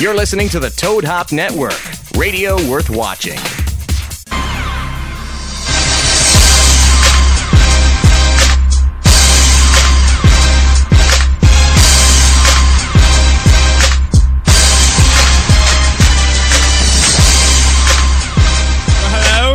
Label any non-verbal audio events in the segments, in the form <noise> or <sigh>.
You're listening to the Toad Hop Network, radio worth watching. Uh, Hello.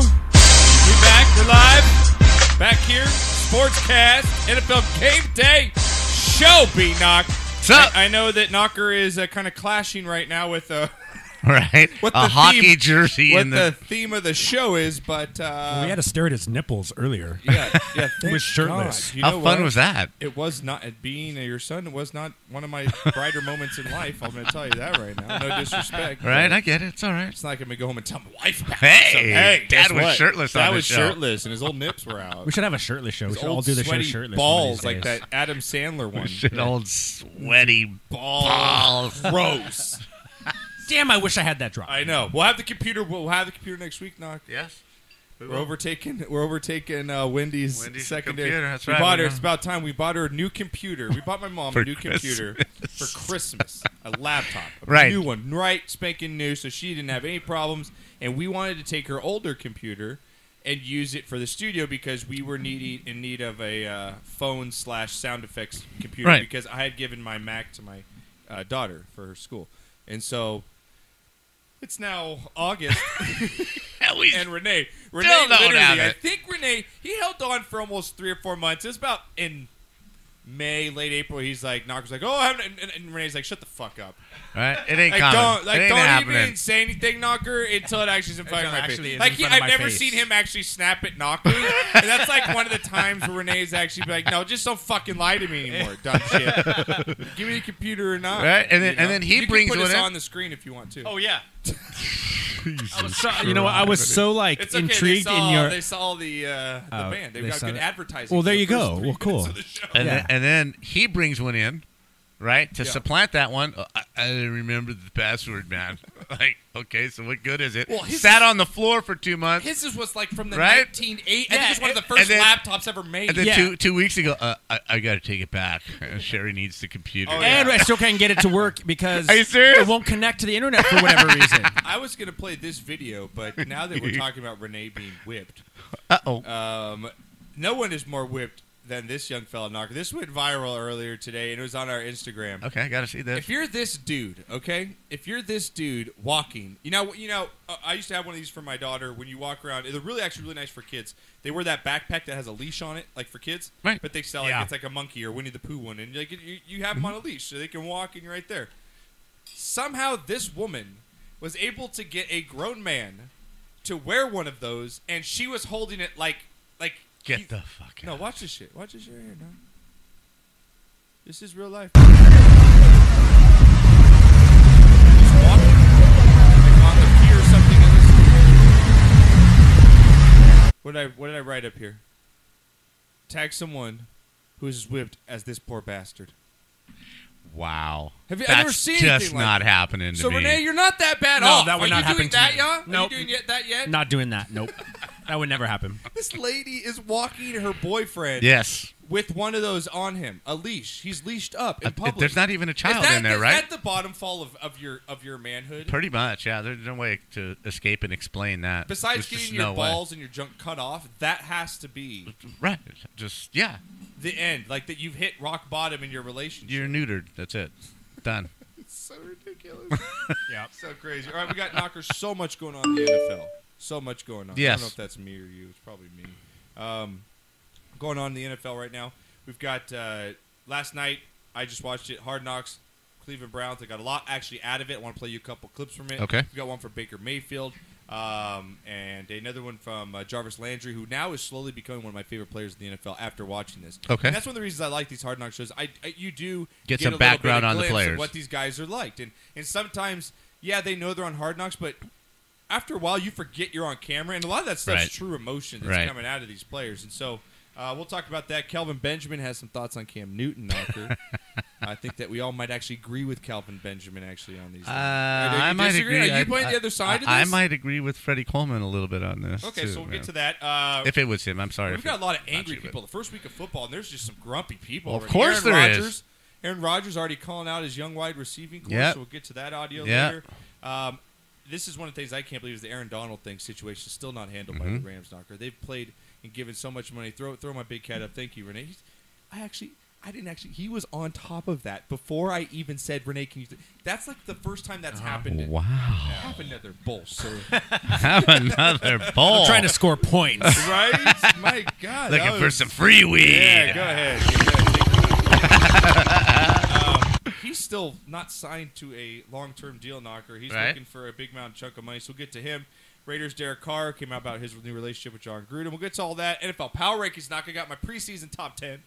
We back. We're live. Back here. Sportscast. NFL Game Day. Show B Knock. What's up? I, I know that Knocker is uh, kind of clashing right now with uh, <laughs> right? <laughs> what a the hockey theme, jersey what and the, theme of the show is, but uh, We had to stare at his nipples earlier. yeah, <laughs> <laughs> yeah, He thank was shirtless. God. You how know fun what? was that? It was not uh, being your son was not one <laughs> of my brighter moments in life. I'm going to tell you that right now. No disrespect, Right, but I get it. It's all right. It's not going to go home and tell my wife. About Hey, something. hey, Dad guess was what? shirtless Dad on the was show. shirtless, and his old nips were out. We should have a shirtless show. We should old all do the show sweaty shirtless. one of these balls like days. that Adam Sandler one. Shit, old sweaty <laughs> balls. Balls. <laughs> Gross. Damn, I wish I had that drop. I know. We'll have the computer. We'll have the computer next week. Knock. Yes. We're overtaking. We're overtaking uh, Wendy's, Wendy's secondary. computer, that's we right, bought we her. know. It's about time we bought her a new computer. We bought my mom For a new computer for Christmas, a laptop, a Right. new one, right spanking new, so she didn't have any problems. And we wanted to take her older computer and use it for the studio because we were needing in need of a uh, phone slash sound effects computer Right. because I had given my Mac to my uh, daughter for her school, and so. It's now <laughs> August, <laughs> At least, and Renee. Renee don't literally, have I it. <laughs> think Renee, he held on for almost three or four months. It was about in May, late April. He's like, Knocker's like, oh, I haven't, and, and Renee's like, shut the fuck up. right? It ain't Like, common. don't, like, it ain't don't happening. even say anything, Knocker, until it actually is in front of Until my it actually face. is Like, in he, front of I've my never face. seen him actually snap at Knocker. and that's like one of the times where Renee's actually be like, no, just don't fucking lie to <laughs> me anymore, dumb shit. Give me the computer or not. Right, and then- you and then he You can brings put one us in. on the screen if you want to. Oh yeah, I was so, you know, what, I was so like It's okay. intrigued they saw, in your. they saw the uh, the Oh, band. They've they got saw good it. advertising. Well, for there the you first go. three Well, cool. minutes of the show. and, Yeah. then, and then he brings one in, right, to Yeah. supplant that one. Uh, I, I didn't remember the password, man. <laughs> like, okay, so what good is it? Well, his- Sat on the floor for two months, His is was like from the Right? 1980. I Yeah, think it's one of the and- first and then- laptops ever made. and then Yeah. two two weeks ago, uh, I, I got to take it back. <laughs> Sherry needs the computer. Oh, yeah. <laughs> And I still can't get it to work because <laughs> Are you serious? it won't connect to the internet <laughs> for whatever reason. I was gonna play this video, but now that we're talking about Renee being whipped, Uh oh. um, no one is more whipped than this young fella knocker. This went viral earlier today, and it was on our Instagram. Okay, I gotta see this. If you're this dude, okay, if you're this dude walking, you know, you know, uh, I used to have one of these for my daughter. When you walk around, they're really actually really nice for kids. They wear that backpack that has a leash on it, like for kids. Right. But they sell like Yeah. it's like a monkey or Winnie the Pooh one, and like you, you Mm-hmm. have them on a leash, so they can walk and you're right there. Somehow, this woman was able to get a grown man to wear one of those, and she was holding it like, like Get he- the fuck out. no, watch this shit. Watch this shit right here, no. This is real life. Just walking, like, on the pier or something, and this- What did I what did I write up here? Tag someone who is as whipped as this poor bastard. Wow. Have you That's ever seen just anything like not happening to So me. Renee, you're not that bad No, off. that would Are not you happen doing to that, me. yeah? Nope. Are you doing yet, that yet? Not doing that. Nope. That would never happen. This lady is walking her boyfriend yes. with one of those on him, a leash. He's leashed up in Uh, public. There's not even a Is child that- in there, is right? that the bottom fall of, of your of your manhood? Pretty much, yeah. There's no way to escape and explain that. There's Besides just getting your no way. balls and your junk cut off, that has to be Right. Just, yeah. the end. Like that you've hit rock bottom in your relationship. You're neutered. That's it. Done. <laughs> Uh, It's so <laughs> ridiculous. Yeah. so crazy. All right, we got knockers. So much going on in the NFL. So much going on. I Yes. don't know if that's me or you. It's probably me. Um, going on in the NFL right now. We've got uh, last night. I just watched it. Hard Knocks, Cleveland Browns. I got a lot actually out of it. I want to play you a couple clips from it. Okay. We got one for Baker Mayfield, um, and another one from uh, Jarvis Landry, who now is slowly becoming one of my favorite players in the NFL after watching this. Okay. And that's one of the reasons I like these Hard Knock shows. I, I you do Get a some little bit of background on the glimpse of players. What these guys are liked, and and sometimes yeah, they know they're on Hard Knocks, but after a while you forget you're on camera, and a lot of that stuff's Right. true emotion that's Right. coming out of these players, and so. Uh, we'll talk about that. Calvin Benjamin has some thoughts on Cam <laughs> Newton. Knocker. I think that we all might actually agree with Calvin Benjamin actually on these. Uh, things. Are you I might disagree? agree. Are you I- playing I, the other side of I, I this? might agree with Freddie Coleman a little bit on this. Okay, too, so we'll man. get to that. Uh, If it was him, I'm sorry. We've if got it- a lot of not angry you, but- people. The first week of football, and there's just some grumpy people. Of Aaron course there is. Rodgers Aaron Rodgers already calling out his young wide receiving core, Yep. so we'll get to that audio Yeah. later. Um, this is one of the things I can't believe is the Aaron Donald thing situation is still not handled Mm-hmm. by the Rams knocker. They've played and given so much money. Throw throw my big cat up. Thank you, Renee. He's- I actually I didn't actually he was on top of that before I even said Renee can you th-" <laughs> that's like the first time that's happened Oh, Wow. happened at their bowl, so <laughs> Have <laughs> another bowl. Oh. I'm trying to score points. right? My <laughs> God. looking that for was- some free weed. Yeah, go ahead. Yeah, go ahead. Take it. um, <laughs> he's still not signed to a long-term deal knocker. He's Right. looking for a big mountain chunk of money. So we'll get to him. Raiders Derek Carr came out about his new relationship with John Gruden. We'll get to all that. NFL Power Rankings knocker got my preseason top ten.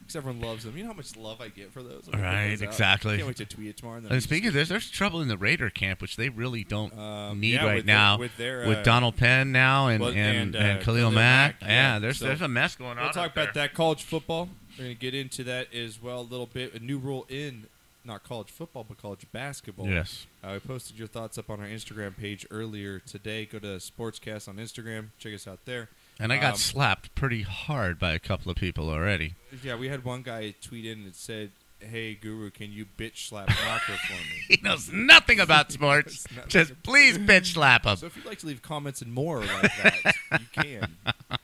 Because everyone loves them. You know how much love I get for those. I'm gonna put Right, those out. exactly. uh, Can't wait to tweet it tomorrow. And then And speaking of this, there's trouble in the Raider camp, which they really don't Um, need yeah, right with their- now. with their, uh, Donald Penn now and well, and, and, and, uh, Khalil Khalil Mack. Mack, Yeah, yeah, there's so- there's a mess going on. We'll talk up there. about that college football. We're going to get into that as well a little bit. A new rule in not college football, but college basketball. Yes. Uh, we posted your thoughts up on our Instagram page earlier today. Go to Sportscast on Instagram. Check us out there. And I got Um, slapped pretty hard by a couple of people already. Yeah, we had one guy tweet in and said, "Hey Guru, can you <laughs> bitch slap Knocker for me?" He knows nothing <laughs> about sports. Nothing. Just please bitch slap him. So if you'd like to leave comments and more like that, you <laughs> can.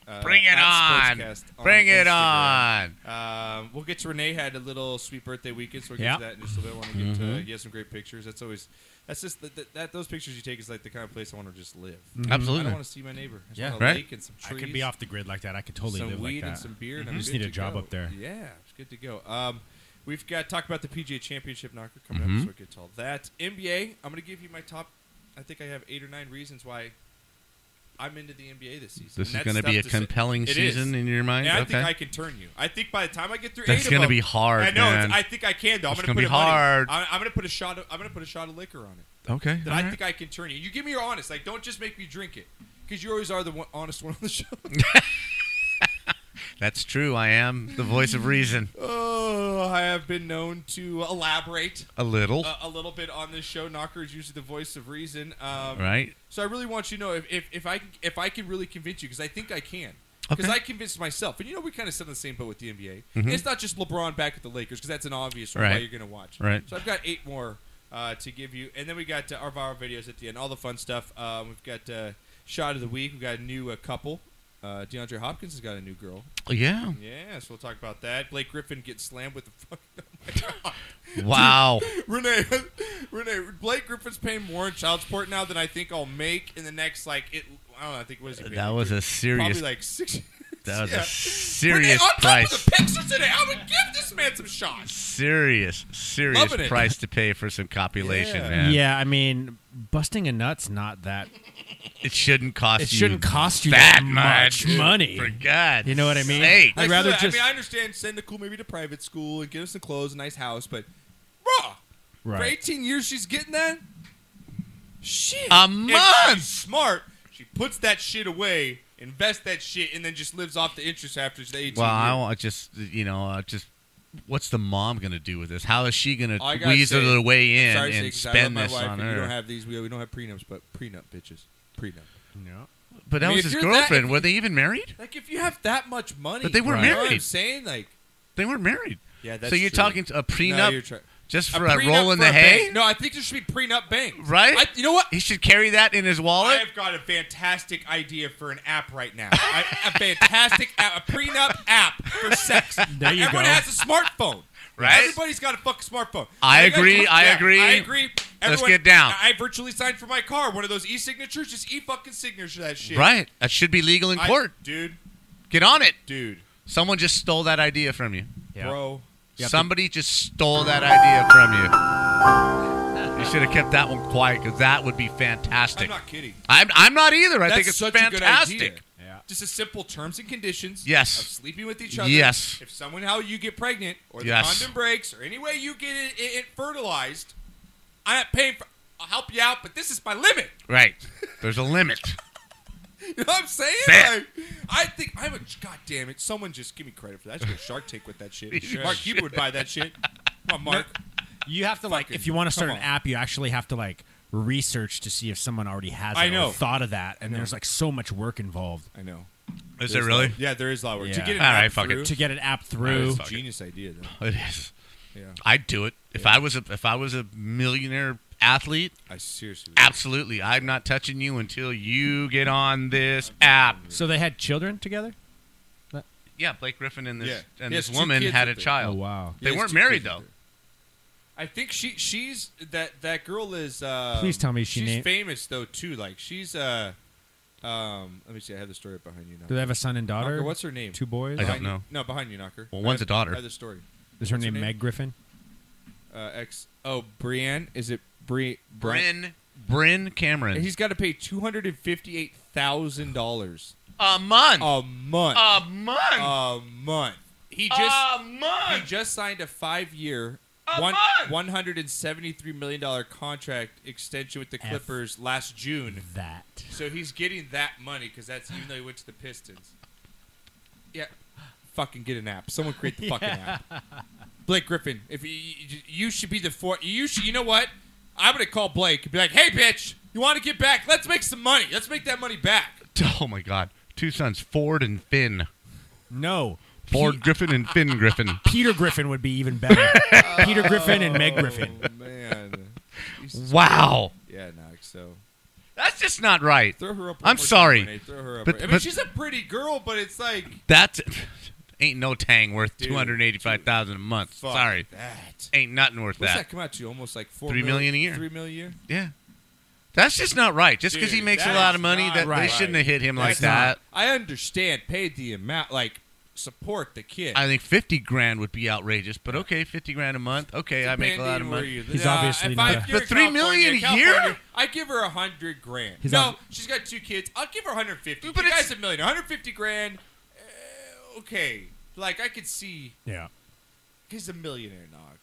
Uh, Bring it at on. Sportscast Bring it Instagram. on. Um, we'll get to Renee had a little sweet birthday weekend, so we'll get Yeah. Mm-hmm. to that in just a little bit. I want to get to you have some great pictures. That's always that's just the, that, that those pictures you take is like the kind of place I want to just live. I don't Absolutely. want to see my neighbor. I Mm-hmm. just Yeah. want a Right. lake and some I trees. could be off the grid like that. I could totally some live weed like that. Mm-hmm. and some beer, and I'm Just good need a to job go. up there. Yeah, it's good to go. Um, we've got talk about the PGA Championship knocker coming Mm-hmm. up, so we'll get to all that. NBA, I'm going to give you my top. I think I have eight or nine reasons why I'm into the NBA this season. This And is that's going to be a tough to say. compelling It is. season in your mind. And I okay. think I can turn you. I think by the time I get through, That's eight of gonna them- be hard, I know. it's- man. I think I can though. I'm That's gonna, gonna put be a money- hard. I'm, I'm gonna put a shot. Of, I'm gonna put a shot of liquor on it. okay. That all I right. think I can turn you. You give me your honest. Like, don't just make me drink it, because you always are the one, honest one on <laughs> the show. <laughs> That's true. I am the voice of reason. oh, I have been known to elaborate uh, A little. a, a little bit on this show. Knocker is usually the voice of reason. Um, right? So I really want you to know if, if, if I can, if I can really convince you because I think I can Okay. because Mm-hmm. I convinced myself and you know we kind of sit on the same boat with the NBA. It's not just LeBron back at the Lakers because that's an obvious one why Right. you're going to watch. Right. So I've got eight more uh, to give you, and then we got uh, our viral videos at the end, all the fun stuff. Um, we've got uh, shot of the week. We've got a new uh, couple. Uh, DeAndre Hopkins has got a new girl. Oh, Yeah. Yeah, so we'll talk about that. Blake Griffin gets slammed with the <laughs> fucking. <laughs> Wow. <laughs> Renee, Renee, Blake Griffin's paying more in child support now than I think I'll make in the next like it. I don't know. I think what is it? that was a serious. probably like six. that was <laughs> yeah. a serious Renee, on top of price. the picture today, I would give this man some shots. Serious, serious Loving it. price to pay for some copulation, <laughs> Yeah. man. Yeah, I mean, busting a nut's not that. It shouldn't cost. It you shouldn't cost you that that much much money. For God, You know what I mean? sake. I'd rather I, just- mean, I understand send Nicole maybe to private school and get her some clothes, a nice house, but raw for Right. 18 years she's getting that. Shit, A If month! she's smart. She puts that shit away, invests that shit, and then just lives off the interest after the 18 Well, I years. want just you know uh, just. What's the mom gonna do with this? How is she gonna I gotta weasel say- her way in Sorry to say, and 'cause I love spend my this wife, on and You don't her? have these. We we don't have prenups, but prenup bitches. Prenup. No. but that I mean, was if his you're that- girlfriend. Were they even married? Like if you have that much money, But they weren't you know what I'm married. saying like They weren't married. yeah. That's so you're true. talking to a No, you're prenup tra- just for a a, prenup roll in for the a hay? bang. No, I think there should be prenup bangs. Right? I, you know what? He should carry that in his wallet. I've got a fantastic idea for an app right now. I, a fantastic app, a prenup app for <laughs> sex. There you Everyone go. has a smartphone. Right? Everybody's got a fucking smartphone. I gotta- agree, I yeah, agree. I agree. Let's Everyone- get down. I I virtually signed for my car. One of those e-signatures, just e-fucking signature that shit. Right. That should be legal in I- court. dude, Get on it. dude, Someone just stole that idea from you. Yeah. bro. You have to- Somebody just stole that idea from you. You should have kept that one quiet because that would be fantastic. I'm not kidding. I'm, I'm not either. I That's think it's such a good idea. fantastic. Yeah. Just a simple terms and conditions. Yes. Of sleeping with each other. Yes. If somehow you get pregnant, or the Yes. condom breaks, or any way you get it, it, it fertilized, I'm not paying for. I'll help you out, but this is my limit. Right. There's a limit. You know what I'm saying? Man. Like, I think I'm a. God damn it! Someone just give me credit for that. I should go Shark Tank with that <laughs> shit. You Mark should. Cuban would buy that shit. Come on, Mark. You have to like Fucking- if you want to start come an on. app, you actually have to like research to see if someone already has it I or know. thought of that, and there's like so much work involved I know. Is it really? Yeah, there is a lot of work to Yeah. get an All app right, fuck it. through, to get an app through. it's a Genius idea <laughs> though. It is. Yeah. I'd do it if I was a if I was a millionaire athlete. I seriously. Absolutely, I'm not touching you until you get on this app. So they had children together. Yeah, Blake Griffin and this Yeah. and He this has two woman kids had a with her. child. wow! They He has weren't two married kids with though. her. I think she she's that that girl is. Uh, Please tell me she she's named- famous though too. Like she's. Uh, um, let me see. I have the story behind you now. Do they have a son and daughter? Knocker, what's her name? Two boys. I don't Behind you- know. No, behind you, Knocker. Well, one's I have- a daughter. I have the story. Is her What's her name name? Meg Griffin? Uh, ex. Oh, Brienne. Is it Bri? Brian? Bryn Bryn Cameron. He's got to pay two hundred and fifty-eight thousand dollars a month. a month. a month. a month. He just a he month. just signed a five-year, A one month! one hundred and seventy-three million dollar contract extension with the F. Clippers last June. That. So he's getting that money because that's even though he went to the Pistons. Yeah, fucking get an app. Someone create <laughs> the fucking app. Blake Griffin, if you, you, you should be the four, you should. You know what? I'm gonna call Blake and be like, "Hey, bitch, you want to get back? Let's make some money. Let's make that money back." <laughs> Oh my God! Two sons, Ford and Finn. No. Ford Griffin and Finn <laughs> Griffin. Peter Griffin would be even better. Peter Griffin and Meg Griffin. Oh, man. Wow, Yeah, knock. So that's just not right. throw her up. one I'm more time, sorry. Renee. Throw her up. But- I mean, but- she's a pretty girl, but it's like That's ain't no tang worth Dude, two hundred eighty-five thousand a month. fuck Sorry, that. ain't nothing worth What's that that. come out to? Almost like four Three million a year. Three million a year. Yeah, that's just not right. Just because he Dude, makes a that lot is of money, not that they right. shouldn't have hit him like That's that. not- I understand. Pay the amount. Like support the kid. I think fifty grand would be outrageous, but okay, fifty grand a month. Okay, I make a Depending lot of where money. you live. He's obviously if not I- a- if you're But in three million California- a year? California, I give her a hundred grand. He's no, ob- she's got two kids. I'll give her a hundred fifty. But But guy's it's- a million. One hundred fifty grand. Uh, okay, like I could see Yeah. he's a millionaire. Nog.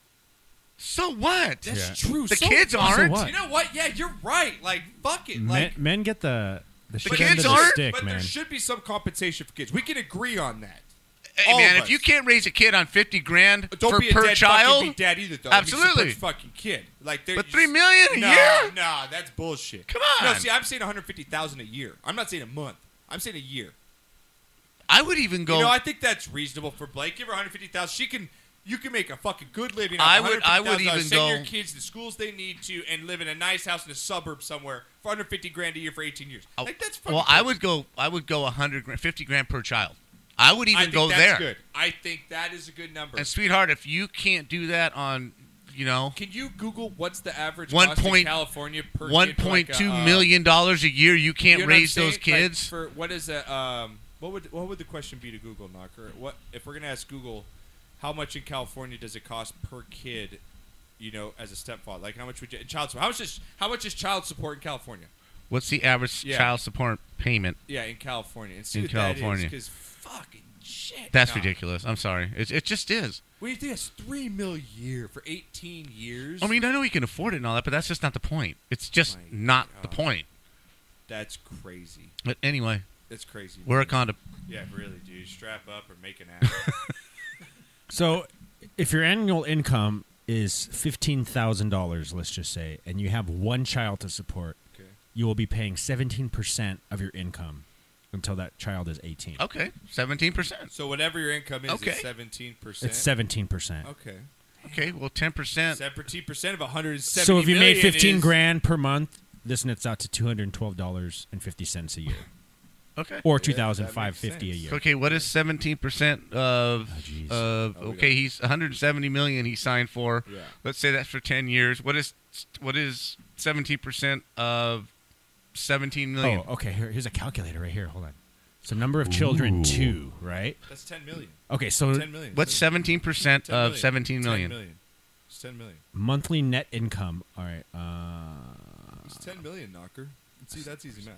So what? That's Yeah. true. The So kids what? aren't. what? You know what? Yeah, you're right. Like fuck it. Men, Like men get the the shit kids end of the aren't, stick, but man. there should be some compensation for kids. We can agree on that. Hey All man, of if us. you can't raise a kid on fifty grand Don't for be a per dead child, fucking big dad either, though. I Absolutely. mean, support the fucking kid. Like, there- But you- $3 million a no, year? No, that's bullshit. Come No, on. see, I'm saying 150,000 a year. I'm not saying a month. I'm saying a year. I would even go. You know, I think that's reasonable for Blake. Give her 150,000. She can. You can make a fucking good living. off I would- I would $150,000. even send your go- kids to the schools they need to, and live in a nice house in a suburb somewhere for 150 grand a year for 18 years. Like that's fucking Oh, well, I bullshit. would go. I would go 100 grand, 50 grand per child. I would even I think go that's there. Good. I think that is a good number. And sweetheart, if you can't do that on, you know, Can you Google what's the average One cost point- in California per one kid for point like two a, uh, million dollars a year, you you can't know what I'm raise those saying? Like, kids. for what is a um what would what would the question be to Google knocker? What if we're gonna ask Google how much in California does it cost per kid? You know, as a stepfather, like how much would you child support? How much is how much is child support in California? What's the average Yeah. child support payment? Yeah, in California. And see In what California. because fucking shit. That's nah. ridiculous. I'm sorry. It, it just is. What do you think? That's three mil a year for eighteen years. I mean, I know he can afford it and all that, but that's just not the point. It's just My not the God. point. Um, that's crazy. But anyway, That's crazy. wear a condom. Yeah, really, dude. Strap up or <laughs> make an ass. So, if your annual income is fifteen thousand dollars, let's just say, and you have one child to support, Okay. you will be paying seventeen percent of your income until that child is eighteen. Okay, seventeen percent. So whatever your income is, Okay. it's seventeen percent. It's seventeen percent. Okay. Okay, well, ten percent. Seventeen percent of one hundred and seventy. So, if you made million fifteen is- grand per month, this nets out to two hundred twelve dollars and fifty cents a year, Okay. or two Yeah, that thousand makes five fifty a sense. year. Okay, what is seventeen percent of Oh, jeez. of Oh, we okay? got- He's one hundred seventy million. He signed for. Yeah. Let's say that's for ten years. What is what is seventeen percent of seventeen million? Oh, okay. Here, here's a calculator right here. Hold on. So, number of children, two, right? that's ten million. Okay, so Ten million. What's seventeen percent 10 of million. seventeen million? 10 million. It's ten million. monthly net income. All right. Uh, It's ten million, knocker. See, that's easy math.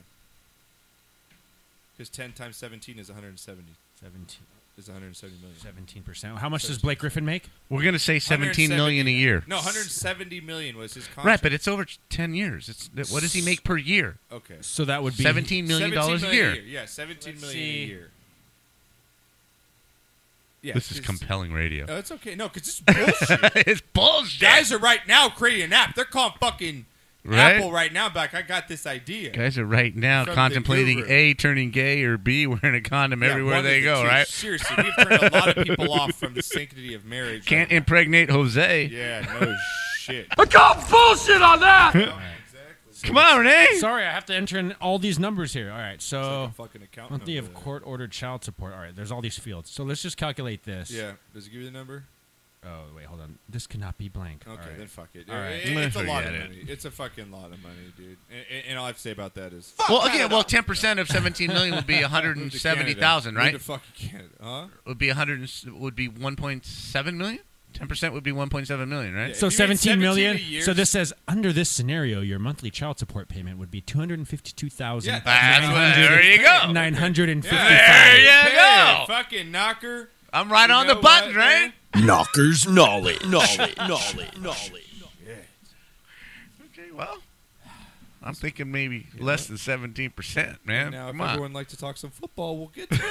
Because ten times seventeen is one hundred and seventy. 17. Is one hundred and seventy million. Seventeen percent. How much does Blake Griffin make? We're gonna say seventeen million a year. No, one hundred and seventy million was his contract. Right, but it's over ten years. It's what does he make per year? okay. So that would be Seventeen million dollars a year. Yeah, seventeen Let's million a see. year. Yeah, This is 'cause- compelling radio. <laughs> No, it's okay. No, because it's bullshit. it's bullshit. guys are right now creating an app. They're calling fucking Right? Apple right now. Back, I got this idea. Guys are right now From the contemplating guru. A, turning gay, or B, <laughs> wearing a condom Yeah, one everywhere of they the go, two. right? Seriously, we've turned a lot of people off from the sanctity of marriage. Can't impregnate Jose. Yeah, no <laughs> shit. <laughs> Come on, Renee. Sorry, I have to enter in all these numbers here. All right, so Like a fucking account monthly number of there. court ordered child support. All right, there's all these fields. So let's just calculate this. Yeah. Does it give you the number? Oh wait, hold on. This cannot be blank. Okay, All right. then fuck it. All right. It- it- it's a lot of Forget it. money. It's a fucking lot of money, dude. And, and- and all I have to say about that is Well, again, <laughs> well, ten percent of seventeen million would be one hundred <laughs> move and to seventy Canada. thousand, Move right? to fucking Canada, huh? Would be hundred would be one point seven million. Ten percent would be one point seven million, right? Yeah. So If you made 17 million. 17 a So year- this says under this scenario, your monthly child support payment would be two hundred fifty-two thousand. Yeah, That's what- there you go. Nine hundred and fifty-five. There you Hey, go. Fucking knocker. I'm right You on the know button, what, right? man? Knockers knowledge. Knowledge. Knowledge. <laughs> Knowledge. Okay, well, I'm thinking maybe less than seventeen percent, man. Now, if Come on, everyone like to talk some football, we'll get <laughs> to it.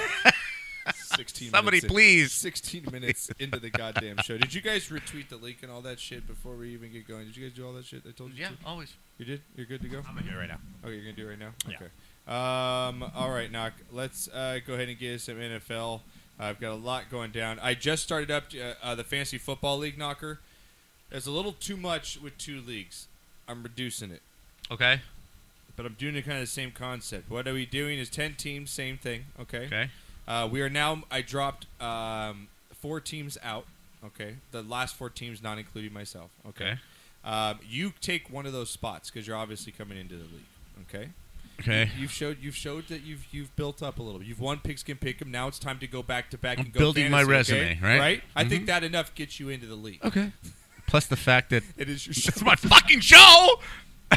16 somebody, minutes in- please. 16 minutes into the goddamn show. Did you guys retweet the link and all that shit before we even get going? Did you guys do all that shit I told you Yeah, to? always. You did? You're good to go? I'm gonna do it right now. Oh, you're gonna do it right now. Yeah. Okay. Um. All right, knock. Let's uh, go ahead and get some NFL. I've got a lot going down. I just started up uh, uh, the fantasy football league knocker. There's a little too much with two leagues. I'm reducing it, Okay. but I'm doing it kind of the same concept. What are we doing? Is ten teams, same thing. Okay. Okay. Uh, we are now. I dropped um, four teams out. Okay. The last four teams, not including myself. Okay. Okay. Um, you take one of those spots because you're obviously coming into the league. Okay. Okay. You've showed you've showed that you've you've built up a little. You've won pigskin pick'em. Now it's time to go back to back I'm and go building my fantasy, okay? resume, right? Mm-hmm. I think that enough gets you into the league. Okay. Plus the fact that It is your it's my fucking show. <laughs>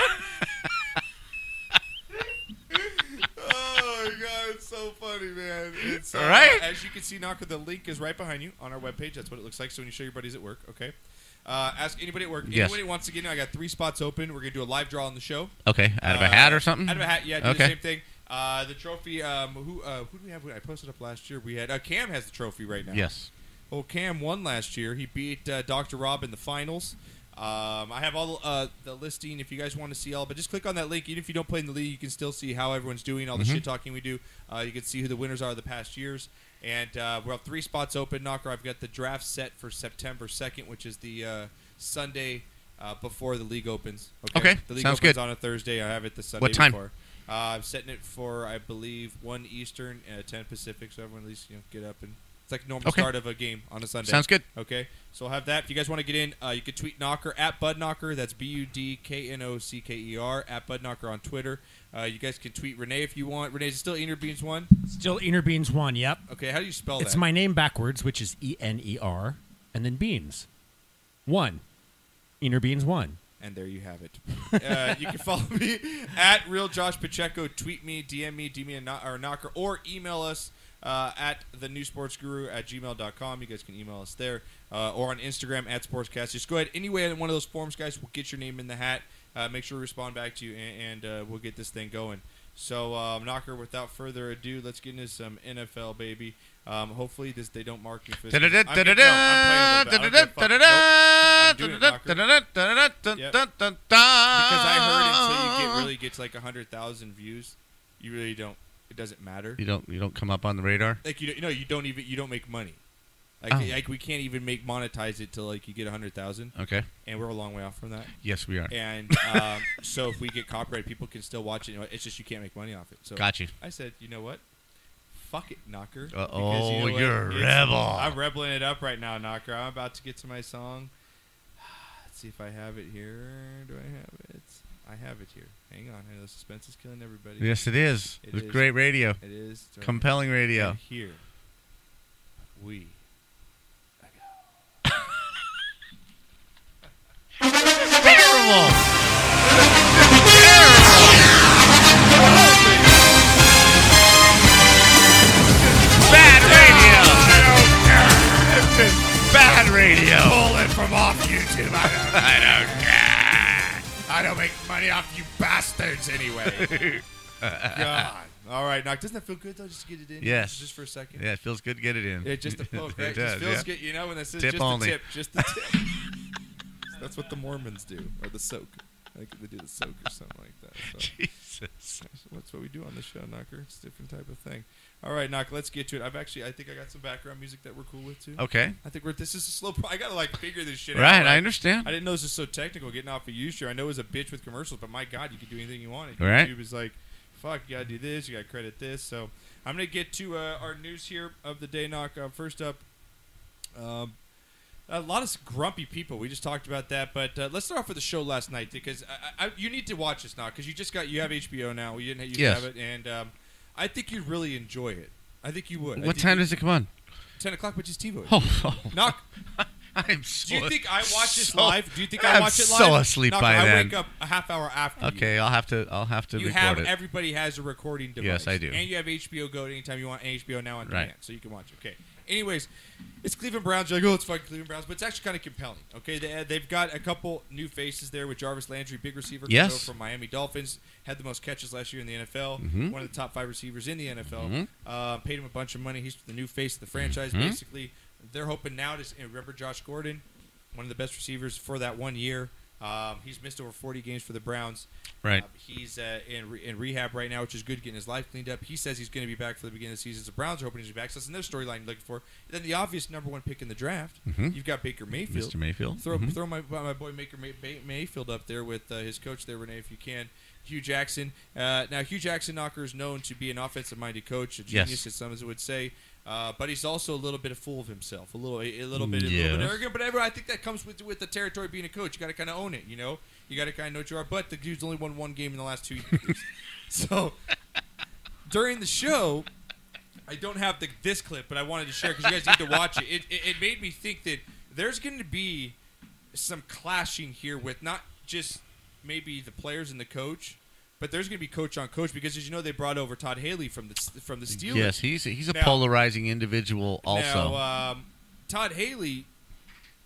Oh my god, it's so funny, man. It's uh, All right. As you can see, Knocker, the link is right behind you on our webpage. That's what it looks like. So when you show your buddies at work, okay. Uh, ask anybody at work. Yes. Anybody wants to get in? I got three spots open. We're gonna do a live draw on the show. Okay, out of a Uh, hat or something. Out of a hat, yeah. Do Okay. the same thing. Uh, the trophy. Um, who uh, who do we have? I posted up last year. We had uh, Cam has the trophy right now. Yes. Well, Cam won last year. He beat uh, Dr. Rob in the finals. Um, I have all uh, the listing if you guys want to see all, but just click on that link. Even if you don't play in the league, you can still see how everyone's doing, all the Mm-hmm. shit talking we do. Uh, you can see who the winners are of the past years. And uh, we'll have three spots open. Knocker, I've got the draft set for September 2nd, which is the uh, Sunday uh, before the league opens. Okay, The league sounds opens good. on a Thursday. I have it the Sunday What time? before. Uh, I'm setting it for, I believe, 1 Eastern, uh, 10 Pacific, so everyone at least you know, get up and it's like normal Okay. start of a game on a Sunday. Sounds good. Okay, so we'll have that. If you guys want to get in, uh, you can tweet Knocker at Bud Knocker. That's B U D K N O C K E R at Bud Knocker on Twitter. Uh, you guys can tweet Renee if you want. Renee is it still Inner Beans one. Still Inner Beans one. Yep. Okay, how do you spell It's that? my name backwards, which is E N E R, and then Beans. One. Inner Beans one. and there you have <laughs> it. uh, you can follow me <laughs> at Real Josh Pacheco. Tweet me, DM me, DM me a kno- or knocker, or email us uh, at the new sports guru at gmail.com. You guys can email us there uh, or on Instagram at sportscast. Just go ahead any way in one of those forms, guys. We'll get your name in the hat. Uh, make sure we respond back to you, and, and uh, we'll get this thing going. So, um, knocker, without further ado, let's get into some NFL, baby. Um, hopefully, this they don't mark you. Da- physically. da- da- I'm da- gonna- da- no, I'm playing a little bit. I don't give a fuck. da- da- Nope. da- da- I'm doing it, da- da- Knocker. da- da- da- Yep. da- da- da- because I heard until you get really gets like hundred thousand views, you really don't. It doesn't matter. You don't you don't come up on the radar. Like you, you know, you don't even you don't make money. Like, Oh. like we can't even make monetize it till like you get hundred thousand, Okay. and we're a long way off from that. Yes, we are. And <laughs> um, so if we get copyright, people can still watch it. You know, it's just you can't make money off it. So Got you. I said, you know what? Fuck it, Knocker. Uh, Because oh, what? you're a It's- rebel. I'm rebeling it up right now, Knocker. I'm about to get to my song. <sighs> Let's see if I have it here. Do I have it? I have it here. Hang on. I know the suspense is killing everybody. Yes, it is. It It's is. great radio. It is. Do I have Compelling it radio. Here. We. Terrible. Bad radio. Bad radio. Pull it from off YouTube. I don't, I don't care. I don't make money off you bastards anyway. <laughs> God. All right, Knock. Doesn't that feel good, though, just to get it in? Yes. Just for a second? yeah, it feels good to get it in. <laughs> Yeah, just the poke, right? it just does, feels yeah. good, you know, when this is Tip <laughs> just only. the tip, just the tip. That's what the Mormons do, or the soak. I think they do the soak or something like that. So. Jesus. That's what we do on the show, Knocker. It's a different type of thing. All right, Knocker, let's get to it. I've actually, I think I got some background music that we're cool with too. Okay. I think we're, this is a slow. Pro- I gotta like figure this shit out. Right, I like, understand. I didn't know this was so technical. Getting off of YouTube, I know it was a bitch with commercials, but my God, you could do anything you wanted. Right. YouTube is like, fuck, you gotta do this, you gotta credit this. So I'm gonna get to uh, our news here of the day, knock. Uh, first up, um, a lot of s- grumpy people. We just talked about that, but uh, let's start off with the show last night because I, I, you need to watch this now because you just got you have HBO now. You didn't you Yes. have it, and um, I think you'd really enjoy it. I think you would. I What think time you- does it come on? ten o'clock? Which is TiVo. Oh, oh. Knock. <laughs> I am so. Do you <laughs> think I watch this so- live? Do you think I I'm watch it live? so asleep Knock, by I then. wake up a half hour after. you. Okay, I'll have to. I'll have to You record have it. everybody has a recording device. Yes, I do. And you have HBO Go at any time you want. And HBO Now on Right. demand, so you can watch it. Okay. Anyways, it's Cleveland Browns. You're like, oh, it's fucking Cleveland Browns, but it's actually kind of compelling. Okay, they, uh, they've got a couple new faces there with Jarvis Landry, big receiver Yes. control from Miami Dolphins, had the most catches last year in the NFL, Mm-hmm. one of the top five receivers in the NFL. Uh, paid him a bunch of money. He's the new face of the franchise. Mm-hmm. Basically, they're hoping now to eh, remember Josh Gordon, one of the best receivers for that one year. Um, he's missed over 40 games for the Browns. Right. Uh, he's uh, in, re- in rehab right now, which is good, getting his life cleaned up. He says he's going to be back for the beginning of the season. The Browns are hoping he's back. So that's another storyline you're looking for. then the obvious number one pick in the draft, you've got Baker Mayfield. Mr. Mm-hmm. Mayfield. Mm-hmm. Throw, throw my, my boy Baker May, Bay, Mayfield up there with uh, his coach there, Renee, if you can. Hugh Jackson. Uh, now, Hugh Jackson Knocker is known to be an offensive-minded coach, a Yes. genius, as some would say. Uh, but he's also a little bit a fool of himself, a little, a, a little bit, a little bit Yes. arrogant. But everyone- I think that comes with with the territory of being a coach. You got to kind of own it, you know. You got to kind of know what you are. But the dude's only won one game in the last two years. <laughs> so during the show, I don't have the, this clip, but I wanted to share because you guys need to watch it. It, it. it made me think that there's going to be some clashing here with not just maybe the players and the coach, but there's going to be coach on coach because as you know they brought over Todd Haley from the from the Steelers. Yes, he's he's a Now- polarizing individual. Also, Now, um, Todd Haley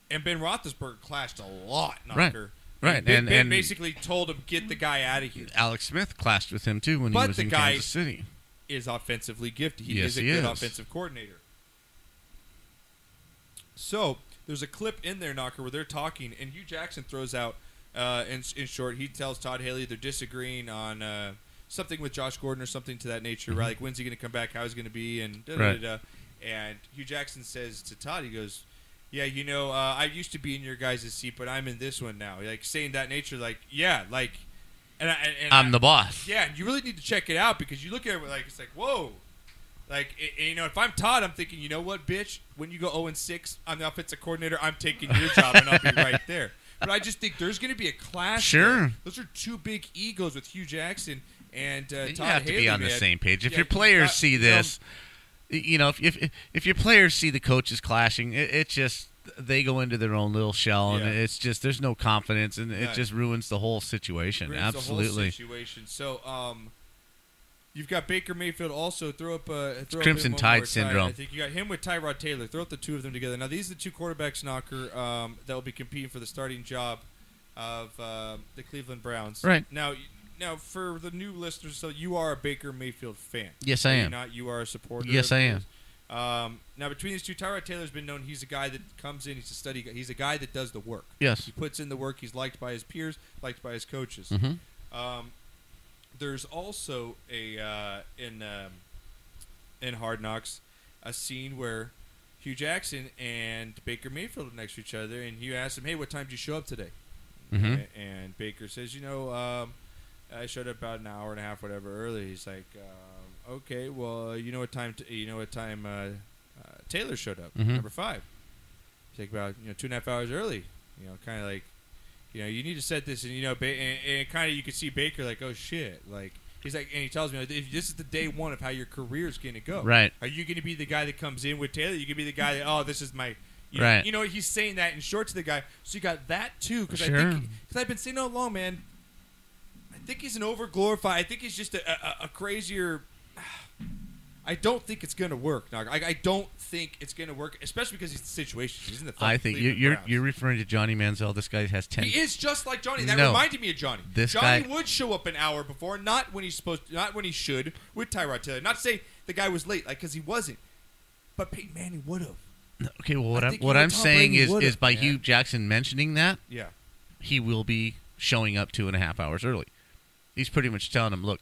and Ben Roethlisberger clashed a lot. Right. Knocker. Right, Ben, and- Ben and- basically told him get the guy out of here. Alex Smith clashed with him too when he But was the in guy- Kansas City. Is offensively gifted. He Yes, is a he is. good offensive coordinator. So there's a clip in there, Knocker, where they're talking, and Hugh Jackson throws out, uh, in, in short, he tells Todd Haley they're disagreeing on uh, something with Josh Gordon or something to that nature, right? Like, when's he going to come back? How he's going to be? And da, da, Mm-hmm. Right. da, da. and Hugh Jackson says to Todd, he goes, "Yeah, you know, uh, I used to be in your guys' seat, but I'm in this one now." Like saying that nature, like, yeah, like, and, I, and, and I- I'm the boss. yeah, and you really need to check it out because you look at it like it's like whoa, like i you know if I'm Todd, I'm thinking you know what, bitch, when you go 0 and 6, I'm the offensive coordinator, I'm taking your job and <laughs> I'll be right there. But I just think there's going to be a clash. Sure. there. those are two big egos with Hugh Jackson and uh, you Todd have to Haley, be on the man. same page. If Yeah, your you players got- see you know, this, y- you know, if if if your players see the coaches clashing, it, it just they go into their own little shell, and Yeah. it's just there's no confidence, and it Right. just ruins the whole situation. ruins the whole Absolutely, situation. So, um, you've got Baker Mayfield also throw up uh, throw up Crimson him one Tide more time. syndrome. I think you got him with Tyrod Taylor. Throw up the two of them together. Now these are the two quarterbacks knocker um, that will be competing for the starting job of um the Cleveland Browns. Right. now, now for the new listeners, so you are a Baker Mayfield fan. Yes, I Are you am. Not you are a supporter. Yes, of I his? Um, now between these two, Tyrod Taylor's been known. He's a guy that comes in. He's a study. guy. He's a guy that does the work. yes, He puts in the work. He's liked by his peers, liked by his coaches. Mhm. Um, there's also a uh, in um, in Hard Knocks a scene where Hugh Jackson and Baker Mayfield are next to each other, and Hugh asks him, "Hey, what time did you show up today?" Mm-hmm. Mhm. A- And Baker says, "You know, um, I showed up about an hour and a half, whatever, early." He's like, um, "Okay, well, you know what time? T- you know what time uh, uh, Taylor showed up? Mhm. Number five. He's like about you know two and a half hours early. You know, kind of like, you know, you need to set this, and you know, ba- and, and kind of you could see Baker like, oh shit, like he's like, and he tells me like, if this is the day one of how your career is going to go. Right. Are you going to be the guy that comes in with Taylor? You could be the guy that oh, this is my. You know, Right. you know he's saying that in short to the guy, so you got that too. Because I Sure. think because I've been saying all along, man. I think he's an overglorified. I think he's just a, a, a crazier. <sighs> I don't think it's gonna work. Nog. I, I don't think it's gonna work, especially because he's the situation. He's in the. I fucking think you're Cleveland you're, Browns. you're referring to Johnny Manziel. This guy has ten. He is just like Johnny. That No. reminded me of Johnny. This Johnny guy- would show up an hour before, not when he's supposed, to, not when he should, with Tyrod Taylor. Not to say the guy was late, like because he wasn't, but Peyton Manning would have. Okay, well, what I I'm think what even I'm Tom saying Brady is would've, is by man. Hugh Jackson mentioning that Yeah. he will be showing up two and a half hours early. He's pretty much telling him, look,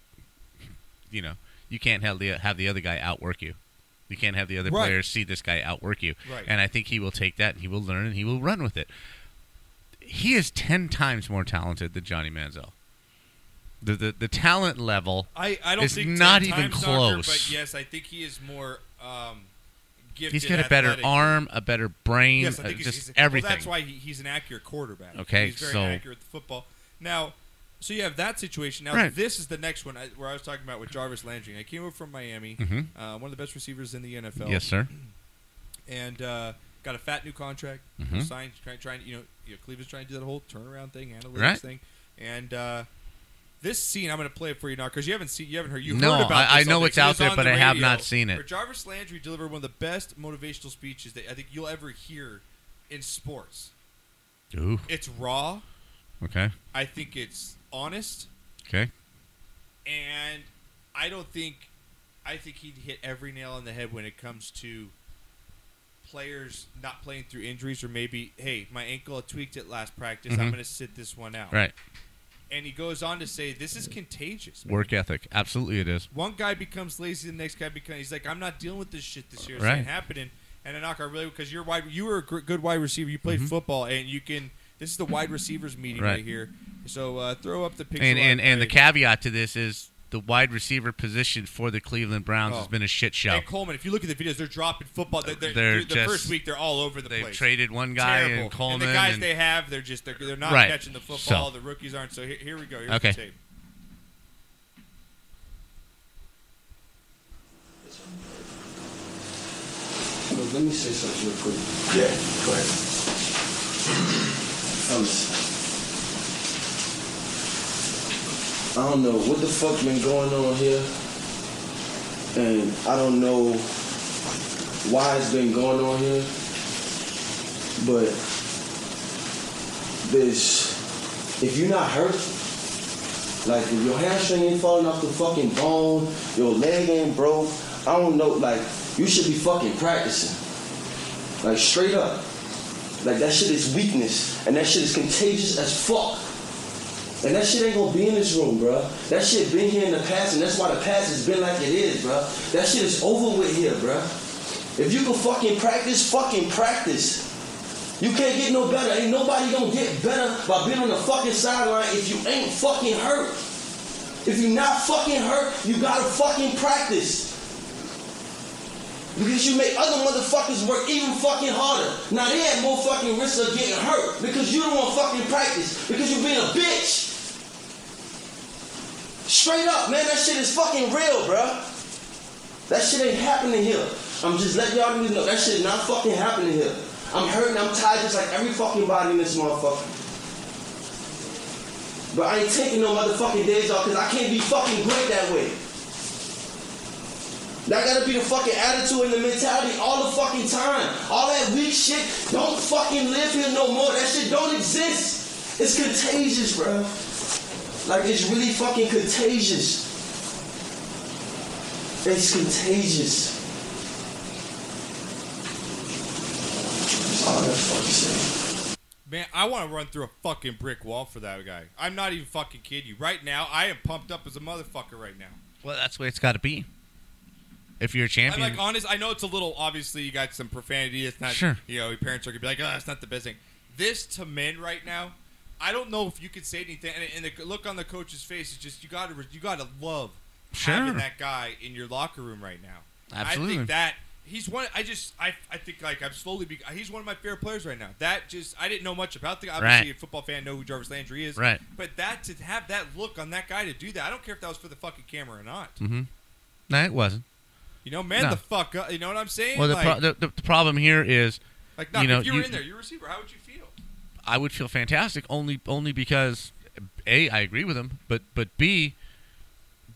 you know, you can't have the have the other guy outwork you. You can't have the other Right. players see this guy outwork you. Right. And I think he will take that and he will learn and he will run with it. He is ten times more talented than Johnny Manziel. The the, the talent level I, I don't It's think not Tim even Time's soccer, close. but yes, I think he is more um, gifted. he's got a better athletic. arm, a better brain, Yes, I uh, think he's, just he's- everything. Well, that's why he, he's an accurate quarterback. Okay, he's very so- accurate with football. Now, so you have that situation. Now, Right. this is the next one I, where I was talking about with Jarvis Landry. I came over from Miami, uh, one of the best receivers in the NFL. Mm-hmm. yes, sir. and uh, got a fat new contract. Mm-hmm. Signed, trying, trying, you know, you know, Cleveland's trying to do that whole turnaround thing, analytics Right. thing, and uh, this scene I'm going to play it for you now because you haven't seen, you haven't heard, you No, heard about. I- I this know on it's it was out there, on but the I have radio, not seen it. Where Jarvis Landry delivered one of the best motivational speeches that I think you'll ever hear in sports. Ooh, It's raw. okay, I think it's honest, okay. and I don't think, I think he'd hit every nail on the head when it comes to players not playing through injuries or maybe hey my ankle I tweaked it last practice i'm going to sit this one out Mm-hmm. Right. and he goes on to say this is contagious Work ethic. Absolutely, it is. one guy becomes lazy the next guy becomes he's like i'm not dealing with this shit this year it's Right. not happening and Anaka I really because you're wide you were a gr- good wide receiver you played football and you can this is the wide receivers meeting right, Mm-hmm. Right. here so uh, throw up the picture And on and, and the grade. caveat to this is the wide receiver position for the Cleveland Browns has Oh. been a shit show. And Coleman, if you look at the videos, they're dropping football. They're, they're, They're the just- first week, they're all over the They've place. traded one guy Terrible. and Coleman. the guys and- they have, they're just they're, they're not Right. catching the So- football. The rookies aren't. So here, here we go. Here's Okay. the tape. So let me say something real quick. Yeah, go <clears throat> ahead. Fellas. I don't know what the fuck been going on here. And I don't know why it's been going on here. But this if you're not hurt, like if your hamstring ain't falling off the fucking bone, your leg ain't broke, I don't know, like you should be fucking practicing. Like straight up. Like that shit is weakness, and that shit is contagious as fuck. And that shit ain't gonna be in this room, bruh. That shit been here in the past, and that's why the past has been like it is, bruh. That shit is over with here, bruh. If you can fucking practice, fucking practice. You can't get no better. Ain't nobody gonna get better by being on the fucking sideline if you ain't fucking hurt. If you not fucking hurt, you gotta fucking practice. Because you make other motherfuckers work even fucking harder. Now they had more fucking risk of getting hurt because you don't want fucking practice. Because you being a bitch. Straight up, man, that shit is fucking real, bruh. That shit ain't happening here. I'm just letting y'all niggas know that shit not fucking happening here. I'm hurting, I'm tired just like every fucking body in this motherfucker. But I ain't taking no motherfucking days off because I can't be fucking great that way. That gotta be the fucking attitude and the mentality all the fucking time. All that weak shit don't fucking live here no more. That shit don't exist. It's contagious, bro. Like it's really fucking contagious. It's contagious. That's all I gotta fucking say. Man, I want to run through a fucking brick wall for that guy. I'm not even fucking kidding you. Right now, I am pumped up as a motherfucker right now. well, that's the way it's got to be. If you're a I'm champion, like honest. I know it's a little obviously you got some profanity. It's not Sure. You know, your parents are gonna be like, oh, that's not the best thing. This to men right now, I don't know if you could say anything. And, and the look on the coach's face is just you gotta re- you gotta love having Sure. that guy in your locker room right now. I Absolutely. think that he's one. I just I I think like I'm slowly. Be, he's one of my favorite players right now. That just I didn't know much about the. Obviously, Right. a football fan know who Jarvis Landry is. Right. But that to have that look on that guy to do that, I don't care if that was for the fucking camera or not. Mm-hmm. no, it wasn't. You know, man, No. the fuck up. You know what I'm saying? Well, the, Like- pro- the, the the problem here is, Like, no, you know, if you were you- in there, you're a receiver. How would you feel? I would feel fantastic only only because a I agree with him, but but b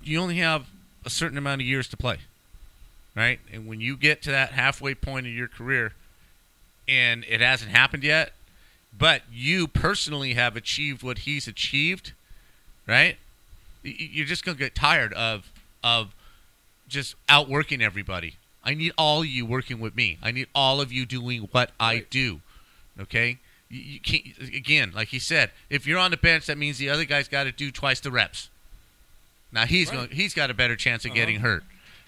you only have a certain amount of years to play, right? And when you get to that halfway point of your career, and it hasn't happened yet, but you personally have achieved what he's achieved, right? Y- y- You're just gonna get tired of of just outworking everybody. I need all of you working with me. I need all of you doing what I do. Okay? You, you can't again, like he said, if you're on the bench, that means the other guy's got to do twice the reps. Now he's Right. Uh-huh. going, he's got a better chance of getting hurt,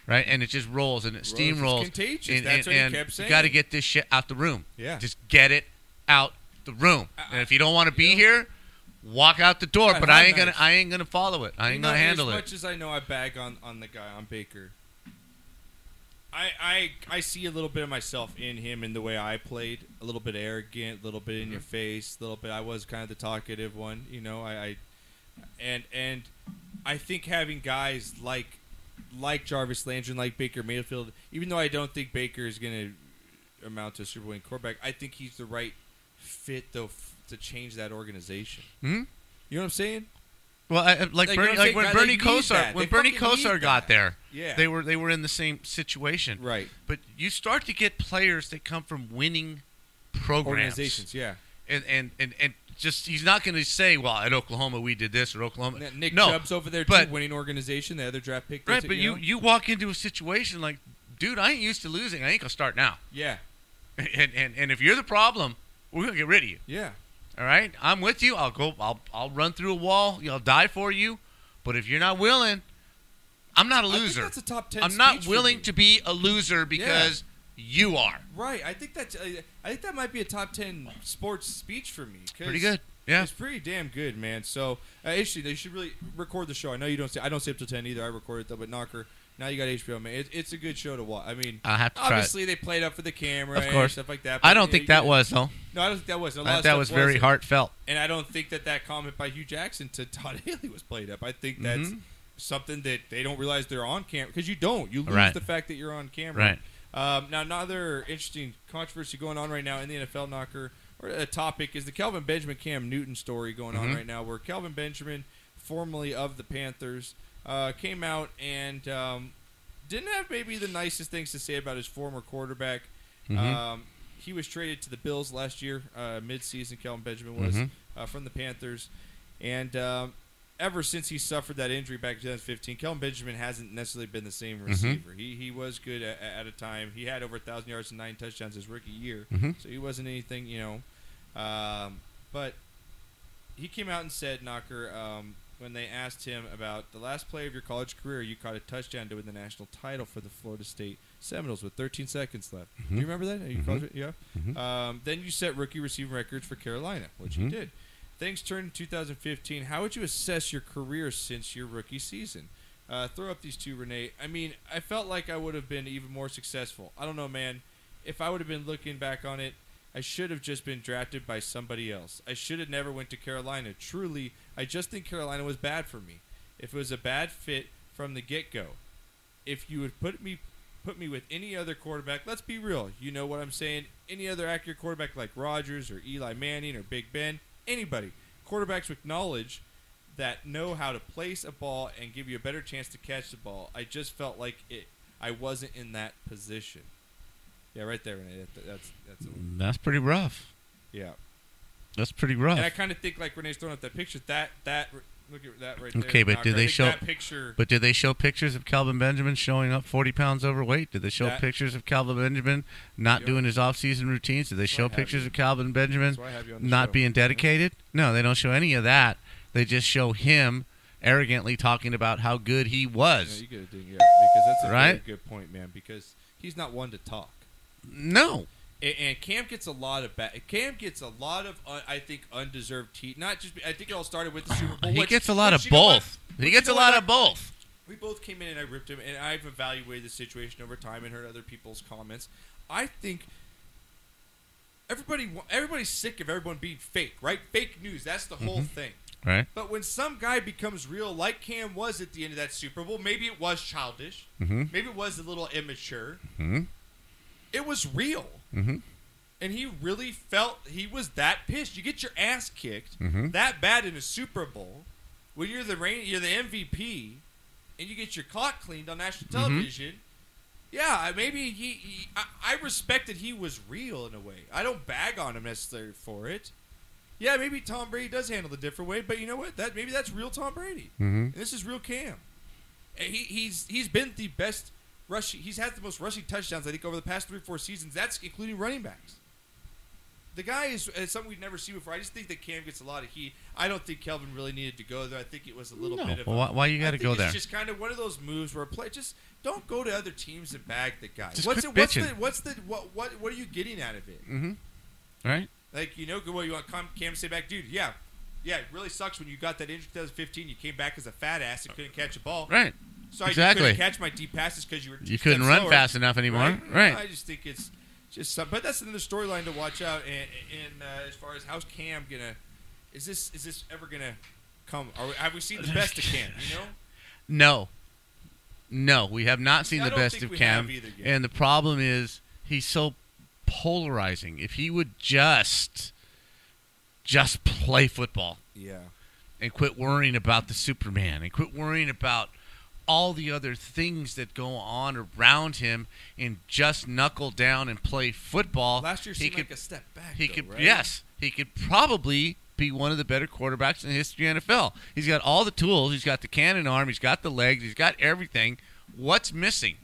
right? And it just rolls and it steamrolls. contagious. And, That's what he and, and kept you got to saying. get this shit out the room. Yeah. just get it out the room. and if you don't want to be here, walk out the door. Right, But I hot ain't gonna, knife. I ain't gonna follow it. I ain't You know, gonna handle as it. much as I know I bag on, on the guy on Baker, I, I I see a little bit of myself in him in the way I played. A little bit arrogant, a little bit in Mm-hmm. your face, a little bit. I was kind of the talkative one, you know. I, I and and I think having guys like like Jarvis Landry, and like Baker Mayfield, even though I don't think Baker is going to amount to a Super Bowl winning quarterback, I think he's the right fit though f- to change that organization. Hmm? You know what I'm saying? Well, I, I- like, Like, you know what Bernie, I'm like saying, when guy, they Bernie need Kosar, that. when They Bernie fucking need Kosar got that. there, Yeah. they were they were in the same situation, Right. But you start to get players that come from winning programs, Organizations, yeah. and and and, and just he's not going to say, well, at Oklahoma we did this or Oklahoma. N- Nick no, Chubb's over there but- too, winning organization. The other draft pick, right? did it, But you know? you walk into a situation like, dude, I ain't used to losing. I ain't gonna start now. yeah, And and and if you're the problem, we're gonna get rid of you. yeah, All right, I'm with you. I'll go. I'll I'll run through a wall. I'll die for you. But if you're not willing, I'm not a think loser. that's a top 10 I'm not speech for willing me. to be a loser because you are right. I think that's. I, I think that might be a top ten sports speech for me. 'cause pretty good. Yeah, it's pretty damn good, man. So uh, interesting. They should really record the show. I know you don't. Say, I don't stay up till ten either. I record it though. But Knocker, now you got HBO, man. It, it's a good show to watch. I mean, I'll have to try it. obviously they played up for the camera, Of and course. stuff like that. I but, don't yeah, think you that get- was though. No, I don't think that was. A lot I of think that stuff was very wasn't. heartfelt. And I don't think that that comment by Hugh Jackson to <laughs> Todd Haley was played up. I think that's Mm-hmm. something that they don't realize they're on camera because you don't. You lose Right. the fact that you're on camera. Right. Um, now, another interesting controversy going on right now in the NFL knocker or a topic is the Kelvin Benjamin Cam Newton story going on right now, where Kelvin Benjamin, formerly of the Panthers, uh, came out and um, didn't have maybe the nicest things to say about his former quarterback. Um, he was traded to the Bills last year, uh, midseason. Kelvin Benjamin was uh, from the Panthers, and um, ever since he suffered that injury back in 2015, Kelvin Benjamin hasn't necessarily been the same receiver. He he was good at, at a time. He had over thousand yards and nine touchdowns his rookie year, so he wasn't anything you know. Um, but he came out and said, Knocker, um, when they asked him about the last play of your college career, you caught a touchdown to win the national title for the Florida State Seminoles with 13 seconds left. Mm-hmm. Do you remember that? Are you college- yeah. Um, then you set rookie receiving records for Carolina, which you did. Things turned in 2015. How would you assess your career since your rookie season? Uh, throw up these two, Renee. I mean, I felt like I would have been even more successful. I don't know, man. If I would have been looking back on it, I should have just been drafted by somebody else. I should have never went to Carolina. Truly, I just think Carolina was bad for me. If it was a bad fit from the get go, if you would put me put me with any other quarterback, let's be real. You know what I'm saying? Any other accurate quarterback like Rodgers or Eli Manning or Big Ben, anybody. Quarterbacks with knowledge that know how to place a ball and give you a better chance to catch the ball. I just felt like it. I wasn't in that position. Yeah, right there, Renee. That, that's that's a, That's pretty rough. yeah. That's pretty rough. And I kind of think like Renee's throwing up that picture. That that look at that right there. Okay, but Knocker. do I they think show- that picture? But did they show pictures of Calvin Benjamin showing up 40 pounds overweight? Did they show That- pictures of Calvin Benjamin not Yep. doing his off-season routines? Did they why I show have pictures you. of Calvin Benjamin That's why I have you on the not show. being dedicated? No, they don't show any of that. They just show him arrogantly talking about how good he Yeah, was. you could have done yeah, because that's a Right? very good point, man. Because he's not one to talk. No. And, and Cam gets a lot of ba- Cam gets a lot of un- I think undeserved heat. Not just I think it all started with the Super Bowl. he which- gets a lot which of you know what? both. Which He you gets a know lot what? of both. we both came in and I ripped him, and I've evaluated the situation over time and heard other people's comments. I think everybody wa- everybody's sick of everyone being fake, right? Fake news. That's the whole thing. Mm-hmm. Right. But when some guy becomes real, like Cam was at the end of that Super Bowl, maybe it was childish, Mm-hmm. maybe it was a little immature. It was real, Mm-hmm. and he really felt he was that pissed. You get your ass kicked Mm-hmm. that bad in a Super Bowl when you're the reign, you're the MVP, and you get your clock cleaned on national television. Yeah, I- maybe he. he I, I respect that he was real in a way. I don't bag on him necessarily for it. Yeah, maybe Tom Brady does handle it a different way, but you know what? That maybe that's real Tom Brady. And this is real Cam. And he, he's he's been the best rushing. He's had the most rushing touchdowns I think over the past three four seasons. That's including running backs. the guy is, is something we've never seen before. I just think that Cam gets a lot of heat. I don't think Kelvin really needed to go there. I think it was a little No. bit of Well, a- why- why you I gotta think go it's there? Just kind of one of those moves where a play just don't go to other teams and bag the guy. Just quit what's it, what's the bitching. what's the what what what are you getting out of it? Mm-hmm. right? Like you know, well, you want Cam, Cam to stay back, dude? Yeah, yeah. It really sucks when you got that injury in 2015. You came back as a fat ass and couldn't catch a ball. Right. Sorry, Exactly. you couldn't catch my deep passes because you were two You couldn't steps run slower. fast enough anymore. Right. I just think it's just some, but that's another storyline to watch out. And, and uh, as far as how's Cam gonna, is this is this ever gonna come? Are we, have we seen the best of Cam? You know, No. No, we have not seen I the don't best think of we Cam. have either yet. And the problem is he's so polarizing. If he would just just play football yeah. and quit worrying about the Superman and quit worrying about all the other things that go on around him and just knuckle down and play football. Last year he seemed could like a step back. he though, could right? yes, he could probably be one of the better quarterbacks in the history of NFL. He's got all the tools. He's got the cannon arm. He's got the legs. He's got everything. What's missing?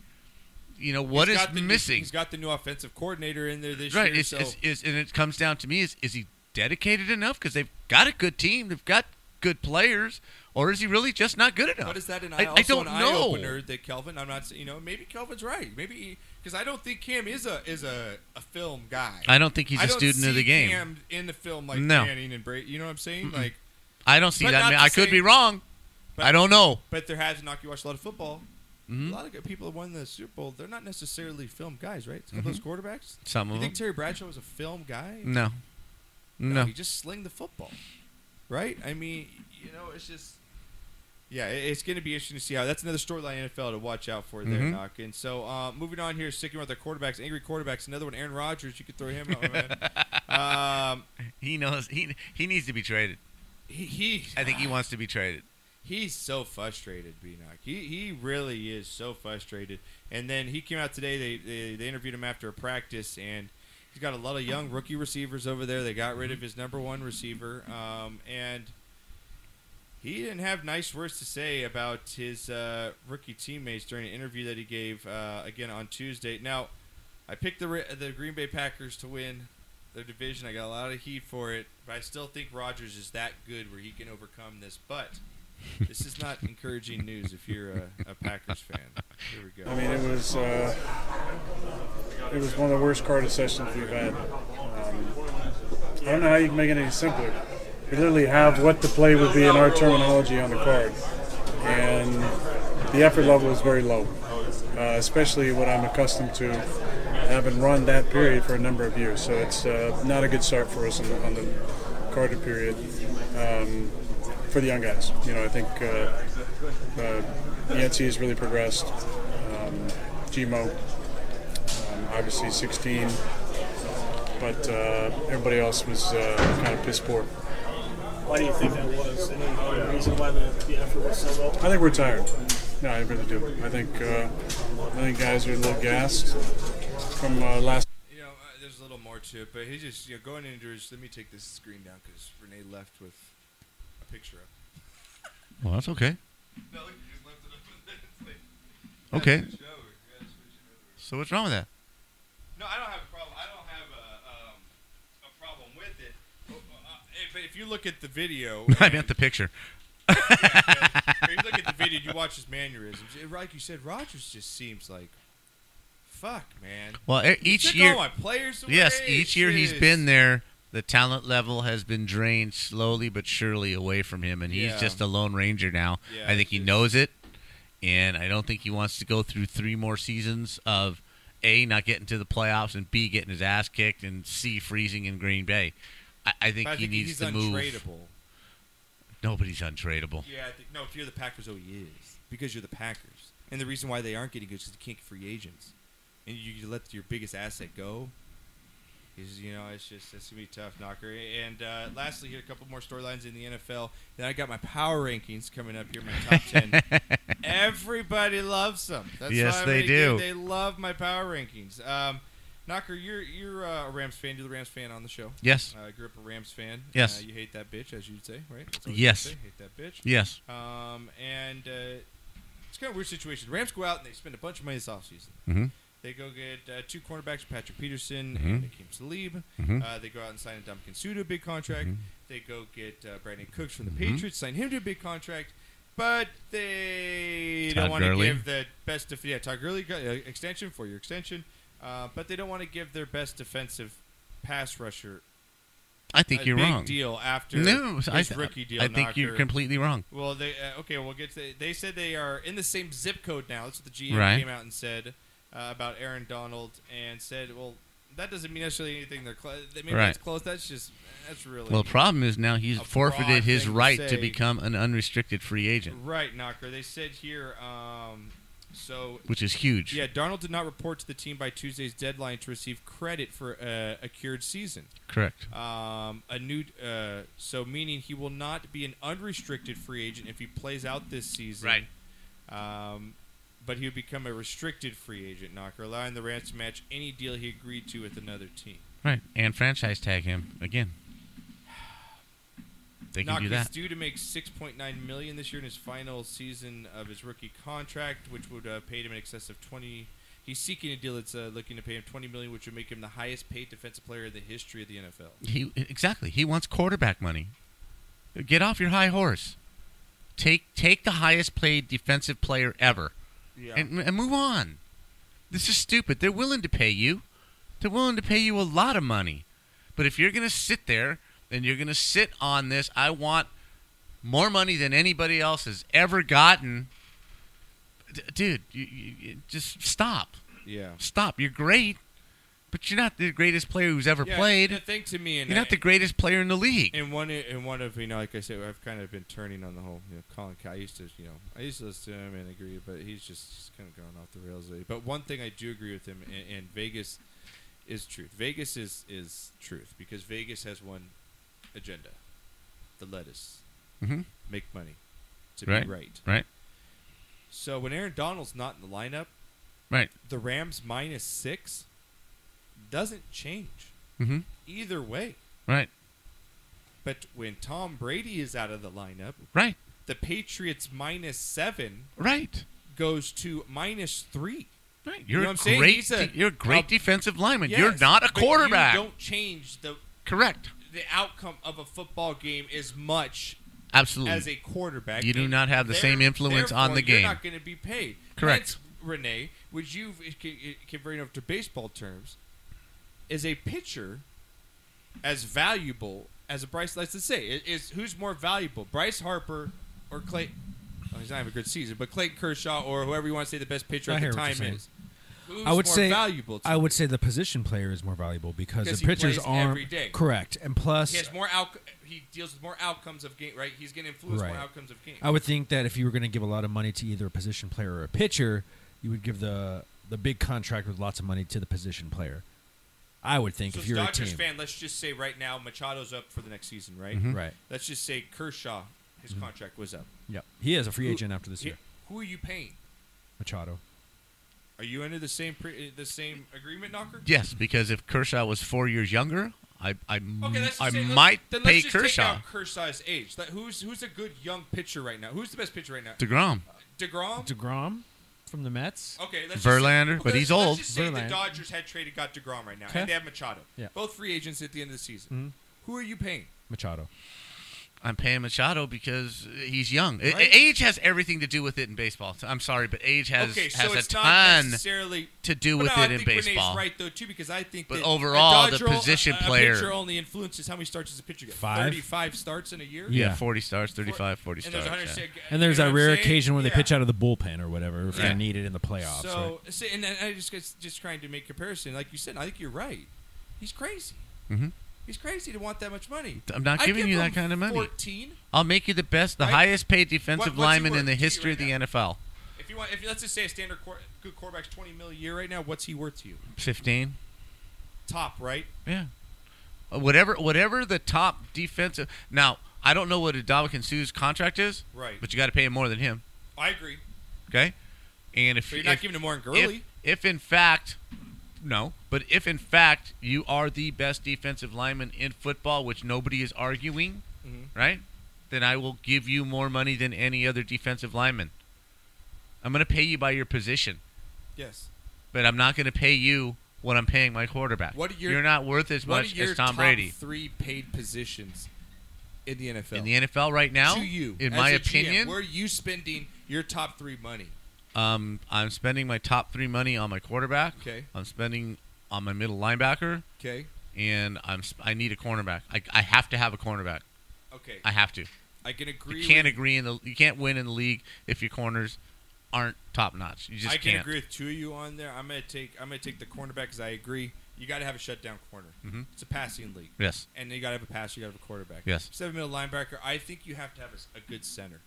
You know what is He's got the <laughs> new- missing? he's got the new offensive coordinator in there this right. year. Is, so is, is, and it comes down to me: is is he dedicated enough? Because they've got a good team. They've got good players. Or is he really just not good enough? But is that an I, eye, I also don't an know. eye-opener that Kelvin? I'm not. saying- You know, maybe Kelvin's right. Maybe because I don't think Cam is a is a, a film guy. I don't think he's I a don't student of see the game. Cam in the film like No. Manning and Brady. You know what I'm saying? Like, I don't see But that. not Man. to I could say- be wrong. But- I don't know. Mm-hmm. but there has not. You watch a lot of football. A lot of good people that won the Super Bowl, they're not necessarily film guys, right? Some of those quarterbacks. Mm-hmm. Some You of them. think Terry Bradshaw was a film guy? No. No, No. he just sling the football, right? I mean, you know, it's just, yeah, it- it's going to be interesting to see how. That's another storyline in NFL to watch out for Mm-hmm. there, Knock. And so, uh, moving on here, sticking with our quarterbacks, angry quarterbacks. Another one, Aaron Rodgers. You could throw him out, man. um, <laughs> He knows. He he needs to be traded. he, he, I think he wants to be <laughs> traded. he's so frustrated, B Knock. He he really is so frustrated. And then he came out today. They, they they interviewed him after a practice, and he's got a lot of young rookie receivers over there. They got Mm-hmm. rid of his number one receiver, um, and he didn't have nice words to say about his uh, rookie teammates during an interview that he gave uh, again on Tuesday. Now, I picked the Re- the Green Bay Packers to win their division. I got a lot of heat for it, but I still think Rodgers is that good where he can overcome this. But this is not encouraging news if you're a, a Packers fan. Here we go. I mean, it was uh, it was one of the worst card sessions we've had. Um, I don't know how you can make it any simpler. We literally have what the play would be in our terminology on the card, and the effort level is very low, uh, especially what I'm accustomed to having run that period for a number of years. So it's uh, not a good start for us on the, on the Carter period um, for the young guys. You know, I think uh, uh, Yancey has really progressed. Um, Gmo, um, obviously 16 but uh, everybody else was uh, kind of piss poor. Why do you think that was? Any reason why the, the effort was so low? I think we're tired. No, I really do. I think uh, I think guys are a little gassed from uh, last. You know, uh, there's a little more to it, but he just you know going into his. Let me take this screen down because Renee left with a picture up. Well, that's <laughs> okay. No, look, he just left it up. It's like- Okay. Switch it over. Yeah, switch it over. So what's wrong with that? <laughs> No, I don't have a problem. I don't have a, um, a problem with it. Uh, uh, if- But if you look at the video, <laughs> I meant the picture. <laughs> if you look at the video, you watch his mannerisms. it- Like you said, Rogers just seems like, fuck, man. Well, e- He each took year, all my players. yes, away. each year he's Jeez. been there. The talent level has been drained slowly but surely away from him, and he's Yeah. just a lone ranger now. Yeah, I think it's he just- knows it, and I don't think he wants to go through three more seasons of a not getting to the playoffs and b getting his ass kicked and c freezing in Green Bay. I, I think But I he think needs he's to untradeable. move. Nobody's untradeable. Yeah, I think, no, if you're the Packers, oh, he is. Because you're the Packers. And the reason why they aren't getting good is because you can't get free agents. And you, you let your biggest asset go. Is, you know, it's just, it's going to be tough, Knocker. And uh, lastly, here, a couple more storylines in the NFL. Then I got my power rankings coming up here, my top 10. <laughs> Everybody loves them. That's Yes, why I'm they gonna do. give- They love my power rankings. Um, Knocker, you're you're uh, a Rams fan. You're the Rams fan on the show. Yes, Uh, grew up a Rams fan. Yes. Uh, you hate that bitch, as you'd say, right? That's what Yes. you Hate that bitch. yes. Um, and uh, it's kind of a weird situation. Rams go out and they spend a bunch of money this offseason. Mhm. They They go get uh, two cornerbacks, Patrick Peterson Mm-hmm. and Akeem Salib. Uh, they go out and sign Dominican Suda, big contract. Mm-hmm. They go get uh, Brandon Cooks from the Patriots, sign him to a big contract. But they Todd don't want to Gurley. give the best def- yeah Todd Gurley got, uh, extension for your extension, uh, but they don't want to give their best defensive pass rusher I think a you're big wrong. deal after No, his I, th- rookie deal. I think you're knocker. completely wrong. Well, they uh, okay. We'll get to. They said they are in the same zip code now. That's what the GM Right. came out and said uh, about Aaron Donald, and said, "Well, that doesn't mean necessarily anything. They're close. Maybe Right. that's close. That's just that's really Well, the problem is now he's A broad forfeited his thing to right say. to become an unrestricted free agent, right, Knocker." They said here. Um, so which is huge. yeah, Donald did not report to the team by Tuesday's deadline to receive credit for uh, a cured season. Correct. Um, a new uh, so meaning he will not be an unrestricted free agent if he plays out this season. Right. Um, but he would become a restricted free agent knocker, allowing the Rams to match any deal he agreed to with another team. Right. And franchise tag him again. They can Knocker do is that. due to make six point nine million this year in his final season of his rookie contract, which would uh, pay him in excess of twenty. He's seeking a deal that's uh, looking to pay him twenty million, which would make him the highest paid defensive player in the history of the NFL. He exactly. He wants quarterback money. Get off your high horse. Take take the highest paid defensive player ever, Yeah. and, and move on. This is stupid. They're willing to pay you. They're willing to pay you a lot of money, but if you're gonna sit there and you're gonna sit on this, I want more money than anybody else has ever gotten. D- dude, you, you, you just stop. yeah. Stop. You're great, but you're not the greatest player who's ever Yeah, played. The thing to me, and You're not I- the greatest player in the league. And one, and one of you know, like I said, I've kind of been turning on the whole, you know, Colin Cowherd. I used to, you know, I used to listen to him and agree, but he's just, just kind of going off the rails. lately. But one thing I do agree with him, and, and Vegas is truth. Vegas is is truth because Vegas has one agenda: the lettuce, Mhm. make money, to Right. be right. Right. So when Aaron Donald's not in the lineup, Right. the Rams minus six doesn't change Mm-hmm. either way. Right. But when Tom Brady is out of the lineup, Right. the Patriots minus seven Right. goes to minus three. Right. You're know what a I'm saying? great. He's a- de- you're a great a- defensive lineman. Yes, you're not a but you quarterback. don't change the Correct. the outcome of a football game as much Absolutely. as a quarterback. You do And not have the there- same influence on the therefore, game. You're not going to be paid. Correct. Hence, Renee, would you converting over to baseball terms? Is a pitcher as valuable as a Bryce? Let's just say is, is who's more valuable, Bryce Harper or Clay? Oh, he's not having a good season, but Clayton Kershaw or whoever you want to say the best pitcher I at hear the what you're time saying. is. Who's I would more say valuable. To I you? would say the position player is more valuable because Because the he pitchers plays are every day. correct, and plus, He has more out. He deals with more outcomes of game. Right. He's going to influence Right. more outcomes of game. I would think that if you were going to give a lot of money to either a position player or a pitcher, you would give the the big contract with lots of money to the position player. I would think So if as you're a Dodgers team, Mm-hmm. fan, let's just say right now Machado's up for the next season, right? right? Let's just say Kershaw, his contract was up. Yep, he is Mm-hmm. a free Who- agent after this He- year. who are you paying? Machado. Are you under the same pre- uh, the same agreement, Knocker? yes, because if Kershaw was four years younger, I I, Okay, let's just I say, let's- might then pay let's just Kershaw. Take out Kershaw's age. That- who's who's a good young pitcher right now? Who's the best pitcher right now? Degrom. Degrom. Degrom from the Mets. Okay, let's just- Verlander, okay, but he's let's old. Just say the Verlander. Dodgers had traded got Degrom right now, Okay. and they have Machado. Yeah. Mm-hmm. Both free agents at the end of the season. Who are you paying? Machado. I'm paying Machado because he's young. A- Right. Age has everything to do with it in baseball. I'm sorry, but age has okay, so has a it's not ton necessarily to do But with no, it I in think Renee's baseball. right though too, because I think But that overall, a the Dodger, position a, a player- pitcher only influences how many starts does a pitcher get. Five? Thirty-five starts in a year. Yeah, Yeah. 40 stars, 35, 40 And stars. there's yeah. 100. And there's that rare occasion when when they pitch out of the bullpen or whatever if Yeah. they're needed in the playoffs. right? So, so and then I just guess- just trying to make comparison. Like you said, I think you're right. He's crazy. Mhm. He's crazy to want that much money. I'm not I giving give you that him kind of money. Fourteen. I'll make you the best, the Right. highest paid What- what's defensive he lineman worth in the to you history right of the NFL. If you want, if let's just say a standard quar- good quarterback's twenty mil a year right now, what's he worth to you? 15. Top right. Yeah. Uh, Whatever whatever the top defensive. Now, I don't know what Adamakin Sue's contract is, Right. but you got to pay him more than him, I agree. okay? And if But you're not if- giving him more than Gurley. if, if in fact no, but if in fact you are the best defensive lineman in football, which nobody is arguing, Mhm. right? Then I will give you more money than any other defensive lineman. I'm going to pay you by your position. yes. but I'm not going to pay you what I'm paying my quarterback. What are your- You're not worth as What are much your as Tom top Brady. three paid positions in the NFL? In the NFL right now, to you, in as my a GM, opinion, where are you spending your top three money? um, I'm spending my top three money on my quarterback. Okay. I'm spending on my middle linebacker, Okay, and I'm sp- I need a cornerback. I, I have to have a cornerback. okay, I I, have to. can agree. You can't with, agree in the you can't win in the league if your corners aren't top notch. You just I can can't. agree with two of you on there. I'm gonna take I'm gonna take the cornerback because I agree. You got to have a shutdown corner. Mhm. It's a passing league, Yes. and you got to have a pass. You got to have a quarterback. Yes. seven middle linebacker. I think you have to have a s- a, good center.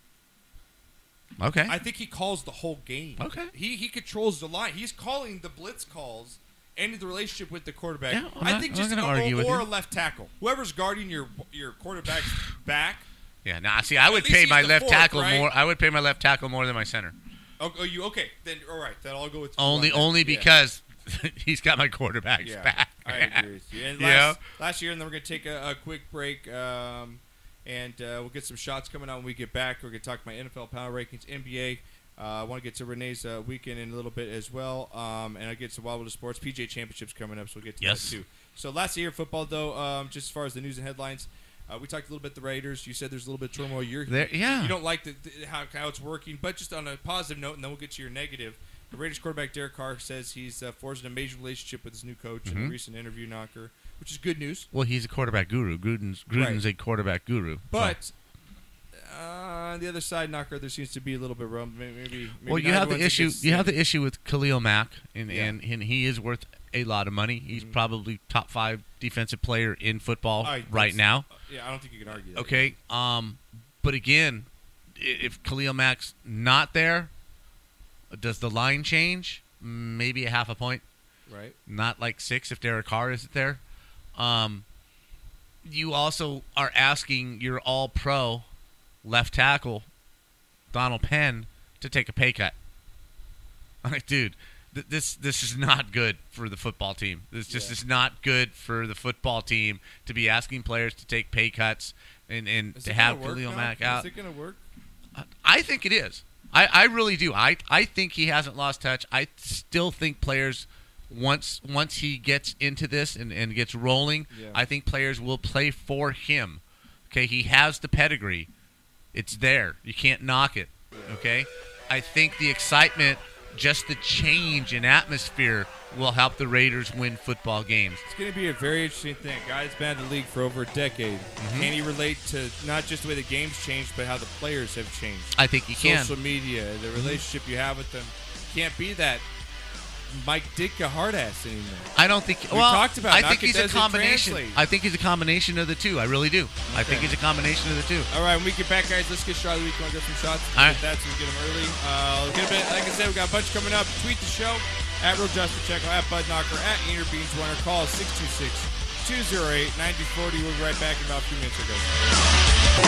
Okay. I think he calls the whole game. Okay. he he controls the line. He's calling the blitz calls. And the relationship with the quarterback, Yeah, I'm I not- think I'm just not a, gonna argue with or you. a left tackle, whoever's guarding your your quarterback's <sighs> back. yeah. Now, see, I would least pay he's my the left fourth, tackle right? more. I would pay my left tackle more than my center. Oh, oh, you okay? Then all right. Then I'll go with you Only, on that. only Yeah. because <laughs> he's got my quarterback's Yeah, back. <laughs> I agree with you. And Yeah. last, last year, and then we're gonna take a, a quick break, um, and uh, we'll get some shots coming out when we get back. We're gonna talk my NFL power rankings, NBA. Uh, I want to get to Renee's uh, weekend in a little bit as well, um, and I get to Wild Wild Sports PJ Championships coming up, so we'll get to Yes. that too. So last year football though, um, just as far as the news and headlines, uh, we talked a little bit the Raiders. You said there's a little bit of turmoil. You're There- yeah. You don't like the, the, how, how it's working, but just on a positive note, and then we'll get to your negative. The Raiders quarterback Derek Carr says he's uh, forged a major relationship with his new coach in a Mm-hmm. recent interview knocker, which is good news. Well, he's a quarterback guru. Gruden's Gruden's a quarterback guru. So- But uh, on the other side, knocker, there seems to be a little bit of rum. Maybe, maybe well, you not have the everyone's issue. against You have him. the issue with Khalil Mack, and Yeah. Mm-hmm. and, and he is worth a lot of money. He's probably top five defensive player in football I think right so. now. uh, Yeah, I don't think you can argue. That. Okay. Um, but again, i- if Khalil Mack's not there, does the line change? Maybe a half a point, right? not like six if Derek Carr isn't there. Um, you also are asking your All Pro left tackle Donald Penn to take a pay cut. <laughs> Like, dude, th- this this is not good for the football team. This just is not good for the football team to be asking players to take pay cuts and, and Is to it have gonna work Khalil now? Mack out. Is it going to work? I think it is. I, I really do. I, I think he hasn't lost touch. I still think players once once he gets into this and, and gets rolling, Yeah. I think players will play for him. Okay, he has the pedigree. It's there. You can't knock it. Okay? I think the excitement, just the change in atmosphere will help the Raiders win football games. It's going to be a very interesting thing. Guys been in the league for over a decade. Mm-hmm. Can he relate to not just the way the game's changed, but how the players have changed? I think he can. Mm-hmm. social media, the relationship you have with them. Can't be that Mike Ditka hard ass anymore. I don't think. We well, talked about I it. think he's a Nakadezu combination. translate. I think he's a combination of the two. I really do. I think he's a combination of the two. All right, when we get back, guys, let's get shot of the week. Want to get some shots? All right. That's we get them early. Uh, we'll get a bit. Like I said, we got a bunch coming up. Tweet the show at Real Just Pacheco, at Bud Knocker, at Inner Beans Winner. Call 626 208 9040. We'll be right back in about a few minutes ago.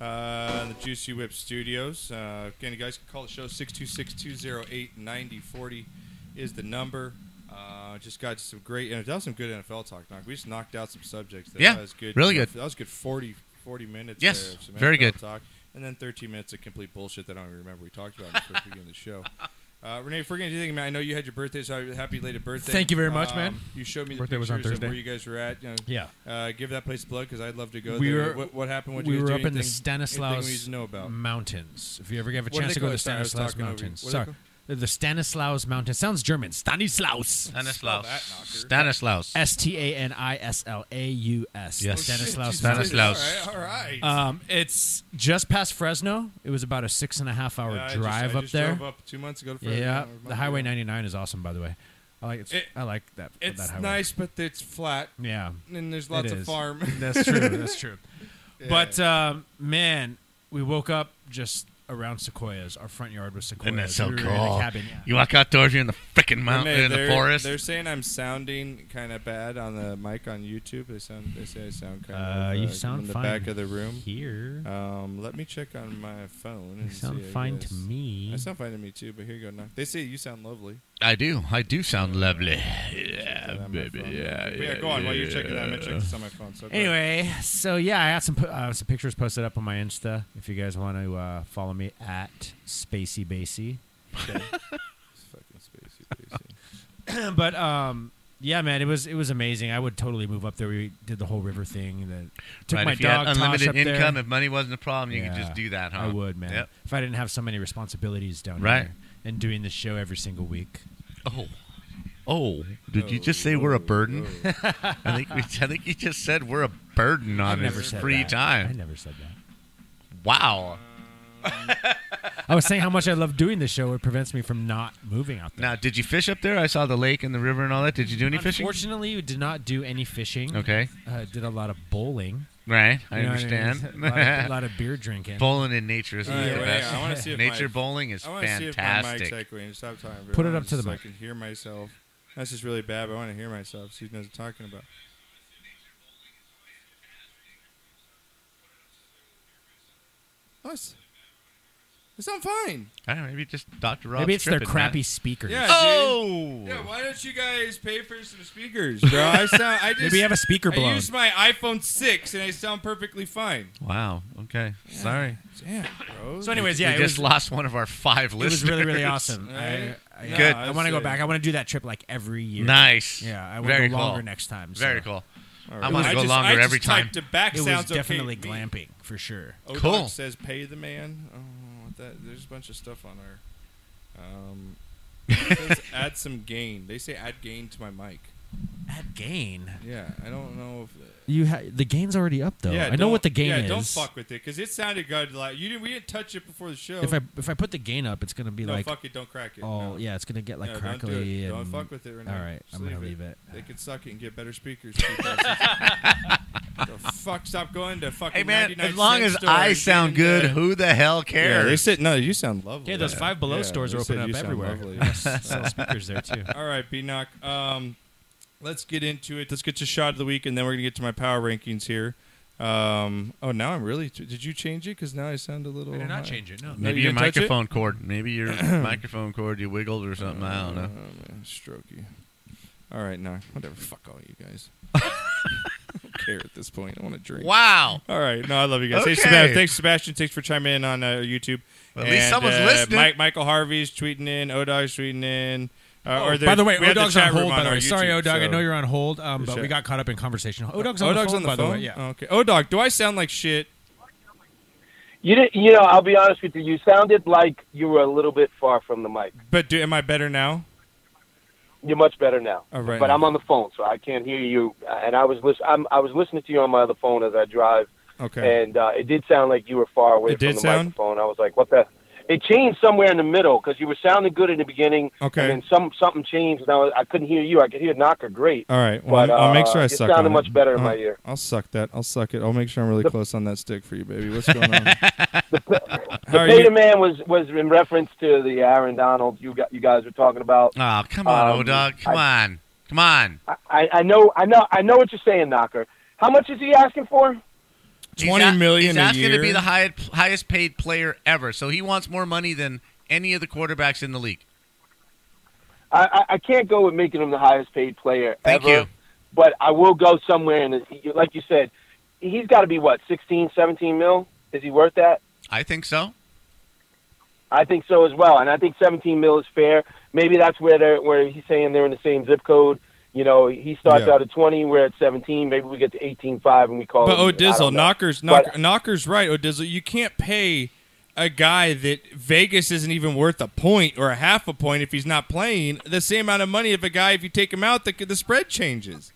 uh, the Juicy Whip Studios. Uh, again, you guys can call the show 626-208-9040 is the number. Uh, just got some great, and that was some good NFL talk. Knock. We just knocked out some subjects. There. Yeah, that was good. really good. That was good. 40, 40 minutes. Yes, there of some very NFL good. Talk, and then 13 minutes of complete bullshit that I don't even remember we talked about in the first beginning of the <laughs> show. Uh, Renee, if we're gonna do anything, man, I know you had your birthday, so happy belated birthday. Um, Thank you very much, man. You showed me the Birthday was on pictures of Thursday. where you guys were at. You know, Yeah. uh, give that place a plug because I'd love to go We there. were- what, what happened? What we you were guys up do? in the Anything- Stanislaus Anything we need to know about. Mountains. If you ever have a What do chance they to go call to the it? Sorry, I was Stanislaus talking over you. Mountains, What do they sorry, the Stanislaus Mountains sounds German. Stanislaus. Stanislaus. that, knocker. Stanislaus. S T A N I S L A U S. Yes. Oh, shit, Stanislaus. Jesus. Mountains. Stanislaus. All right. All right. Um, it's just past Fresno. It was about a six and a half hour Yeah, I just- drive I up just there. Drove up two months ago. To Fresno. yeah, It the reminds Highway me of- 99 is awesome, by the way. I like it. It- I like that. that It's highway. nice, but it's flat, Yeah, and there's lots It of is. farm. <laughs> That's <laughs> true. That's true. But um, man, we woke up just around sequoias. Our front yard was sequoias. Isn't that so we were in a cool? cabin. yeah. You walk outdoors, you're in the freaking mountain, Renee, in the they're- forest. They're saying I'm sounding kind of bad on the mic on YouTube. They sound. They say I sound kind of. Uh, you sound in the fine back of the room. here. Um, let me check on my phone. you and sound see, I fine guess. to me. I sound fine to me too. But here you go. Now. They say you sound lovely. I do. I do sound lovely. Check that Yeah, on my baby. phone. Yeah, But yeah. yeah, go on. While you're yeah. checking that, I'm gonna check this on my phone. So go ahead. Anyway, so yeah, I got some po- uh, some pictures posted up on my Insta. If you guys want to uh, follow me at Spacey Basie. It's fucking spacey, <coughs> spacey. but um, yeah, man, it was it was amazing. I would totally move up there. We did the whole river thing. That took Right, my if you had dog Tosh unlimited up there. income, if money wasn't a problem, you could Yeah, just do that, huh? I would, man. Yep. If I didn't have so many responsibilities down Right. here and doing the show every single week. Oh. Oh, did you just say Oh, we're a burden? <laughs> I think we, I think you just said we're a burden I on never his said free that. I time. never said that. Wow. I was saying how much I love doing the show. It prevents me from not moving out there. Now, did you fish up there? I saw the lake and the river and all that. Did you do any fishing? Unfortunately, we did not do any fishing. Okay, Uh, did a lot of bowling. right. I You know what mean? understand. <laughs> a, lot of, a lot of <laughs> beer drinking. bowling in nature is All right, the wait, best. I wanna see <laughs> if nature my- bowling is I want to see if my mic's fantastic. echoing. Stop talking. Put it up everyone, to the so I mic. can hear myself. That's just really bad. But I want to hear myself. So you know what I'm talking about. Oh, it's, it's not fine. I don't know, maybe just Dr. Rob's Maybe it's their tripping, man. crappy speakers. Yeah. Oh, Yeah, why don't you guys pay for some speakers, bro? I sound. I just. Maybe have a <laughs> speaker I blown. used my iPhone six and I sound perfectly fine. wow. Okay, sorry. Damn, bro. So, anyways, we yeah, it just was, lost one of our five it was listeners. <laughs> really really awesome. I, Right? I, No, Good. I want to go it's, uh, back. I want to do that trip like every year. Nice. Yeah, I want Very to go cool. longer next time. so. Very cool. All I'm right. gonna I go just- longer I just every time. typed it back It was sounds okay definitely to me. glamping for sure. Odog Cool. says pay the man. Oh, what that there's a bunch of stuff on our. <laughs> Um, it says add some gain. They say add gain to my mic. Add gain. Yeah, I don't know if. You ha- the gain's already up though. yeah, I know don't- what the gain yeah, is. don't fuck with it because it sounded good. Like you didn't, we didn't touch it before the show. If I if I put the gain up, it's gonna be no, like fuck it, don't crack it. all no. yeah, it's gonna get like No, don't do crackly it. and Don't fuck with it right now. all right, Just I'm gonna leave it. They could suck it and get better <laughs> speakers. people. the fuck, stop going to fucking. Hey man, 99 as long cent as store I and sound getting good, the- who the hell uh, Yeah, they cares? said no. You sound lovely. Yeah, those Five Below stores they are said opening you up sound everywhere. <laughs> lovely. Sell speakers there too. <laughs> All right, B knock. Um, let's get into it. Let's get to shot of the week, and then we're gonna get to my power rankings here. Um, oh, now I'm really. did you change it? Because now I sound a little. They're not high. changing. No. Maybe you your didn't touch it? microphone cord. Maybe your <clears throat> microphone cord you wiggled or something. I don't know. Oh, man, strokey. All right, knock. Whatever. Fuck all you <laughs> guys. I <laughs> don't care at this point. I want to drink. Wow. All right. No, I love you guys. Hey, Okay. Sebastian, thanks, Sebastian. Thanks for chiming in on uh, YouTube. Well, at least someone's listening. Mike, Michael Harvey's tweeting in. Odog's tweeting in. Uh, Oh, or By there's- the way, we have Odog's chat on hold. room By the our way, sorry, YouTube, Odog. I so- know you're on hold, um, but Sure. we got caught up in conversation. Odog's on Odog's the phone. on the by phone. the way, yeah. Oh, okay. Odog, do I sound like shit? You did, you know, I'll be honest with you. You sounded like you were a little bit far from the mic. But do, am I better now? You're much better now. All right. But I'm on the phone, so I can't hear you. And I was listen, I'm, I was listening to you on my other phone as I drive, okay. and uh, it did sound like you were far away It from did the sound? microphone. I was like, "What the?" It changed somewhere in the middle because you were sounding good in the beginning, Okay. and then some something changed, and I, was, I couldn't hear you. I could hear Knocker great. All right. Well, But, I'll I'll make sure I uh, it suck. sounded on much it. Uh-huh. better in I'll, my ear. I'll suck that. I'll suck it. I'll make sure I'm really close on that stick for you, baby. <laughs> What's going on? How are Beta you? Man was was in reference to the Aaron Donald you got you guys were talking about. Oh, come on, Um, Odog. Come on. Come on. I, I know I know I know what you're saying, Knocker. How much is he asking for? he's Twenty a- million He's asking a year. to be the highest highest paid player ever, so he wants more money than any of the quarterbacks in the league. I, I- I can't go with making him the highest paid player Thank ever. you. But I will go somewhere, and like you said, he's got to be what 16, 17 mil. Is he worth that? I think so. I think so as well, and I think 17 mil is fair. Maybe that's where they're where he's saying they're in the same zip code. You know, he starts Yeah. out at 20, we're at 17. Maybe we get to 18.5 and we call But it. I O'Dizzle, don't know. knockers, But- knock, knockers, right? O'Dizzle, you can't pay a guy that Vegas isn't even worth a point or a half a point if he's not playing the same amount of money if a guy if you take him out the the spread changes.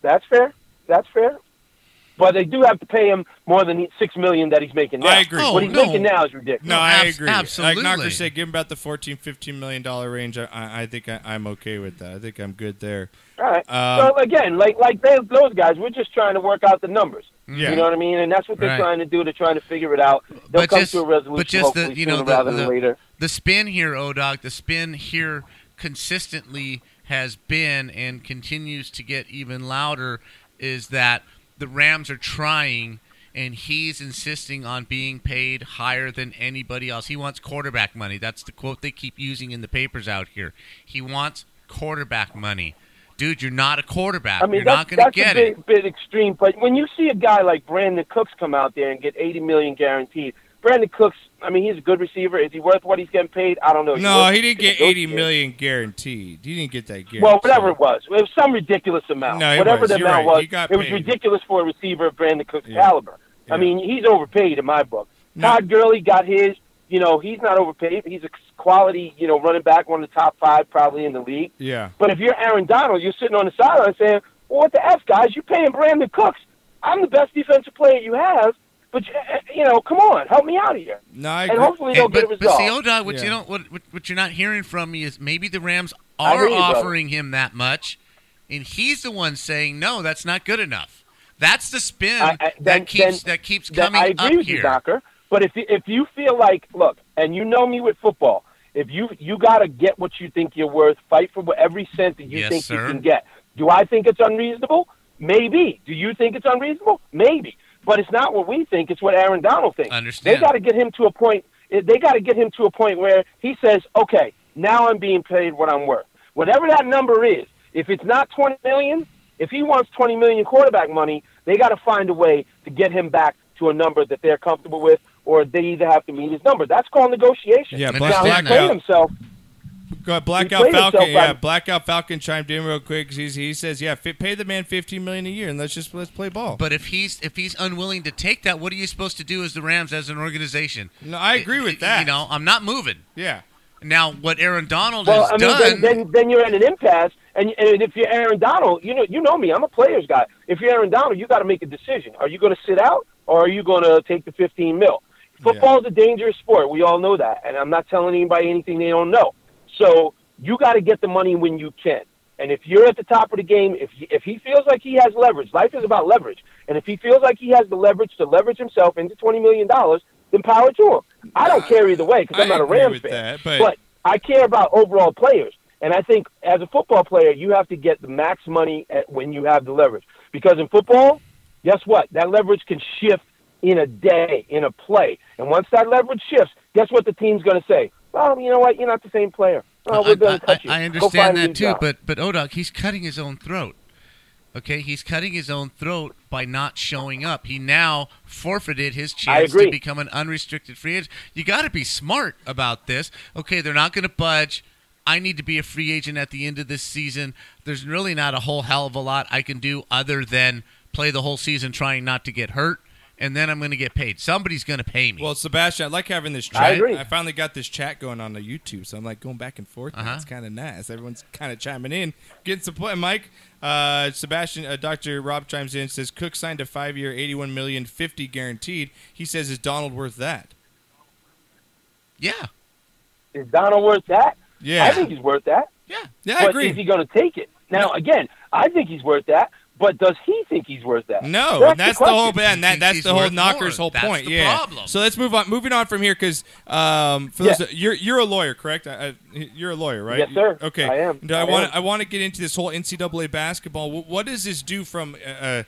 That's fair. That's fair. But they do have to pay him more than he- six million that he's making now. I agree. What he's Oh, no. making now is ridiculous. No, No, I abs- agree. absolutely. Like Knocker said, give him about the 14 $15 million dollar range. I, I I think I, I'm okay with that. I think I'm good there. All right. Um, so again, like like they, those guys, we're just trying to work out the numbers. Yeah. You know what I mean? And that's what they're Right. trying to do. They're trying to figure it out. They'll But come just- to a resolution but just the- hopefully you know, sooner the- rather than the- later. The spin here, Odoc, the spin here consistently has been and continues to get even louder is that the Rams are trying and he's insisting on being paid higher than anybody else. He wants quarterback money. That's the quote they keep using in the papers out here. He wants quarterback money. Dude, you're not a quarterback. I mean, you're that's, not going to that's get a it. bit, bit extreme. But when you see a guy like Brandon Cooks come out there and get eighty million guaranteed, Brandon Cooks, I mean, he's a good receiver. Is he worth what he's getting paid? I don't know. No, worth- he didn't get those 80 kids. million guaranteed. He didn't get that guaranteed. Well, whatever it was, it was some ridiculous amount. No, it whatever was. the You're amount right. He was, got it was paid. ridiculous for a receiver of Brandon Cook's Yeah. caliber. Yeah. I mean, he's overpaid in my book. No. Todd Gurley got his. You know, he's not overpaid. He's a quality, you know, running back, one of the top five probably in the league. Yeah. But if you're Aaron Donald, you're sitting on the sideline saying, "Well, what the f, guys? You're paying Brandon Cooks. I'm the best defensive player you have, but you- you know, come on, help me out here." No, I And agree. hopefully they'll And- but, get but a result. see, Odai, what Yeah. you don't, what, what, what you're not hearing from me is maybe the Rams I hear are you, brother. offering him that much, and he's the one saying no, that's not good enough. That's the spin I- I- then- that keeps then- that keeps that coming I agree up with here. you, Docker. But if if you feel like, look, and you know me with football, if you you got to get what you think you're worth, fight for every cent that you Yes, think sir. you can get. Do I think it's unreasonable? Maybe. Do you think it's unreasonable? Maybe. But it's not what we think; it's what Aaron Donald thinks. Understand. They got to get him to a point. eh, They got to get him to a point where he says, "Okay, now I'm being paid what I'm worth." Whatever that number is, if it's not twenty million, if he wants twenty million quarterback money, they got to find a way to get him back to a number that they're comfortable with, or they either have to meet his number. That's called negotiation. Yeah, Black- now, Blackout. he's played himself. Go ahead, He Blackout played Falcon. himself Yeah, on- Blackout Falcon chimed in real quick. 'cause He's, he says, "Yeah, fi- pay the man fifteen million a year, and let's just let's play ball." But if he's if he's unwilling to take that, what are you supposed to do as the Rams as an organization? no, I agree with Y- that. You know, I'm not moving. yeah, Now, what Aaron Donald Well, has I mean, done, then, then then you're at an impasse. And, and if you're Aaron Donald, you know you know me. I'm a players guy. If you're Aaron Donald, you got to make a decision. Are you going to sit out or are you going to take the 15 mil? Football's a dangerous sport. We all know that, and I'm not telling anybody anything they don't know. So you got to get the money when you can. And if you're at the top of the game, if he, if he feels like he has leverage, life is about leverage. And if he feels like he has the leverage to leverage himself into 20 million dollars, then power to him. I don't care either way because I'm I not a agree Rams with fan. that, but- but I care about overall players. And I think as a football player, you have to get the max money at, when you have the leverage. Because in football, guess what? That leverage can shift in a day, in a play. And once that leverage shifts, guess what the team's going to say? Well, you know what? You're not the same player. Oh, we're I, going to I- cut you. I Go understand find a new that too, job. but but Odoc, he's cutting his own throat. Okay, he's cutting his own throat by not showing up. He now forfeited his chance to agree. become an unrestricted free agent. You got to be smart about this. Okay, they're not going to budge. I need to be a free agent at the end of this season. There's really not a whole hell of a lot I can do other than play the whole season trying not to get hurt, and then I'm going to get paid. Somebody's going to pay me. Well, Sebastian, I like having this chat. I agree. finally got this chat going on the YouTube, so I'm like going back and forth. Uh-huh. now. It's kind of nice. Everyone's kind of chiming in, getting some play. Mike, uh, Sebastian, uh, Doctor Rob chimes in, says Cook signed a five-year, eighty-one million, fifty guaranteed. He says, "Is Donald worth that?" yeah, Is Donald worth that? Yeah. I think he's worth that. yeah. Yeah, but I agree. is he going to take it? Now, again, I think he's worth that, but does he think he's worth that? No, and that's the, question. whole man. He That, thinks that's he's the whole worth knocker's more. whole That's point. the yeah. problem. So let's move on. Moving on from here, because um, for those Yeah. you're you're a lawyer, correct? I, I, you're a lawyer, right? Yes, sir. Okay. I am. Do I I want am. I want to get into this whole NCAA basketball. Wh- What does this do from uh, uh,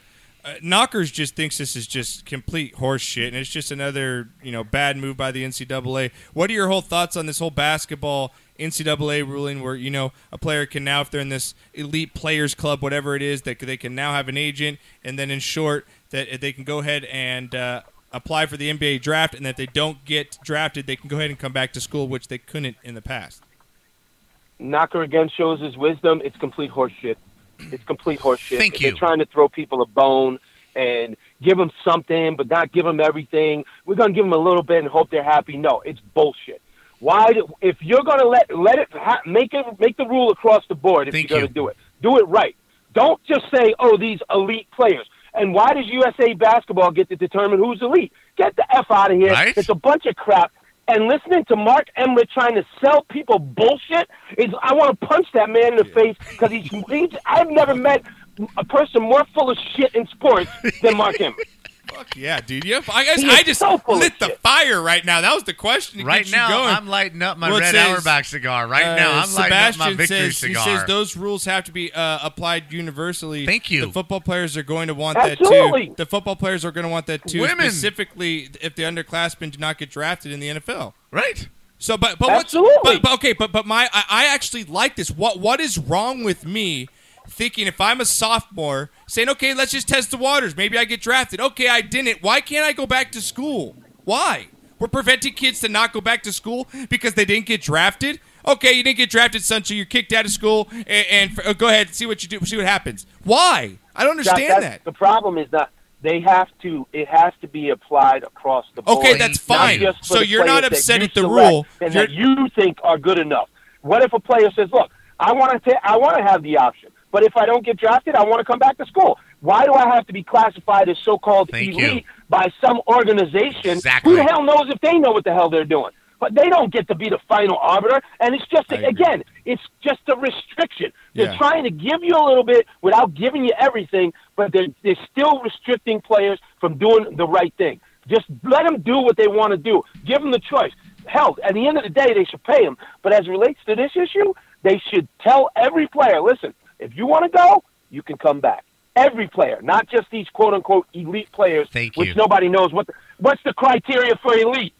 uh, Knockers just thinks this is just complete horse shit, and it's just another you know bad move by the NCAA. What are your whole thoughts on this whole basketball NCAA ruling, where you know a player can now, if they're in this elite players club, whatever it is, that they can now have an agent, and then in short, that uh, they can go ahead and uh, apply for the NBA draft, and that they don't get drafted, they can go ahead and come back to school, which they couldn't in the past. Knocker again shows his wisdom. It's complete horseshit. It's complete horseshit. Thank They're you. trying to throw people a bone and give them something, but not give them everything. We're gonna give them a little bit and hope they're happy. No, it's bullshit. Why? Do, if you're gonna let let it ha- make it make the rule across the board, if Thank you're you. gonna do it, do it right. Don't just say, "Oh, these elite players." And why does USA Basketball get to determine who's elite? Get the f out of here. Right? It's a bunch of crap. And listening to Mark Emler trying to sell people bullshit is I want to punch that man in the face because he's, he's I've never met a person more full of shit in sports than Mark Emler. Fuck yeah, dude! Yep, I guess He is I just so full of lit the shit. fire right now. That was the question. to Right get now, you going. I'm lighting up my Well, it red says, Auerbach cigar. Right Uh, now, I'm lighting up my Sebastian victory says cigar. he says those rules have to be uh, applied universally. Thank you. The football players are going to want that Absolutely. too. The football players are going to want that too. Women. specifically if the underclassmen do not get drafted in the NFL. right? So, but but what's Absolutely. but, but okay, but but my I, I actually like this. What what is wrong with me thinking if I'm a sophomore saying okay, let's just test the waters. Maybe I get drafted. Okay, I didn't. Why can't I go back to school? Why? We're preventing kids to not go back to school because they didn't get drafted. Okay, you didn't get drafted, son, so you're kicked out of school. And, and uh, go ahead, see what you do, see what happens. Why? I don't Josh, understand that's- that. The problem is not they have to. It has to be applied across the board. Okay, that's not fine. just for So the you're not players that upset you at the select rule. and You're- that you think are good enough. What if a player says, "Look, I want to. I want to have the option, but if I don't get drafted, I want to come back to school. Why do I have to be classified as so-called Thank elite you. by some organization? Exactly. Who the hell knows if they know what the hell they're doing?" But they don't get to be the final arbiter, and it's just agree. again, it's just a restriction. They're Yeah. trying to give you a little bit without giving you everything, but they're, they're still restricting players from doing the right thing. Just let them do what they want to do. Give them the choice. Hell, at the end of the day, they should pay them. But as it relates to this issue, they should tell every player, listen, if you want to go, you can come back. Every player, not just these quote unquote elite players, Thank which you. nobody knows what. The, what's the criteria for elite?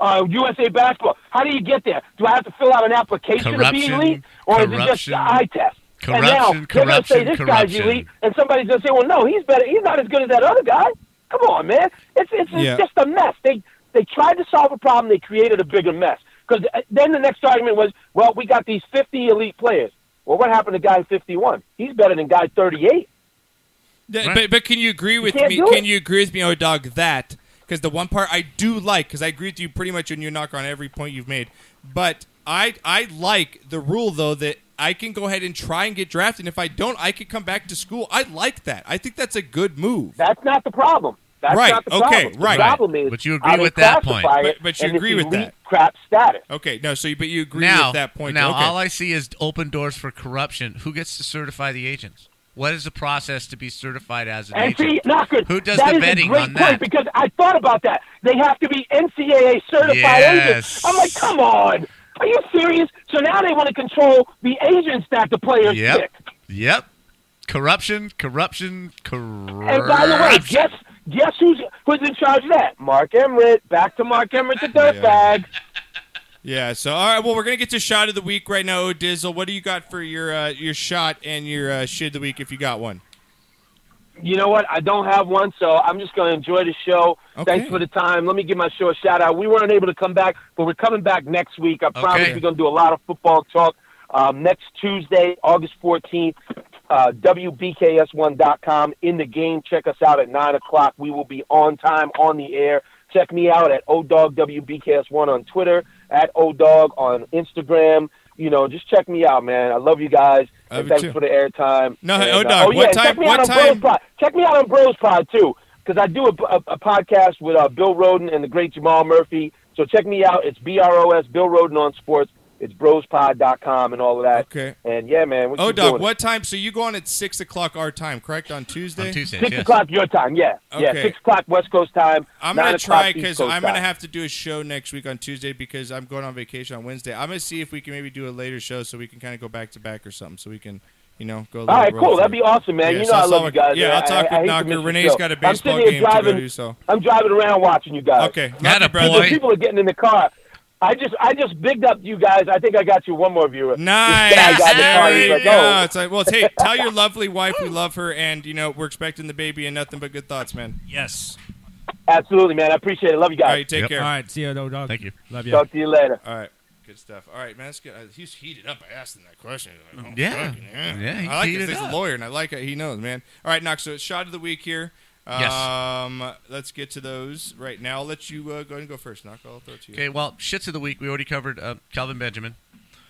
Uh, USA Basketball. How do you get there? Do I have to fill out an application Corruption, to be elite, or is it just corruption, the eye test? and now corruption, they're going to say corruption, this guy's corruption. elite, and somebody's going to say, "Well, no, he's better. He's not as good as that other guy." Come on, man. It's it's, it's Yeah. just a mess. They they tried to solve a problem, they created a bigger mess. Because then the next argument was, "Well, we got these 50 elite players. Well, what happened to guy 51? He's better than guy 38." Th- Right. But but can you agree with can't me? do Can it. you agree with me, oh dog? That because the one part I do like because I agree with you pretty much when you knock on every point you've made. But I I like the rule though that I can go ahead and try and get drafted. And if I don't, I could come back to school. I like that. I think that's a good move. That's not the problem. That's Right, not the okay, problem. right. The problem is, But you agree how they with that point. classify it But- but you and this agree with elite that. crap status. Okay, no. So you, but you agree Now, with that point. now though. okay. all I see is open doors for corruption. Who gets to certify the agents? What is the process to be certified as an And agent? see, not good. Who does That the is vetting a great on that? Point because I thought about that. They have to be NCAA certified Yes. agents. I'm like, come on. Are you serious? So now they want to control the agents that the players Yep. pick. Yep. Corruption, corruption, corruption. And by the way, guess guess who's who's in charge of that? Mark Emmerich. Back to Mark Emmerich, the dirtbag. Yeah. So all right. Well, we're gonna get to shot of the week right now. Oh, Dizzle, what do you got for your uh, your shot and your uh, shit of the week if you got one? You know what? I don't have one, so I'm just going to enjoy the show. Okay. Thanks for the time. Let me give my show a shout out. We weren't able to come back, but we're coming back next week. I promise Okay. we're going to do a lot of football talk um, next Tuesday, August 14th. Uh, WBKS1.com in the game. Check us out at nine o'clock. We will be on time, on the air. Check me out at ODogWBKS1 on Twitter, at ODog on Instagram. You know, just check me out, man. I love you guys. Love and you thanks too. for the airtime. No, And, hey, uh, O-Dog, oh, what yeah, time- Check me what out on Bros time- Pod. Check me out on Bros Pod too, because I do a, a, a podcast with uh, Bill Roden and the great Jamal Murphy. So check me out. It's B R O S Bill Roden on Sports. It's brospod.com and all of that. Okay. And yeah, man. We Oh, keep dog. doing it. What time? So you go on at six o'clock our time, correct? On Tuesday. On Tuesdays, Six yes. o'clock your time. Yeah. Okay. Yeah. Six o'clock West Coast time. I'm nine gonna o'clock try East because Coast I'm gonna time. have to do a show next week on Tuesday because I'm going on vacation on Wednesday. I'm gonna see if we can maybe do a later show so we can kind of go back to back or something so we can You know, go. a All right, little road cool. That'd through. be awesome, man. Yeah, you so know I I'll love talk- you guys. Yeah, I'll I- talk I- I hate with to Knocker. miss the Renee's show. got a I'm sitting baseball here game driving, to go to, so I'm driving around watching you guys. okay. Knock Not your a brother. boy. Because people are getting in the car. I just I just bigged up you guys. I think I got you one more viewer. <laughs> This guy Nice. got in the car. There He's you like, go. oh. It's like, well, it's, hey, tell your lovely wife we love her, and you know we're expecting the baby, and nothing but good thoughts, man. Yes. <laughs> Absolutely, man. I appreciate it. Love you All guys. right, take Yep. care. All right. See you, though, dog. Thank you. Love you. Talk to you later. All right. Good stuff. All right, man. That's good. Uh, He's heated up. I asked him that question. Like, oh, Yeah. fucking Yeah, he's I like heated it. He's up. a lawyer, and I like it. He knows, man. All right, Knox. So it's shot of the week here. Yes. Um, let's get to those right now. I'll let you uh, go ahead and go first, Knock. I'll throw it to you. Okay, well, shits of the week. We already covered uh, Calvin Benjamin.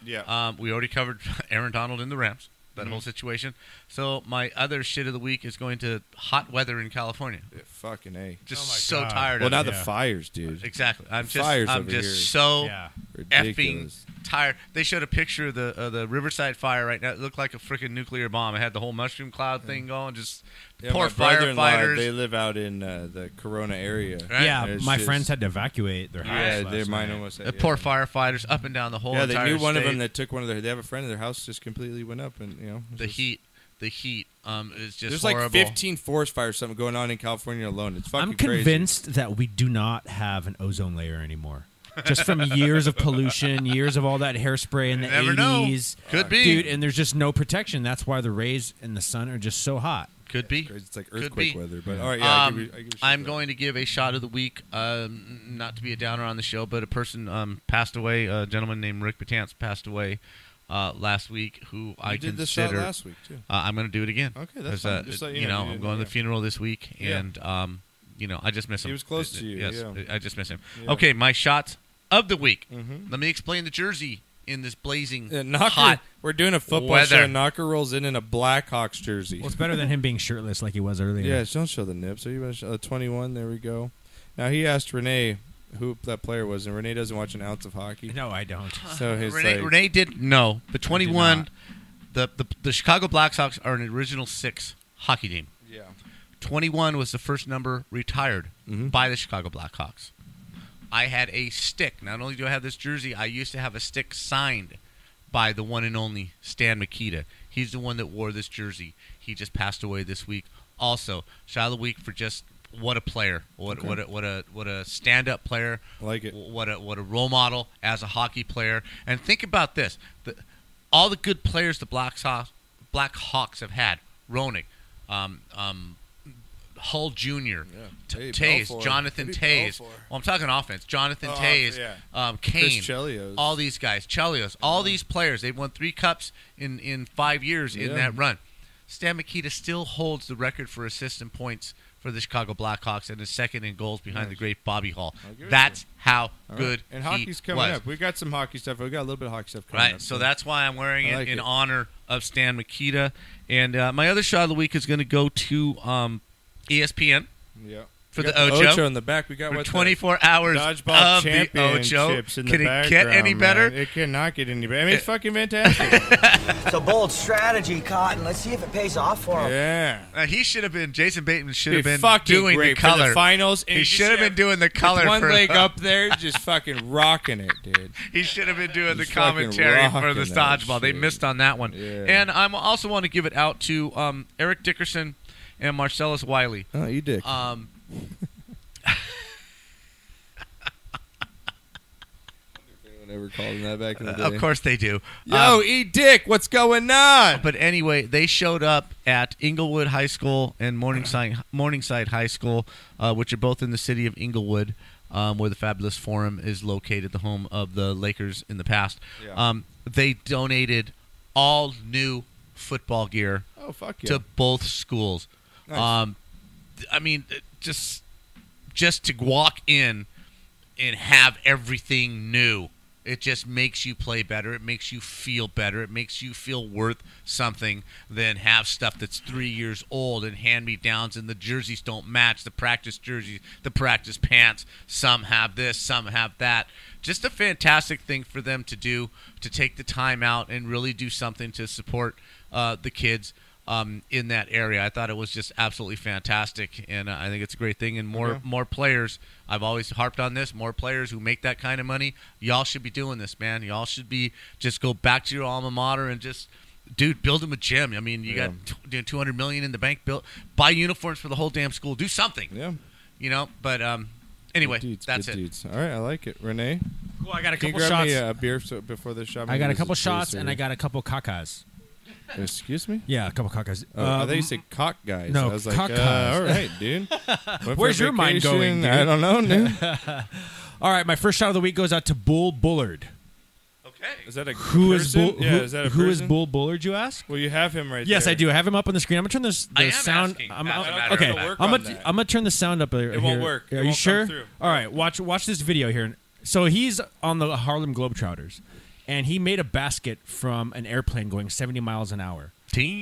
Yeah. Mm-hmm. Um, we already covered <laughs> Aaron Donald in the Rams. That whole situation. So my other shit of the week is going to hot weather in California. Yeah, fucking A. Just Oh my so God. tired Well, of now it. Uh, the Yeah. fires, dude. Exactly. I'm The just fires I'm over just here. so Yeah. Ridiculous. effing tired. They showed a picture of the of the Riverside fire right now. It looked like a freaking nuclear bomb. It had the whole mushroom cloud thing going. Just Yeah, poor my brother-in-law, firefighters. They live out in uh, the Corona area. Right. Yeah, It's my just- friends had to evacuate their house. Yeah, last they're mine night. almost. the yeah. Uh, poor firefighters up and down the whole Yeah, they entire knew one of state. them that took one of their. They have a friend in their house just completely went up, and you know it's the just- heat, the heat um is just There's horrible. like 15 forest fires something going on in California alone. It's fucking I'm convinced that we do not have an ozone layer anymore. Just from years of <laughs> pollution, years of all that hairspray in the never know. 80s. Could be. Dude, and there's just no protection. That's why the rays in the sun are just so hot. Could be. crazy. It's like Could earthquake be. weather, but all right, yeah. I give you- I give you shit Um, I'm for that. going to give a shot of the week. Um, not to be a downer on the show, but a person um, passed away. A gentleman named Rick Patance passed away uh, last week, who I You did this consider. shot last week too. Uh, I'm going to do it again. Okay, that's There's a- fine. Just let you you know know, you I'm did going to that. the funeral this week, Yeah. and um, you know, I just miss him. He was close Uh, to you, Yes, yeah. I just miss him. Yeah. Mm-hmm. Okay, my shots of the week. Let me explain the jersey in this blazing Yeah, Knocker, hot. we're doing a football weather. show. Knocker rolls in in a Blackhawks jersey. Well, it's better than him being shirtless like he was earlier. Yeah, don't show the nips. Are you about to show, uh, 21? There we go. <laughs> Now he asked Renee who that player was, and Renee doesn't watch an ounce of hockey. No, <sighs> I don't. <laughs> So his uh, Renee, like, Renee did no, but 21. not. The, the the Chicago Blackhawks are an original six hockey team. yeah. 21 was the first number retired by the Chicago Blackhawks. I had a stick. Not only do I have this jersey, I used to have a stick signed by the one and only Stan Makita. He's the one that wore this jersey. He just passed away this week. Also, shout out of the week for just what a player, what what a, what a what a stand up player, Like it. what a what a role model as a hockey player. And think about this: the, all the good players the Blackhawks Blackhawks have had, Roenick, um, um, Hull Jr., Hey, T- Tays, Belfour. Jonathan Maybe Tays. Belfour. Well, I'm talking offense. Jonathan Oh, Tays, yeah. um, Kane, Chelios. all these guys, Chelios, all these players. They've won three cups in in five years Yeah. in that run. Stan Mikita still holds the record for assists and points for the Chicago Blackhawks and is second in goals behind the great Bobby Hall. give it to That's how All right. good And he hockey's coming was. up. We got some hockey stuff. We got a little bit of hockey stuff coming Right. up. So that's why I'm wearing I it like in it. honor of Stan Mikita. And uh, my other shot of the week is going to go to um, ESPN yeah. for We the got Ocho. in the back. We got for what the- 24 hours dodgeball of Um, the Ocho. championships in the Can it get background, any man. better? It cannot get any better. I mean, it's fucking fantastic. <laughs> It's a bold strategy, Cotton. Let's see if it pays off for him. yeah. Uh, he should have been. Jason Bateman should Be have been fucking doing great the for color. finals. and he just should have been doing the color. with one for <laughs> leg up there, just fucking rocking it, dude. He should have been doing the He's fucking commentary for the rocking that dodgeball. They shit. missed on that one. Yeah. And I also want to give it out to um, Eric Dickerson and Marcellus Wiley. Oh, you dick. Um, Never called him that back in the day. Uh, of course they do. Yo, Um, E Dick, what's going on? but anyway, they showed up at Inglewood High School and Morningside Morningside High School, uh, which are both in the city of Inglewood, um, where the Fabulous Forum is located, the home of the Lakers in the past. Yeah. Um, they donated all new football gear Oh, fuck yeah. to both schools. Um, th- I mean, th- just just to walk in and have everything new, it just makes you play better. It makes you feel better. It makes you feel worth something than have stuff that's three years old and hand me downs, and the jerseys don't match the practice jerseys, the practice pants. Some have this, some have that. Just a fantastic thing for them to do to take the time out and really do something to support uh, the kids um, in that area. I thought it was just absolutely fantastic, and uh, I think it's a great thing. And more Mm-hmm. more players. I've always harped on this. More players who make that kind of money. Y'all should be doing this, man. Y'all should be just go back to your alma mater and just dude, build him a gym. I mean, you Yeah. got t- dude, 200 million in the bank. Build, buy uniforms for the whole damn school. Do something. Yeah. You know, but um, anyway, that's it. Dudes. All right, I like it, Renee. Cool. I got a Can you couple shots. grab Me a beer so before the shot. I got a couple shots and I got a couple cacas. Excuse me. Yeah, a couple cacas. Oh, I thought you Um, said cock guys. no, I was like, cock uh, guys. all right, <laughs> dude. Went for Where's your mind going? vacation. I <laughs> don't know, dude. All right, my first shot of the week goes out to Bull Bullard. Is that a Who is person? Bull? Yeah, who- is that a who is person? Bull Bullard? You ask. Well, you have him right yes, there. I do. I have him up on the screen. I'm gonna turn this the I am sound. asking, I'm, as a I'm- matter of okay, fact. Work I'm on gonna I'm gonna turn the sound up. It won't work. It Are you won't come sure? through. All right, watch watch this video here. So he's on the Harlem Globetrotters, and he made a basket from an airplane going 70 miles an hour.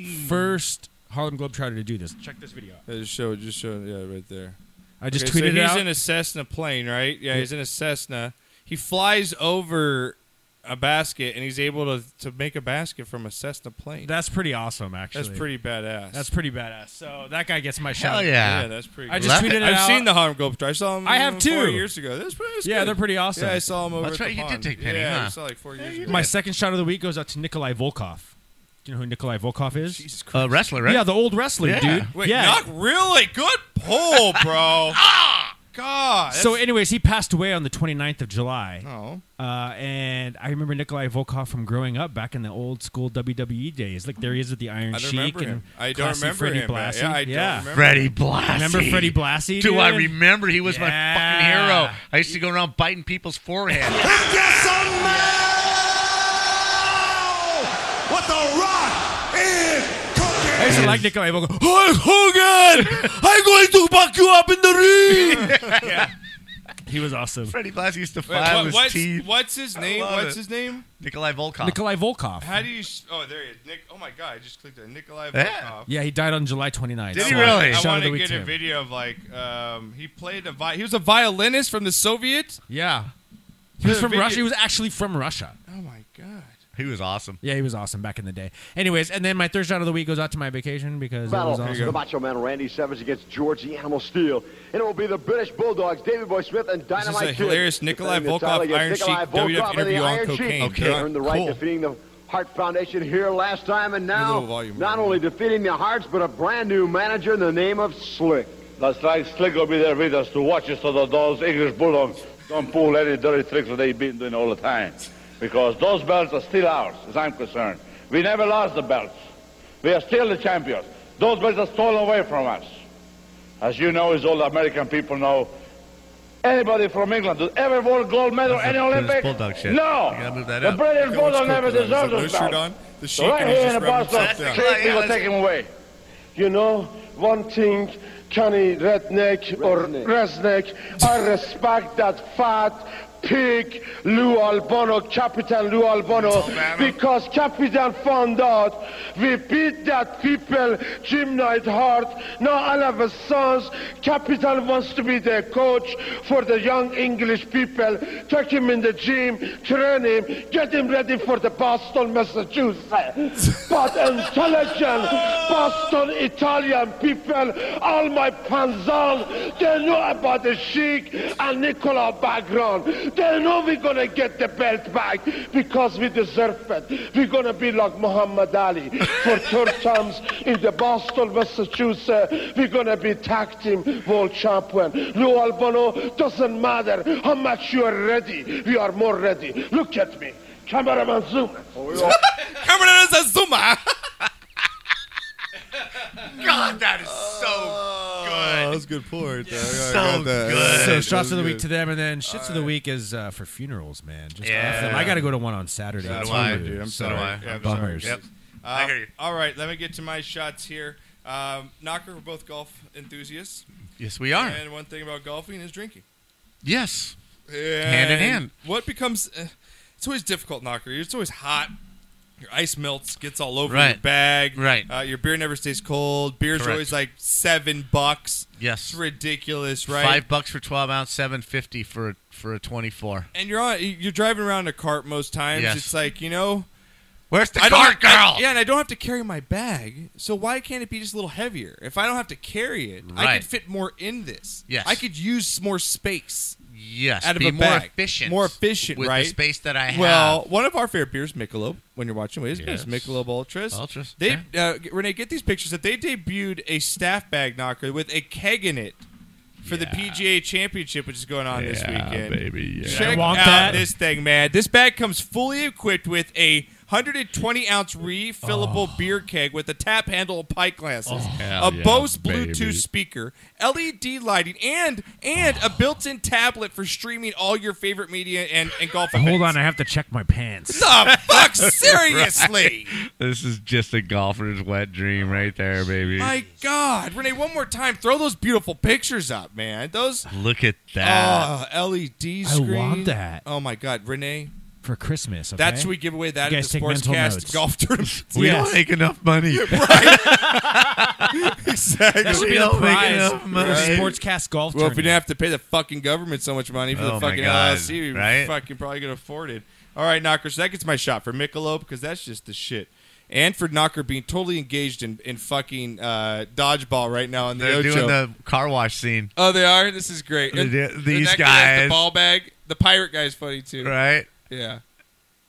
First Harlem Globetrotter to do this. Check this video. Yeah, just show, just show, yeah, right there. I just so tweeted it he's out. in a Cessna plane, right? Yeah, he's in a Cessna. He flies over a basket, and he's able to, to make a basket from a Cessna plane. That's pretty awesome, actually. That's pretty badass. That's pretty badass. So that guy gets my Hell shot. yeah. Yeah, that's pretty I good. just Love tweeted it. it I've out. seen the Harlem Globetrotters. I saw 'em, I have uh, too. four years ago. That's pretty- that's yeah, good. they're pretty awesome. Yeah, I saw 'em over That's at the right, you did pond. take Penny, Yeah, huh? I saw like four years ago. My second shot of the week goes out to Nikolai Volkov. Do you know who Nikolai Volkov is? Jesus Christ. wrestler, right? Yeah, the old wrestler, Yeah. dude. Wait, yeah. knock really good pull, <laughs> bro. ah, God. so, anyways, he passed away on the 29th of July. Oh. Uh, and I remember Nikolai Volkov from growing up back in the old school WWE days. Like there he is with the Iron I don't Sheik remember and him. I don't classy remember Freddie him, but- Blassie. yeah, I don't remember Freddie Blassie. Remember Freddie Blassie? Do I dude? remember? He was my Yeah. fucking hero. I used to go around biting people's forehead. <laughs> What the rock is cooking? I used to like Nikolai Volkov. Hulk <laughs> Hogan, I'm going to buck you up in the ring. He was awesome. Freddie Blassie used to Wait, file what- his what's, teeth. what's his I name? love What's it. his name? Nikolai Volkov. Nikolai Volkov. How do you? s- Oh, there he is. Nick. Oh my God! I just clicked on Nikolai Yeah. Volkov. yeah, he died on July 29th. Did so he really? I Shout out want to the to week get to a him. video of like um, he played a vi- he was a violinist from the Soviet. Yeah, He was The from video- Russia. He was actually from Russia. Oh my god! He was awesome. Yeah, he was awesome back in the day. Anyways, and then my third shot of the week goes out to my vacation because it Battle was awesome. the Macho Man Randy Savage against George the Animal Steel, and it will be the British Bulldogs David Boy Smith and is a Dynamite Kid. hilarious Nikolai Defending the Volkov title against Iron Nikolai Sheik WWF Volkov and the interview on Iron Sheik. cocaine. They Okay, earned the right cool. defeating the Hart Foundation here last time, and now little volume. not only defeating the Hearts, but a brand new manager in the name of Slick. That's right, Slick will be there with us to watch us so that those English Bulldogs don't pull any dirty tricks that they've been doing all the time. Because those belts are still ours, as I'm concerned. We never lost the belts. We are still the champions. Those belts are stolen away from us. As you know, as all the American people know, anybody <laughs> from England who ever won a gold medal That's in the a British Olympics, Bulldog shit. no! You gotta move that the up. British Okay, Bulldog let's never go. Is that deserves blue those shirt belts. on? The So sheik right and he's here in just the rubbing Boston, himself down. Slick, we will Yeah, take him away. You know, one thing, Johnny Redneck or Resnick, I respect that fat pig Lou Albano, Captain Lou Albano, because Captain found out we beat that people, Jim Knight Hart. Now all of his sons, Captain wants to be their coach for the young English people. Take him in the gym, train him, get him ready for the Boston, Massachusetts. but intelligent Boston Italian people, all my panzans, they know about the Sheik and Nicola background. They know we're gonna get the belt back because we deserve it. We're gonna be like Muhammad Ali for third times in the Boston, Massachusetts. We're gonna be tag team world champion. Lou Albano, doesn't matter how much you are ready. We are more ready. Look at me. Cameraman zoom. <laughs> Cameron is <laughs> a zoomer. God, that is so. Oh. Oh, that was a good pull right there. So I got that. good. So That shots was of the week good. to them, and then shits of the week is uh, for funerals, man. Just Yeah. off them. I got to go to one on Saturday. So do too, I, dude. dude. I'm So sorry. Yeah, I'm Bummers. sorry. Yep. I hear you. All right, let me get to my shots here. Um, Knocker, we're both golf enthusiasts. Yes, we are. And one thing about golfing is drinking. Yes. And in hand. What becomes? Uh, it's always difficult, Knocker. It's always hot. Your ice melts, gets all over your Right. bag. Right. Uh, your beer never stays cold. Beers Correct. are always like seven bucks. Yes. It's ridiculous, right? Five bucks for twelve ounce, seven fifty for a- for a twenty four. and you're on you're driving around in a cart most times. Yes. It's like you know, where's the I don't cart, have- girl? yeah, and I don't have to carry my bag, so why can't it be just a little heavier? If I don't have to carry it, I Right. could fit more in this. Yes. I could use more space. Yes, out of be a more bag. efficient more efficient, with the right? space that I Well, one of our favorite beers, Michelob. When you're watching Ways Yes. Beers, Michelob Ultras. Ultras, They uh, Renee, get these pictures that they debuted a staff bag knocker with a keg in it. For the PGA Championship, which is going on this Yeah, weekend, baby, yeah. check I want out that. this thing, man. This bag comes fully equipped with a 120 ounce refillable beer keg with a tap handle, and pint glasses, Oh. Hell a yeah, Bose baby. Bluetooth speaker, LED E lighting, and and a built-in tablet for streaming all your favorite media and, and golf events. Hold on, I have to check my pants. The fuck, seriously? Right. This is just a golfer's wet dream right there, baby. My God, Renee, one more time, throw those beautiful pictures up, man. Those Look at that. oh, LED I screen. want that. Oh my God, Renee. for Christmas. Okay? That's we give away that You at guys the take mental notes. Sportscast <laughs> golf tournament. We don't make enough money. <laughs> <laughs> right. exactly. That should be the prize for the Sportscast golf Well, if we tournament. didn't have to pay the fucking government so much money for Oh, the my fucking God, LLC, we right? fucking probably could afford it. All right, Knocker. So that gets my shot for Michelob because that's just the shit. And for Knocker being totally engaged in, in fucking uh, dodgeball right now in the They're Ocho. doing the car wash scene. oh, they are. This is great. They And- do- and these that guy has guys. the ball bag. The pirate guy's funny too. Right. Yeah.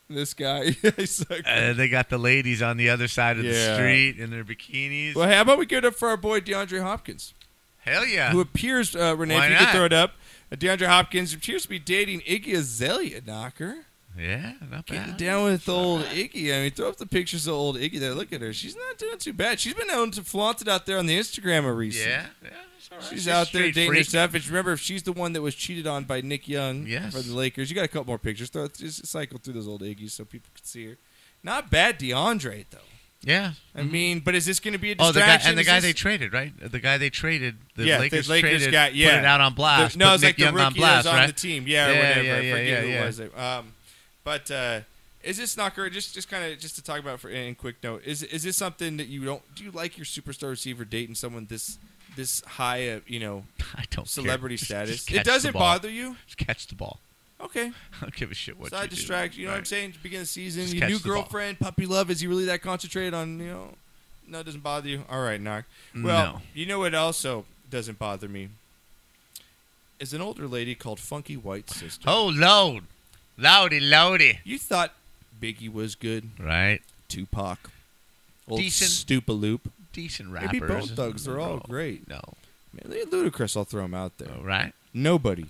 This guy. <laughs> he's so Uh, they got the ladies on the other side of the Yeah. street in their bikinis. Well, hey, how about we give it up for our boy DeAndre Hopkins? Hell yeah. Who appears, uh, Renee, Why if you could not? throw it up. Uh, DeAndre Hopkins appears to be dating Iggy Azalea, knocker. Yeah, not Getting bad. down with old Iggy. I mean, throw up the pictures of old Iggy there. Look at her. She's not doing too bad. She's been known to flaunt it out there on the Instagram a recent. Yeah, yeah, it's all right. She's She's out there straight dating freak. herself. And remember, if she's the one that was cheated on by Nick Young Yes. from the Lakers, you got a couple more pictures. Throw, just cycle through those old Iggy's so people can see her. Not bad, DeAndre, though. Yeah. I mean, but is this going to be a Oh, the guy distraction? and the Is guy this- they traded, right? The guy they traded, the yeah, Lakers, the Lakers traded, got yeah. put it out on blast. The- no, put it's Nick like the Young rookie on blast, that was right? on the team, yeah, or yeah, whatever. Yeah, I yeah, forget yeah, who yeah. it was. Um, but uh, is this knocker just just kind of just to talk about for in quick note? Is is this something that you don't do? You like your superstar receiver dating someone this this high, uh, you know, <laughs> I don't care. celebrity Just- status? just catch it the doesn't ball. bother you. Just catch the ball. <laughs> Okay. <laughs> I don't give a shit what Side you do. distraction. You know what I'm Right. saying? Beginning of the season, Just your catch new the ball. girlfriend, puppy love. Is he really that concentrated on you know? No, it doesn't bother you. All right, knock. Well, No. you know what also doesn't bother me is an older lady called Funky White Sister. Oh, load, loudy, loudy. You thought Biggie was good, right? Tupac, old Decent- Stupa Loop, Decent rappers. Maybe Bone Thugs. They're all No. great. No, Oh, Man, they ludicrous. I'll throw them out there. right? Nobody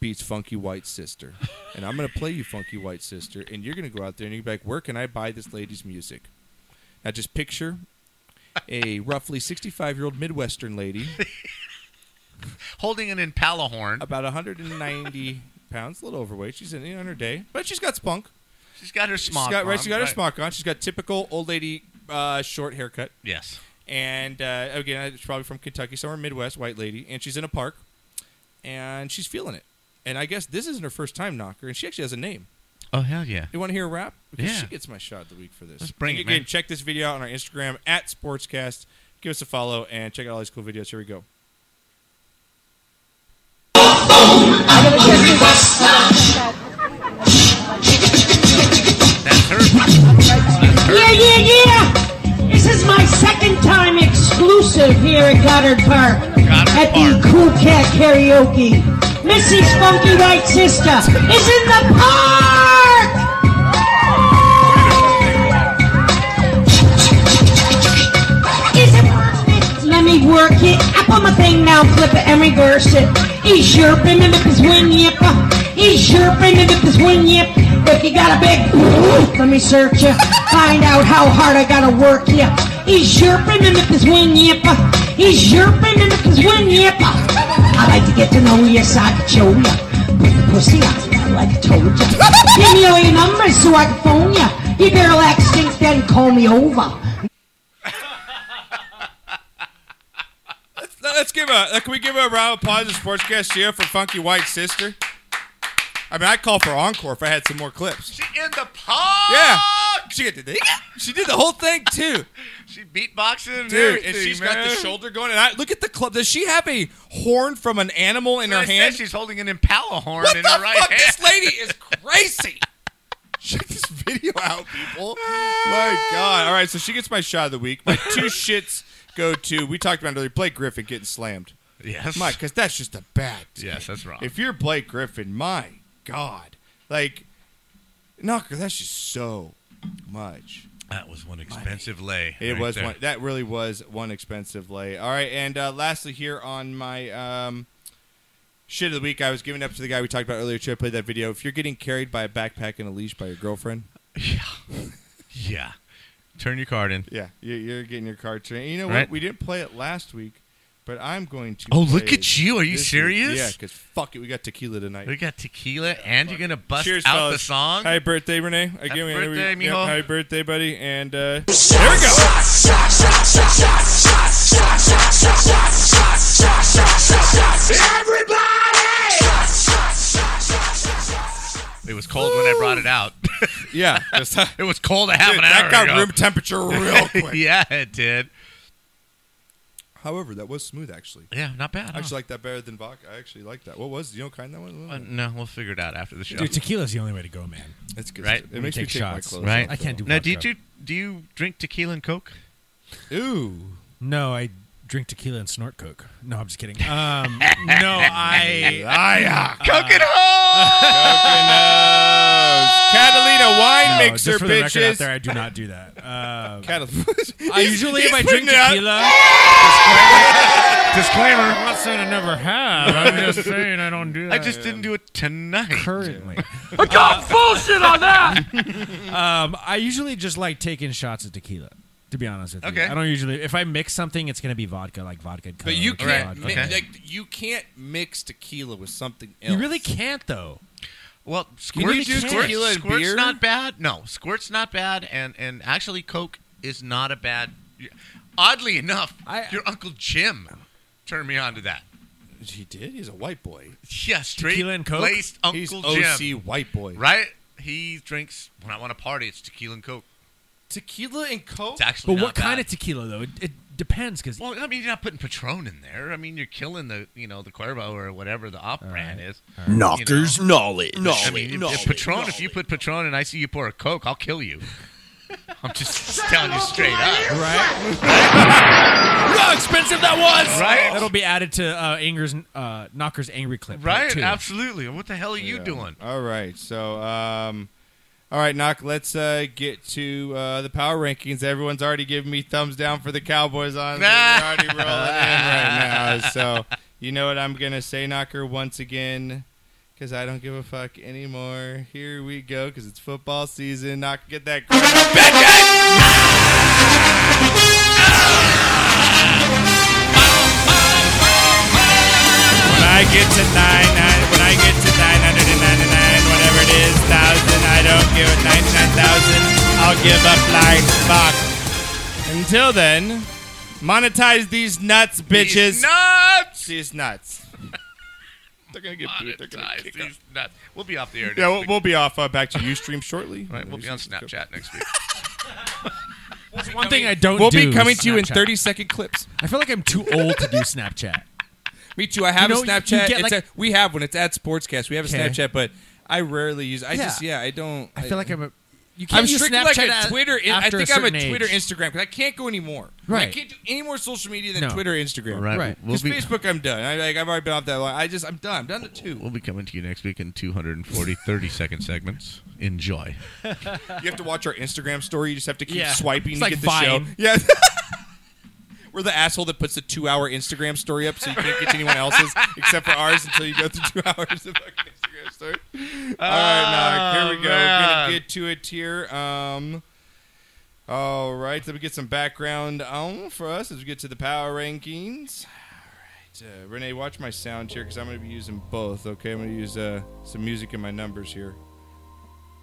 beats Funky White Sister, <laughs> and I'm gonna play you Funky White Sister, and you're gonna go out there and you're gonna be like, where can I buy this lady's music? Now just picture a roughly 65 year old Midwestern <laughs> lady, Holding an impala horn. about 190 pounds, a little overweight. She's in on her day, but she's got spunk. She's got her smock. She's got, on, right, she's got her smock on. She's got typical old lady uh, short haircut. Yes. And uh, again, it's probably from Kentucky, somewhere Midwest, white lady, and she's in a park, and she's feeling it. And I guess this isn't her first time knocker, and she actually has a name. Oh hell yeah! You want to hear a rap? Because Yeah. she gets my shot of the week for this. Let's bring and it, again, man. check this video out on our Instagram at Sportscast. Give us a follow and check out all these cool videos. Here we go. That's her. Yeah, yeah, yeah! This is my second time exclusive here at Goddard Park at the Cool Cat Karaoke. Mrs. Funky White Sister is in the park! Is it worth it? Let me work it. I put my thing down, flip it, and reverse it. He's chirping and if his wing yip. He's chirping and if his wing yip. If you got a big, let me search you. Find out how hard I gotta work you. He's chirping and if his wing yip. He's chirping and if his wing yip. I like to get to know you so I can show you. Put the pussy out there like I told you. Give me all your numbers so I can phone you. Your girl act stinks, then call me over. Let- Let's give a. uh, Can we give a round of applause to Sportscast here for Funky White Sister? I mean, I'd call for encore if I had some more clips. She in the park. Yeah, she did the she did the whole thing <laughs> too, She beatboxing, and dude. And everything, she's got the man. shoulder going. And I look at the club. Does she have a horn from an animal in I her said hand? She's holding an impala horn What in the her right fuck? <laughs> hand. This lady is crazy. Check this video out, <laughs> people. My God. <laughs> All right, so she gets my shot of the week. My two shits go to. We talked about it earlier. Blake Griffin getting slammed. Yes. Mike, because that's just a bad. Yes, that's wrong. If you're Blake Griffin, my God, like, Knocker, that's just so much. That was one expensive lay. Uh, It right was there. one. That really was one expensive lay. All right, and uh, lastly, here on my um, shit of the week, I was giving up to the guy we talked about earlier. Chip played that video. If you're getting carried by a backpack and a leash by your girlfriend, Yeah. Turn your card in. yeah, you- you're getting your card trained. You know Right. what? We didn't play it last week, but I'm going to. Oh, look play at you. Are you this week. serious? Yeah, because fuck it, we got tequila tonight. We got tequila, and you're gonna bust Cheers, out fellas. the song. Happy birthday, Renee. I Happy give you- birthday, yep, mijo. Happy birthday, buddy. And uh, There we go. It was cold when I brought it out. <laughs> <laughs> yeah, it was cold a half Dude, an hour that got ago. room <laughs> temperature real quick. yeah, it did. However, that was smooth actually. Yeah, not bad, I huh? actually like that better than vodka. I actually like that. What was do you know what kind that one? Uh, no, we'll figure it out after the show. Dude, tequila's the only way to go, man. It's good. right? It makes me take my clothes Right? off, I can't though. do Now, do you vodka. do, do you drink tequila and Coke? Ooh. No, I drink tequila and snort coke. No, I'm just <laughs> kidding. Um, no, I. uh, Liar. Coconut. Catalina wine No, mixer, just for the record bitches. out there, I do not do that. Um, I He's- usually, he's if I putting drink it out. tequila, disclaimer. I'm not saying I never have. I'm just <laughs> saying I don't do that. I just didn't do it tonight. <laughs> Currently, I got bullshit on that. <laughs> um, I usually just like taking shots of tequila. To be honest with you, Okay. I don't usually. If I mix something, it's gonna be vodka, like vodka. and But Coke, you or can't vodka. mi- like, you can't mix tequila with something else. You really can't though. Well, You squirt's, do squirt's, tequila and squirt's beer? not bad. No, squirt's not bad, and and actually, Coke is not a bad. Oddly enough, your Uncle Jim turned me on to that. He did. He's a white boy. Yeah, straight Tequila and Coke? laced Uncle He's Jim. OC white boy. right? He drinks when I want to party. It's tequila and Coke. Tequila and Coke. It's actually But what not bad. kind of tequila though? It, it depends because Well, I mean, you're not putting Patron in there. I mean, you're killing the, you know, the Cuervo or whatever the op brand is. right. Knocker's You know? knowledge. I mean, if- Knowledge, if Patron, if you put Patron and I see you pour a Coke, I'll kill you. <laughs> I'm just telling you straight up. Right? How expensive that was! Right? That'll be added to uh, Anger's, uh, Knocker's angry clip. part Right? two. Absolutely. What the hell are you Yeah. doing? All right. So, um, all right, Knock, let's uh, get to uh, the power rankings. Everyone's already giving me thumbs down for the Cowboys on. They're already rolling in right now. So, you know what I'm going to say, Knocker, once again, because I don't give a fuck anymore. Here we go, because it's football season. Knock, get that. When I get to nine, nine when I get to nine hundred and ninety nine, whatever it is, thousand, I don't give it ninety nine thousand. I'll give up like fuck. Until then, monetize these nuts, bitches. nuts. These nuts. They're gonna get booed. They're gonna kick these nuts. We'll be off the air. Yeah, next we'll, week. we'll be off uh, back to UStream shortly. Right, we'll be on Snapchat next <laughs> week. One thing I don't We'll do be is coming to you in Snapchat. thirty second clips. I feel like I'm too old to do Snapchat. Me too. I have You know, you- a you Snapchat. get It's like- a- we have one. It's at Sportscast. We have a Okay. Snapchat, but I rarely use. I Yeah. just yeah. I don't. I feel like I'm a. You can't I'm use strictly Snapchat like a at- Twitter. I- I after think a i I'm a certain age. Twitter, Instagram because I can't go anymore. I Right. can't do any more social media than No. Twitter, Instagram. Right. Right. We'll Because be- Facebook, I'm done. I, like I've already been off that line. I just I'm done. I'm done to two. We'll be coming to you next week in 240 30 second segments. Enjoy. <laughs> you have to watch our Instagram story. You just have to keep Yeah. swiping It's to like get the show. Vine. Yeah. <laughs> We're the asshole that puts the two-hour Instagram story up, so you can't get to anyone else's except for ours until you go through two <laughs> hours of fucking Instagram story. All right, Knock, here we Oh, go. We're man. gonna get to it here. Um, all right, let me get some background on for us as we get to the power rankings. All right, uh, Renee, watch my sound here because I'm gonna be using both. Okay, I'm gonna use uh, some music in my numbers here.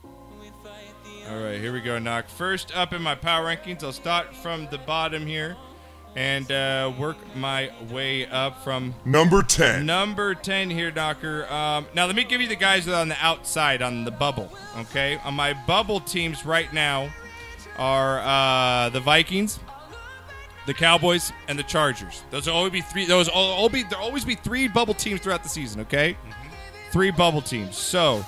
All right, here we go, Knock. First up in my power rankings, I'll start from the bottom here and uh, work my way up from Number 10. Number 10 here, Knocker. Um, now, let me give you the guys that are on the outside, on the bubble, okay? On my bubble teams right now are uh, the Vikings, the Cowboys, and the Chargers. Those will always be three. Those will all be there'll always be three bubble teams throughout the season. Okay, three bubble teams. So,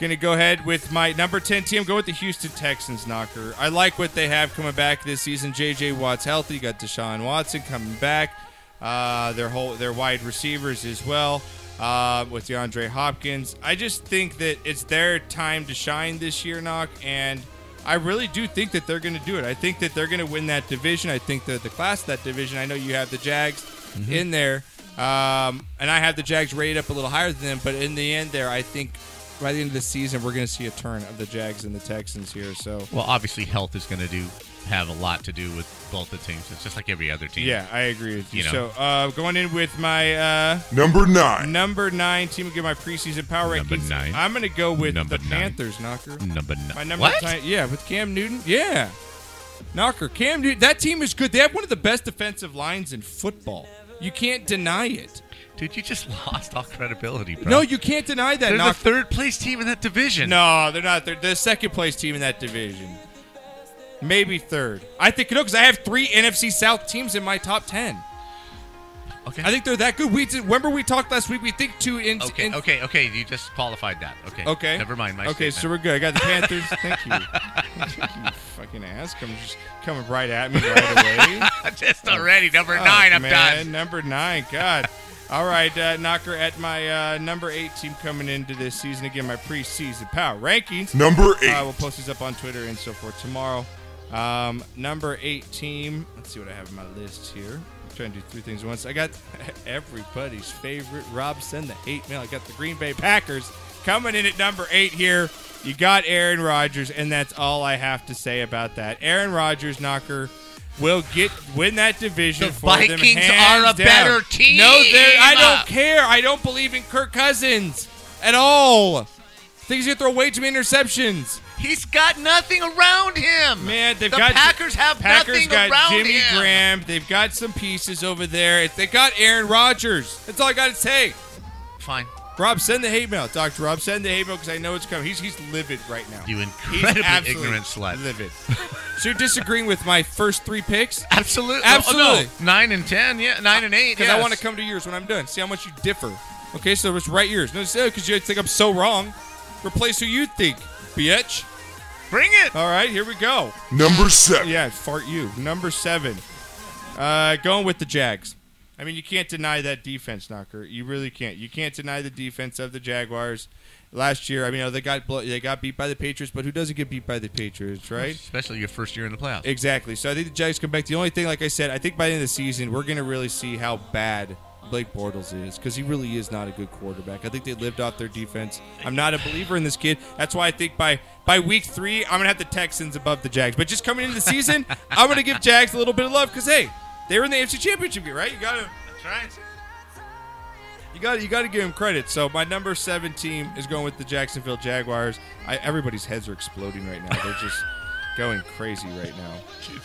gonna go ahead with my number ten team. Go with the Houston Texans, knocker. I like what they have coming back this season. J.J. Watt's healthy. You got Deshaun Watson coming back. uh, their whole their wide receivers as well uh, with DeAndre Hopkins. I just think that it's their time to shine this year, knock, and I really do think that they're going to do it. I think that they're going to win that division. I think that the class of that division. I know you have the Jags Mhm. in there, um, and I have the Jags rated up a little higher than them. But in the end, there, I think by the end of the season, we're going to see a turn of the Jags and the Texans here. So Well, obviously, health is going to do have a lot to do with both the teams. It's just like every other team. Yeah, I agree with you. know, So uh, going in with my uh, Number nine. number nine team will get my preseason power Number rankings. nine. I'm going to go with Number the nine. Panthers, knocker. number nine. My number what? nine- yeah, with Cam Newton, yeah, knocker. Cam Newton, that team is good. They have one of the best defensive lines in football. You can't deny it. Dude, you <laughs> just lost all credibility, bro. No, you can't deny that. They're the third place team in that division. No, they're not. They're the second place team in that division. Maybe third. I think no, because I have three NFC South teams in my top ten. Okay. I think they're that good. We did, remember we talked last week. We think two in. Okay, in- okay, okay. You just qualified that. Okay. Okay. Never mind. My okay, so we're statement. good. I got the <laughs> Panthers. Thank you. you fucking ass comes just coming right at me right away. <laughs> just already number nine. I'm done. Number nine. God. All right, uh, Knocker at my uh, number eight team coming into this season again. My preseason power rankings. Number eight. Uh, we'll post these up on Twitter and so forth tomorrow. Um, number eight team. Let's see what I have in my list here. I'm trying to do three things at once. I got <laughs> everybody's favorite Rob send the hate mail. I got the Green Bay Packers coming in at number eight here. You got Aaron Rodgers, and that's all I have to say about that. Aaron Rodgers, Knocker. Will get win that division. The for them Vikings hands are a down. better team. No, they're- I don't care. I don't believe in Kirk Cousins at all. Think he's gonna throw way too many interceptions. He's got nothing around him. Man, they've the got Packers have Packers nothing got around Jimmy him. Graham. They've got some pieces over there. If They got Aaron Rodgers. That's all I got to say. Fine. Rob, send the hate mail, Doctor Rob. Send the hate mail because I know it's coming. He's he's livid right now. You He's incredibly absolutely ignorant slut. Livid. so you're disagreeing with my first three picks? Absolutely. Absolutely. Oh, no. Nine and ten. Yeah. Nine and eight. Because I yes. want to come to yours when I'm done. See how much you differ. Okay, so it's right yours. No, because you think I'm so wrong. Replace who you think, bitch. Bring it. All right, here we go. Number seven. Yeah, fart you. Number seven. Uh, going with the Jags. I mean, you can't deny that defense, Knocker. You really can't. You can't deny the defense of the Jaguars. Last year, I mean, they got blo- they got beat by the Patriots, but who doesn't get beat by the Patriots, right? Especially your first year in the playoffs. Exactly. So I think the Jags come back. The only thing, like I said, I think by the end of the season, we're going to really see how bad Blake Bortles is because he really is not a good quarterback. I think they lived off their defense. I'm not a believer in this kid. That's why I think by by week three, I'm going to have the Texans above the Jags. But just coming into the season, <laughs> I'm going to give Jags a little bit of love because hey, they were in the AFC Championship game, right? You got to. That's right. You got you got to give him credit. So my number seven team is going with the Jacksonville Jaguars. I, everybody's heads are exploding right now. They're just <laughs> going crazy right now.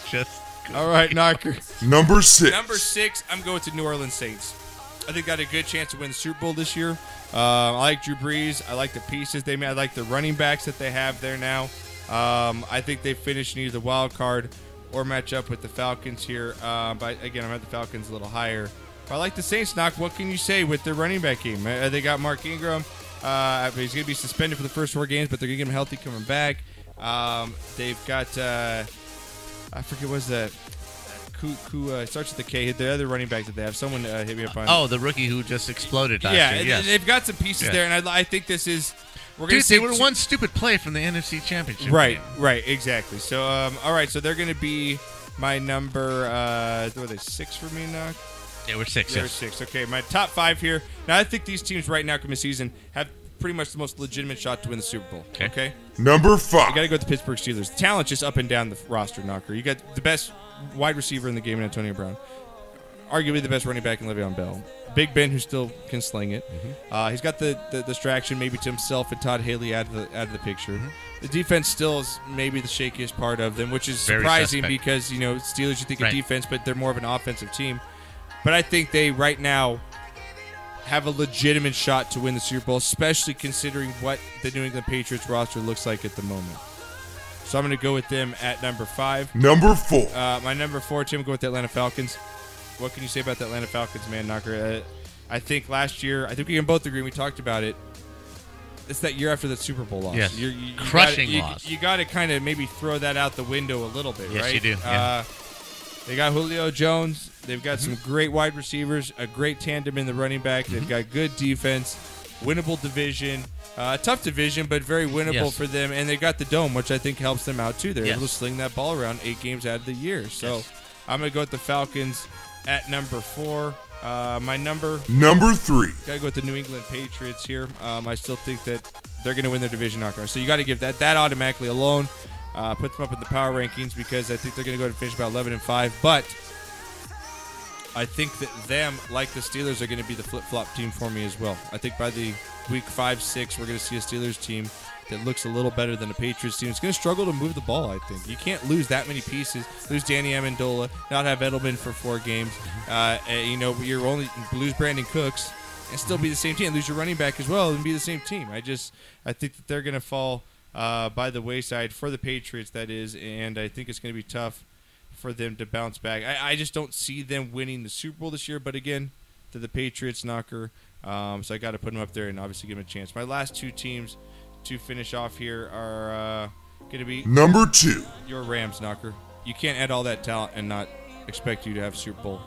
Just all right, knocker. Number six. Number six, I'm going to New Orleans Saints. I think got a good chance to win the Super Bowl this year. Uh, I like Drew Brees. I like the pieces they made. I like the running backs that they have there now. Um, I think they finish near the wild card or match up with the Falcons here. Uh, but again, I'm at the Falcons a little higher. But I like the Saints. Knock. What can you say with their running back game? Uh, they got Mark Ingram. Uh, he's going to be suspended for the first four games, but they're going to get him healthy coming back. Um, they've got. Uh, I forget what's that. Who, who uh, starts with the K? The other running back that they have. Someone uh, hit me up on. Oh, the rookie who just exploded last yeah, year. they- Yes. they've got some pieces Yeah. there, and I, I think this is. We're gonna Dude, see they were two- one stupid play from the NFC Championship. Right, game. right, exactly. So, um, all right, so they're going to be my number. Uh, were they six for me, Knock? They were six, They were yes. six. Okay, my top five here. Now, I think these teams right now, coming this season, have pretty much the most legitimate shot to win the Super Bowl. Okay. Number five. You got to go with the Pittsburgh Steelers. The talent just up and down the roster, Knocker. You got the best wide receiver in the game in Antonio Brown. Arguably the best running back in Le'Veon Bell. Big Ben, who still can sling it. Uh, he's got the, the distraction maybe to himself and Todd Haley out of the, out of the picture. Mm-hmm. The defense still is maybe the shakiest part of them, which is Very surprising suspect. because, you know, Steelers, you think Right. of defense, but they're more of an offensive team. But I think they, right now, have a legitimate shot to win the Super Bowl, especially considering what the New England Patriots roster looks like at the moment. So I'm going to go with them at number five. Number four. Uh, my number four team will go with the Atlanta Falcons. What can you say about the Atlanta Falcons, man, Knocker? Uh, I think last year, I think we can both agree, we talked about it. It's that year after the Super Bowl loss. Yes. You're- you- you gotta- Crushing you- loss. You got to kind of maybe throw that out the window a little bit, Yes, right? you do, yeah. Uh, They got Julio Jones. They've got some Mm-hmm. great wide receivers, a great tandem in the running back. They've got good defense, winnable division, uh, tough division, but very winnable Yes. for them. And they got the dome, which I think helps them out too. They're Yes. able to sling that ball around eight games out of the year. So I'm going to go with the Falcons at number four. Uh, my number Number three. Gotta go with the New England Patriots here. Um, I still think that they're going to win their division knockout. So you got to give that that automatically alone uh, puts them up in the power rankings because I think they're going to go to finish about 11 and five. But I think that them, like the Steelers, are going to be the flip flop team for me as well. I think by the week five six, we're going to see a Steelers team that looks a little better than a Patriots team. It's going to struggle to move the ball. I think you can't lose that many pieces. Lose Danny Amendola, not have Edelman for four games. Uh, and, you know, you're only lose Brandon Cooks and still be the same team. Lose your running back as well and be the same team. I just I think that they're going to fall uh, by the wayside for the Patriots. That is, and I think it's going to be tough for them to bounce back. I, I just don't see them winning the Super Bowl this year. But again, to the Patriots knocker, um, so I got to put them up there and obviously give them a chance. My last two teams to finish off here are uh, going to be Number two. your Rams knocker. You can't add all that talent and not expect you to have Super Bowl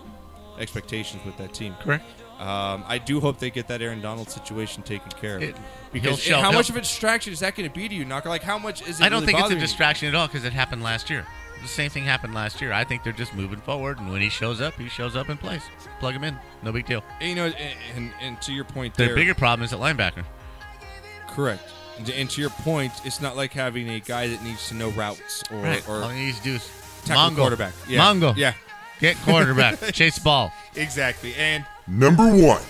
expectations with that team. Correct. Um, I do hope they get that Aaron Donald situation taken care of. It- he'll because shell- how much he'll- of a distraction is that going to be to you, Knocker? Like, how much is it I don't really think it's a bothering you? distraction at all because it happened last year. The same thing happened last year. I think they're just moving forward, and when he shows up, he shows up and plays. Plug him in. No big deal. And, you know, and, and, and to your point, Their there, bigger problem is at linebacker. Correct. And, and to your point, it's not like having a guy that needs to know routes or, Right. or All he needs to do is tackle Mongo. quarterback. Yeah. Mongo. Yeah. Get quarterback. <laughs> Chase ball. Exactly. And Number one.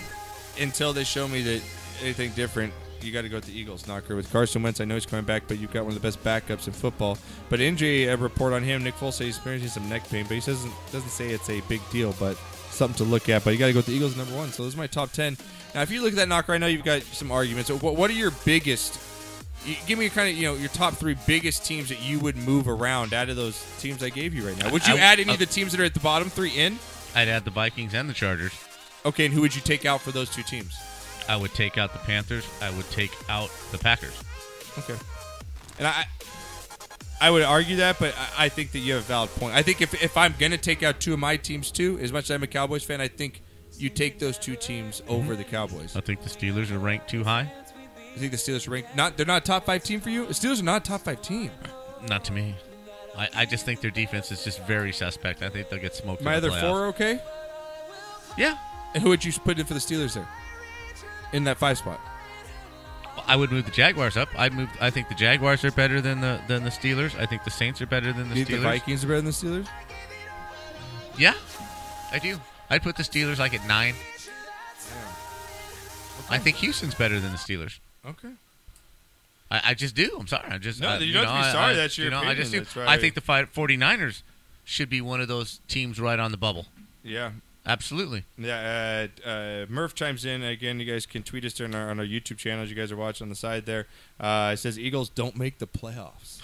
until they show me that anything different, you got to go with the Eagles knocker with Carson Wentz. I know he's coming back, but you've got one of the best backups in football. But injury uh, report on him, Nick Foles he's experiencing some neck pain, but he doesn't doesn't say it's a big deal, but something to look at. But you got to go with the Eagles number one. So those are my top ten. Now, if you look at that knocker, I know you've got some arguments. So What, what are your biggest? You, give me kind of you know your top three biggest teams that you would move around out of those teams I gave you right now. Would you I- add any uh, of the teams that are at the bottom three in? I'd add the Vikings and the Chargers. Okay, and who would you take out for those two teams? I would take out the Panthers. I would take out the Packers. Okay. And I I would argue that, but I, I think that you have a valid point. I think if, if I'm going to take out two of my teams too, as much as I'm a Cowboys fan, I think you take those two teams Mm-hmm. over the Cowboys. I think the Steelers are ranked too high. You think the Steelers rank not they're not a top 5 team for you? The Steelers are not a top 5 team. Not to me. I, I just think their defense is just very suspect. I think they'll get smoked. My in the other four playoffs. are okay? Yeah. And who would you put in for the Steelers there? In that 5 spot. I would move the Jaguars up. I'd move. I think the Jaguars are better than the than the Steelers. I think the Saints are better than the You Steelers. think the Vikings are better than the Steelers? Yeah, I do. I'd put the Steelers like at nine. I think Houston's better than the Steelers. Okay. I, I just do. I'm sorry. I just No, I- you you don't know, have to be I- sorry. I- That's your you know, I opinion. just do. That's right. I think the fi- 49ers should be one of those teams right on the bubble. Yeah. Absolutely. Yeah, uh, uh, Murph chimes in again. You guys can tweet us during our, on our YouTube channel. as You guys are watching on the side there. Uh, it says Eagles don't make the playoffs.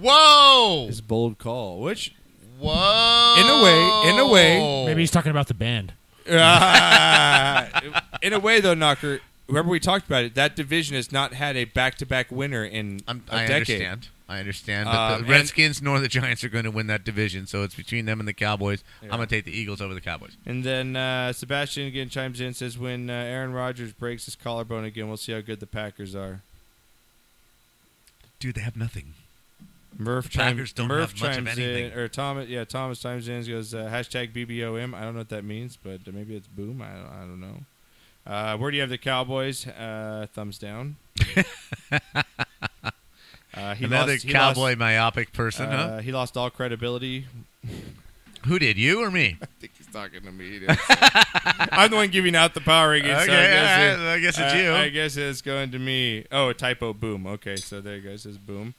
Whoa! His bold call, which Whoa! in a way, in a way, Maybe he's talking about the band. <laughs> Ah. <laughs> in a way though, Knocker. Remember we talked about it. That division has not had a back-to-back winner in a I decade. understand. I understand. But Um, the and- Redskins nor the Giants are going to win that division, so it's between them and the Cowboys. I'm going to take the Eagles over the Cowboys. And then uh, Sebastian again chimes in says when uh, Aaron Rodgers breaks his collarbone again, we'll see how good the Packers are. Dude, they have nothing. Murph The chimes, Packers don't Murph have much of chimes in, anything. or Thomas, yeah, Thomas chimes in. He goes uh, hashtag BBOM. I don't know what that means, but maybe it's boom. I don't, I don't know. Uh, where do you have the Cowboys? Uh, <laughs> thumbs down. Uh, he Another lost- he cowboy lost- myopic person, uh, huh? He lost all credibility. Who did, you or me? <laughs> I think he's talking to me. I'm the one giving out the power rankings. so I Okay, guess, all right, I guess it's I- you. I guess it's going to me. Oh, a typo. Boom. Okay, so there you go. It says boom.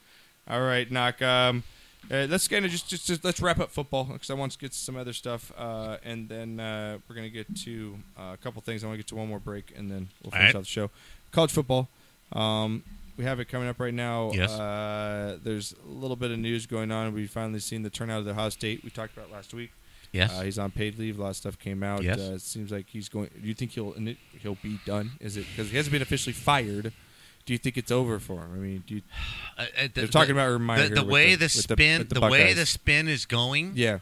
All right, knock. Um, uh, let's kind of just, just just let's wrap up football because I want to get to some other stuff, uh, and then uh, we're gonna get to uh, a couple things. I want to get to one more break, and then we'll All finish right. out the show. College football. Um, we have it coming up right now. Yes. Uh, there's a little bit of news going on. We've finally seen the turnout of the Ohio State we talked about last week. Yes. Uh, he's on paid leave. A lot of stuff came out. Yes. Uh, it seems like he's going. Do you think he'll and it- he'll be done? Is it because he hasn't been officially fired? Do you think it's over for him? I mean, do you, Uh, uh, the- they're talking the- about a reminder The, the way the, spin, with the, way Buckeyes. the spin is going. Yeah.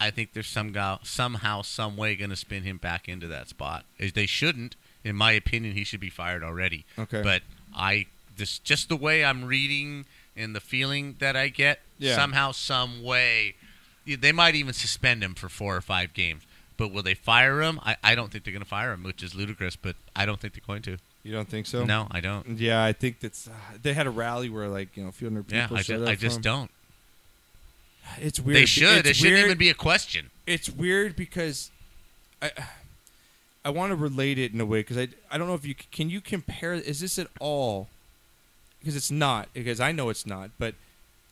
I think they're somehow, somehow, some way going to spin him back into that spot. Is They shouldn't, in my opinion. He should be fired already. Okay. But I this just the way I'm reading and the feeling that I get Yeah. somehow, some way, y- they might even suspend him for four or five games. But will they fire him? I, I don't think they're going to fire him, which is ludicrous. But I don't think they're going to. You don't think so? No, I don't. Yeah, I think that's uh, they had a rally where like you know a few hundred Yeah, people. I showed ju- up I just from. don't. It's They weird. be- should. it's It shouldn't weird- even be a question. It's weird because I I want to relate it in a way because I I don't know if you c- can you compare. Is this at all? Because it's not. Because I know it's not. But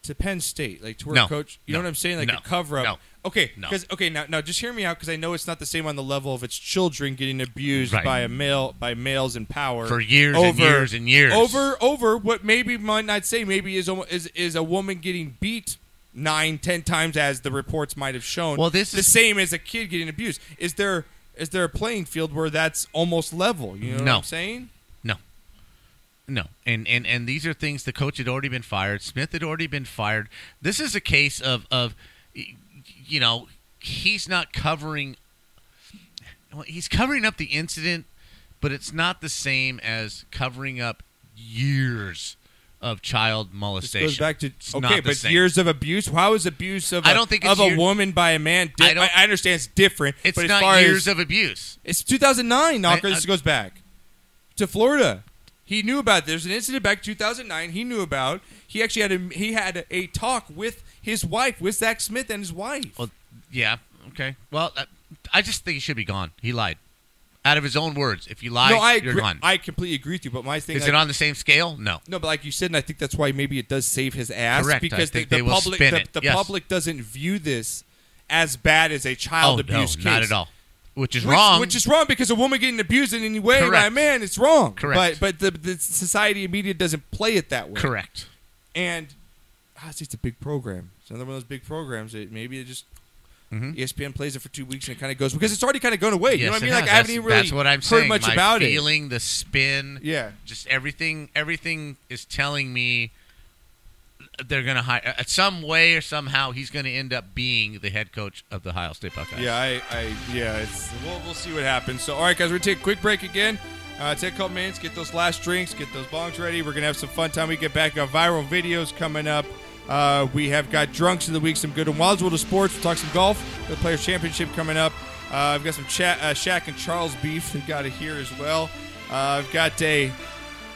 to Penn State, like to where No. a coach, you know No. what I'm saying? Like No. a cover up. No. Okay. No. Because okay now now just hear me out because I know it's not the same on the level of its children getting abused Right. by a male by males in power For years and over, years and years. over over what maybe might not say maybe is almo- is is a woman getting beat nine ten times as the reports might have shown. Well, this the is- same as a kid getting abused. Is there is there a playing field where that's almost level? You know No. what I'm saying? No. No. And, and and these are things the coach had already been fired. Smith had already been fired. This is a case of of y- you know, he's not covering well, he's covering up the incident, but it's not the same as covering up years of child This molestation. goes back to It's not okay, the but same. years of abuse. How is abuse of I a- don't think of it's a year- woman by a man? Di- I I, don't- I understand it's different. It's but not as far years as, of abuse. It's 2009. Knocker. I- uh, this goes back to Florida. He knew about there's an incident back 2009. He knew about. He actually had a, he had a talk with his wife, with Zach Smith and his wife. Well, yeah. Okay. Well, I, I just think he should be gone. He lied. Out of his own words, if you lie, no, I you're agree- gone. I completely agree with you. But my thing Is like- it on the same scale? No. No, but like you said, and I think that's why maybe it does save his ass Correct. I because the- think the, they will public spin the, it. the Yes. public doesn't view this as bad as a oh, child abuse no, case. not at all. Which is Which- wrong. Which is wrong because a woman getting abused in any way by a Correct. man, it's wrong. Correct. But but the, the society and media doesn't play it that way. Correct. And ah, it's just a big program. It's another one of those big programs that maybe it just E ESPN plays it for two weeks and it kind of goes because it's already kind of gone away. you know Mm-hmm. Yes, what it I mean? Like has. I haven't That's- even really that's what I'm heard saying. much My about it. feeling, the spin, Yeah. just everything. Everything is telling me they're going to hire uh, some way or somehow. He's going to end up being the head coach of the Ohio State Buckeyes. Yeah, I, I yeah, it's we'll, we'll see what happens. So, all right, guys, we're gonna take a quick break again. Uh, take a couple minutes, get those last drinks, get those bongs ready. We're gonna have some fun time. We get back. Got viral videos coming up. Uh, we have got drunks of the week, some good and wilds world of sports. We'll talk some golf. The Players Championship coming up. Uh, I've got some chat, uh, Shaq and Charles beef. We've got it here as well. Uh, I've got a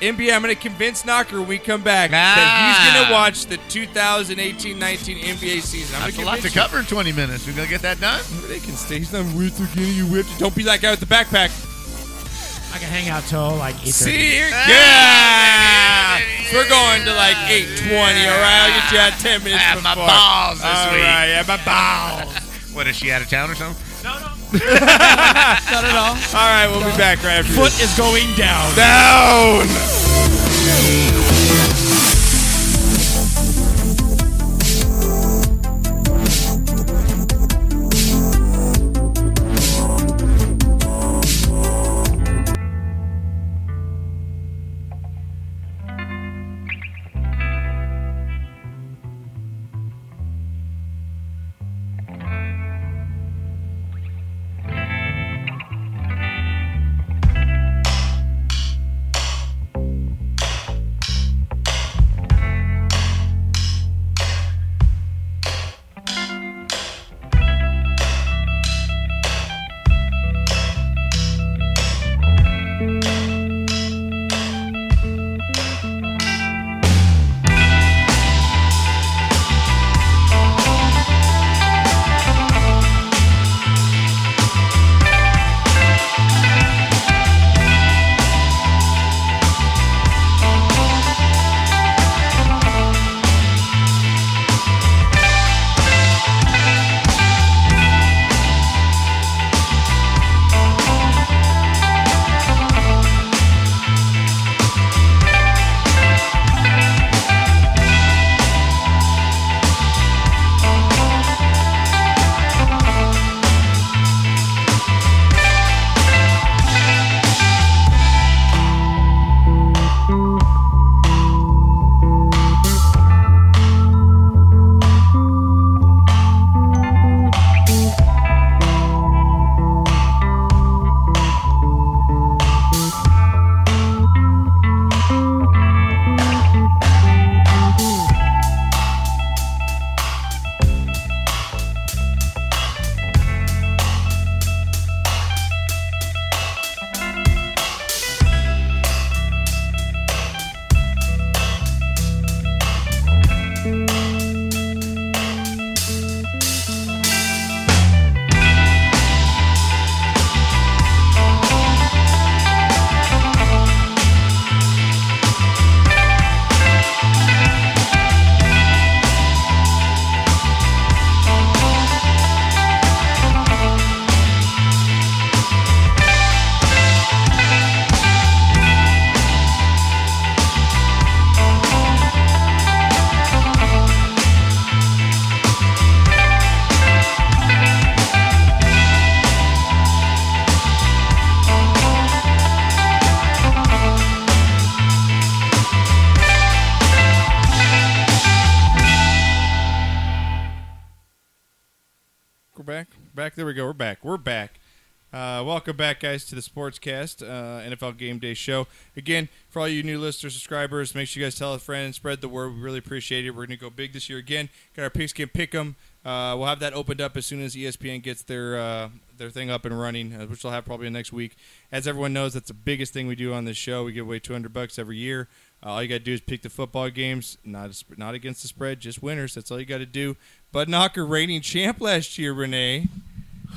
NBA. I'm gonna convince Knocker when we come back that he's Ah. gonna watch the 2018-19 NBA season. I'm That's a gonna lot to convince you. cover in 20 minutes. We're going to get that done. They can stay. He's not worth the guinea you whipped. Don't be that guy with the backpack. I can hang out till like 8:30. See, yeah, we're going to like eight twenty. All right, I'll get you out ten minutes At my before. balls this All week. right, at my <laughs> balls. What is she out of town or something? Not at all. All right, we'll be back right after. Foot is going down. Down. Thank back. There we go. We're back. We're back. Uh, welcome back, guys, to the Sportscast uh, NFL Game Day Show. Again, for all you new listeners, subscribers, make sure you guys tell a friend, spread the word. We really appreciate it. We're going to go big this year again. Got our pigskin pick 'em. Uh, we'll have that opened up as soon as E ESPN gets their uh, their thing up and running, uh, which they'll have probably next week. As everyone knows, that's the biggest thing we do on this show. We give away 200 bucks every year. Uh, all you got to do is pick the football games, not a sp- not against the spread, just winners. That's all you got to do. Bud Knocker, reigning champ last year, Renee.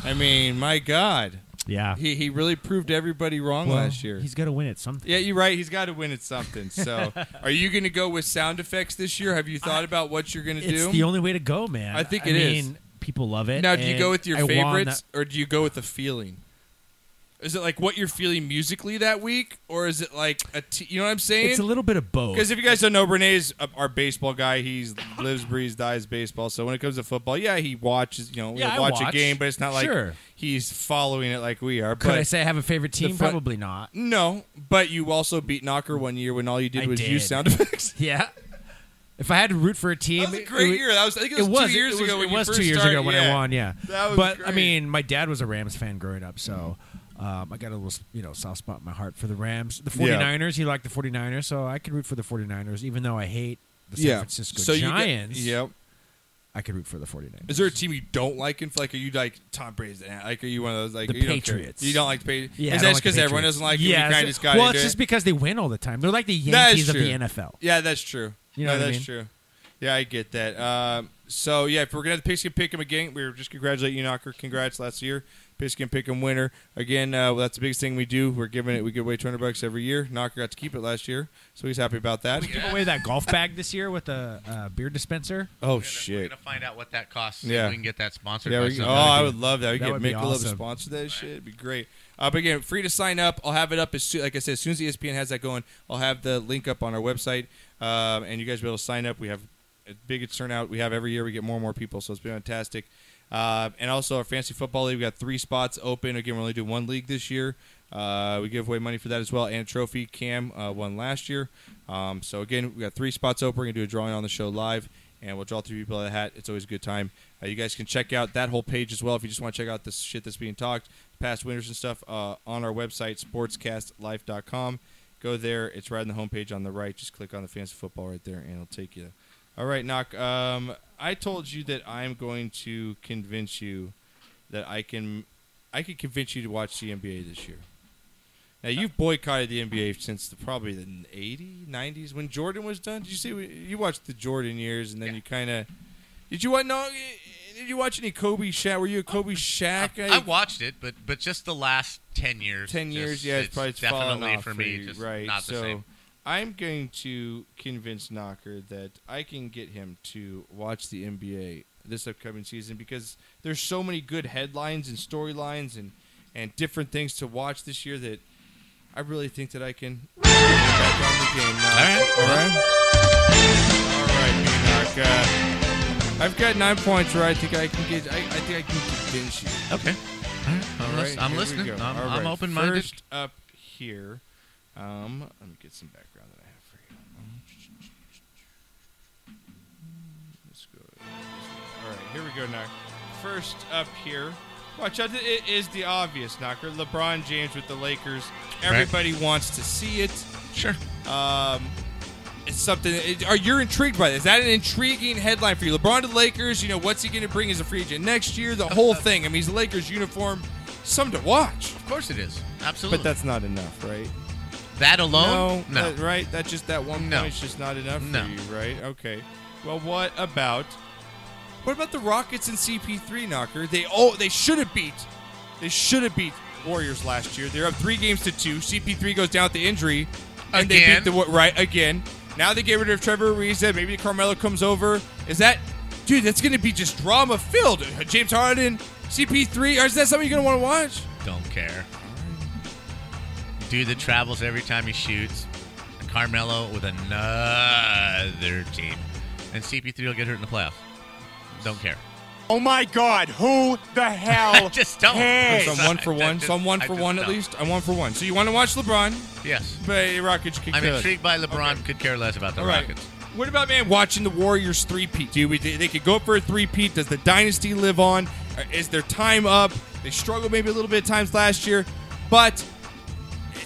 I mean, my God. Yeah. He, he really proved everybody wrong Well, last year. He's got to win at something. Yeah, you're right. He's got to win <laughs> at something. So, are you going to go with sound effects this year? Have you thought about what you're going to do? It's the only way to go, man. I think I it is. mean, People love it. Now, do you and go with your I want favorites that- or do you go with the feeling? Is it like what you're feeling musically that week, or is it like a t- you know what I'm saying? It's a little bit of both. Because if you guys don't know, Renee's a- our baseball guy. He lives, breathes, dies baseball. So when it comes to football, yeah, he watches. You know, he'll Yeah, I watch, a watch. game, but it's not like Sure. he's following it like we are. Could but I say I have a favorite the team? fun- Probably not. No, but you also beat Knocker one year when all you did I was use did. sound effects. Yeah. <laughs> If I had to root for a team, was a great wa- year. That was- I think it was two years it was, ago when It you was first two years started. ago when Yeah. I won. Yeah, That was but I great. mean, my dad was a Rams fan growing up, so um, I got a little you know soft spot in my heart for the Rams. The Yeah. 49ers, he liked the 49ers, so I can root for the 49ers, even though I hate the San Yeah. Francisco So you get- Giants. yep. I could root for the 49ers. Is there a team you don't like? In like, are you like Tom Brady's? an- Like, are you one of those like The you don't care? Patriots. you don't like the Patriots? Yeah, I don't is that like the because everyone Patriots. doesn't like you? Yeah, you? Kind it's- of just got well, into it's it? just because they win all the time. They're like the That is Yankees of true. the NFL. Yeah, that's true. You know No, what I that's mean? true. Yeah, I get that. Um, so yeah, if we're gonna have the Pigskin Pick'em again, we were just congratulating you, Knocker. Congrats last year, Pigskin Pick'em winner again. Uh, well, that's the biggest thing we do. We're giving it. We give away two hundred bucks every year. Knocker got to keep it last year, so he's happy about that. We give away that golf bag this year with a uh, beer dispenser. Oh shit! gonna find out what that costs. Yeah. Yeah, we can get that sponsored. Yeah, by we can- oh, somebody. I would love that. We That could would be make a little awesome. sponsor that shit. It'd be great. Uh, but again, free to sign up. I'll have it up as soon, like I said, as soon as E ESPN has that going, I'll have the link up on our website, um, and you guys will be able to sign up. We have a big turnout. We have every year. We get more and more people, so it's been fantastic. Uh, and also our fantasy football league. We got three spots open. Again, we're only doing one league this year. Uh, we give away money for that as well, and a trophy. Cam uh, won last year. Um, so again, we got three spots open. We're gonna do a drawing on the show live, and we'll draw three people out of the hat. It's always a good time. Uh, you guys can check out that whole page as well if you just want to check out this shit that's being talked, past winners and stuff uh, on our website sportscastlife.com. Go there. It's right on the homepage on the right. Just click on the fantasy football right there, and it'll take you. All right, knock. Um, I told you that I'm going to convince you that I can, I can convince you to watch the NBA this year. Now you've boycotted the NBA since the, probably the 80s, 90s when Jordan was done. Did you see? You watched the Jordan years, and then you kind of. Did you watch? No, did you watch any Kobe Shaq? Were you a Kobe Shaq? I watched it, but but just the last ten years. 10 just- years, yeah, it's, probably fallen definitely off for me. you, just right? Not the so same. I'm going to convince Knocker that I can get him to watch the NBA this upcoming season because there's so many good headlines and storylines and and different things to watch this year that I really think that I can get back on the game. Knock. All right. All right, Knock. Uh, I've got nine points where I think I can get. I, I think I can convince you. Okay. I'm All lis- I'm here we listening. go. I'm- All I'm right. open-minded. First up here, um, let me get some background that I have for you. Let's go. All right, here we go now. First up here, watch out. It is the obvious knocker. LeBron James with the Lakers. Everybody wants to see it. Sure. Um, it's something. It, are you intrigued by this? Is that an intriguing headline for you? LeBron to the Lakers. You know what's he going to bring as a free agent next year? The whole thing. I mean, he's a Lakers uniform. Something to watch. Of course it is. Absolutely. But that's not enough, right? That alone? No. No. that- right. That just that one No. point's just not enough No. for you, right? Okay. Well, what about what about the Rockets and CP3 knocker? They oh they should have beat they should have beat Warriors last year. They're up three games to two. CP3 goes down with the injury, and Again. they beat the Wa- right again. Now they get rid of Trevor Ariza. Maybe Carmelo comes over. Is that dude? That's going to be just drama filled. James Harden, CP3. Or is that something you're going to want to watch? Don't care. Dude that travels every time he shoots. Carmelo with another team. And CP3 will get hurt in the playoffs. Don't care. Oh my God! Who <laughs> the hell? just don't. Some one for one. Some one for one at least. I'm one for one. So you want to watch LeBron? Yes. But the Rockets could I'm kill it. intrigued by LeBron. Could care less about the All right. Rockets. What about man watching the Warriors three peat? Dude, we- they, they could go for a three peat. Does the dynasty live on? Uh, Is their time up? They struggled maybe a little bit at times last year, but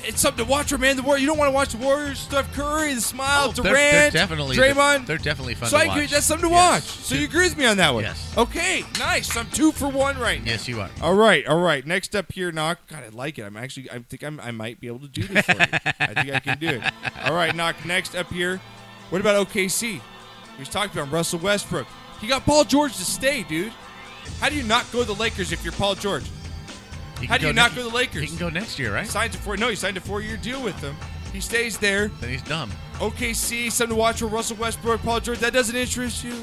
it's something to watch. Man, the war. You don't want to watch the Warriors, Steph Curry, the smile, Oh, They're- Durant, they're, definitely Draymond. They're definitely fun so to I agree. watch. That's something to Yes. watch. So you agree with me on that one? Yes. Okay. Nice. I'm two for one right now. Yes, you are. All right, all right. Next up here, knock. God, I like it. I'm actually. I think I'm, I might be able to do this for you. I think I can do it. All right, knock. Next up here. What about OKC? We just talked about Russell Westbrook. He got Paul George to stay, dude. How do you not go to the Lakers if you're Paul George? He How can do you go not next- go to the Lakers? He can go Oh, next year, right? Signs a four. No, he signed a four-year deal with them. He stays there. Then he's dumb. OKC, something to watch for Russell Westbrook, Paul George. That doesn't interest you.